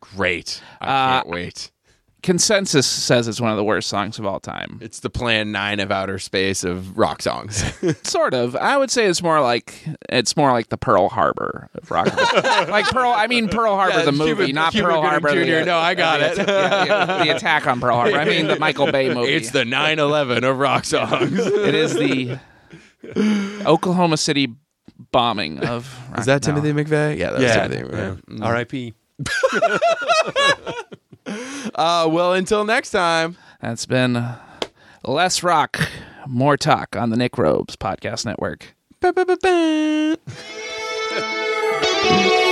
[SPEAKER 2] Great. I
[SPEAKER 1] Uh,
[SPEAKER 2] can't wait.
[SPEAKER 1] Consensus says it's one of the worst songs of all time.
[SPEAKER 2] It's the Plan Nine of outer space of rock (laughs) songs.
[SPEAKER 1] Sort of. I would say it's more like it's more like the Pearl Harbor of rock.
[SPEAKER 2] (laughs)
[SPEAKER 1] like Pearl. I mean Peral Harbor
[SPEAKER 2] Yeah,
[SPEAKER 1] the movie,
[SPEAKER 2] Cuba-
[SPEAKER 1] not
[SPEAKER 2] Cuba
[SPEAKER 1] Pearl
[SPEAKER 2] Gooding
[SPEAKER 1] Harbor
[SPEAKER 2] Jr..
[SPEAKER 1] The,
[SPEAKER 2] No, I got
[SPEAKER 1] the,
[SPEAKER 2] it.
[SPEAKER 1] the- the attack on Pearl Harbor. I mean the Michael Bay movie.
[SPEAKER 2] (laughs) it's the 9/11 of (laughs) rock songs.
[SPEAKER 1] It is the Oklahoma City bombing of.
[SPEAKER 2] Is that
[SPEAKER 1] no.
[SPEAKER 2] Timothy McVeigh? Yeah, that's
[SPEAKER 3] Yeah.
[SPEAKER 2] Timothy McVeigh.
[SPEAKER 3] R.I.P.
[SPEAKER 2] Uh, well, until next time.
[SPEAKER 1] That's been Less Rock, More Talk on the Nick Robes Podcast Network.
[SPEAKER 2] Ba, ba, ba, ba.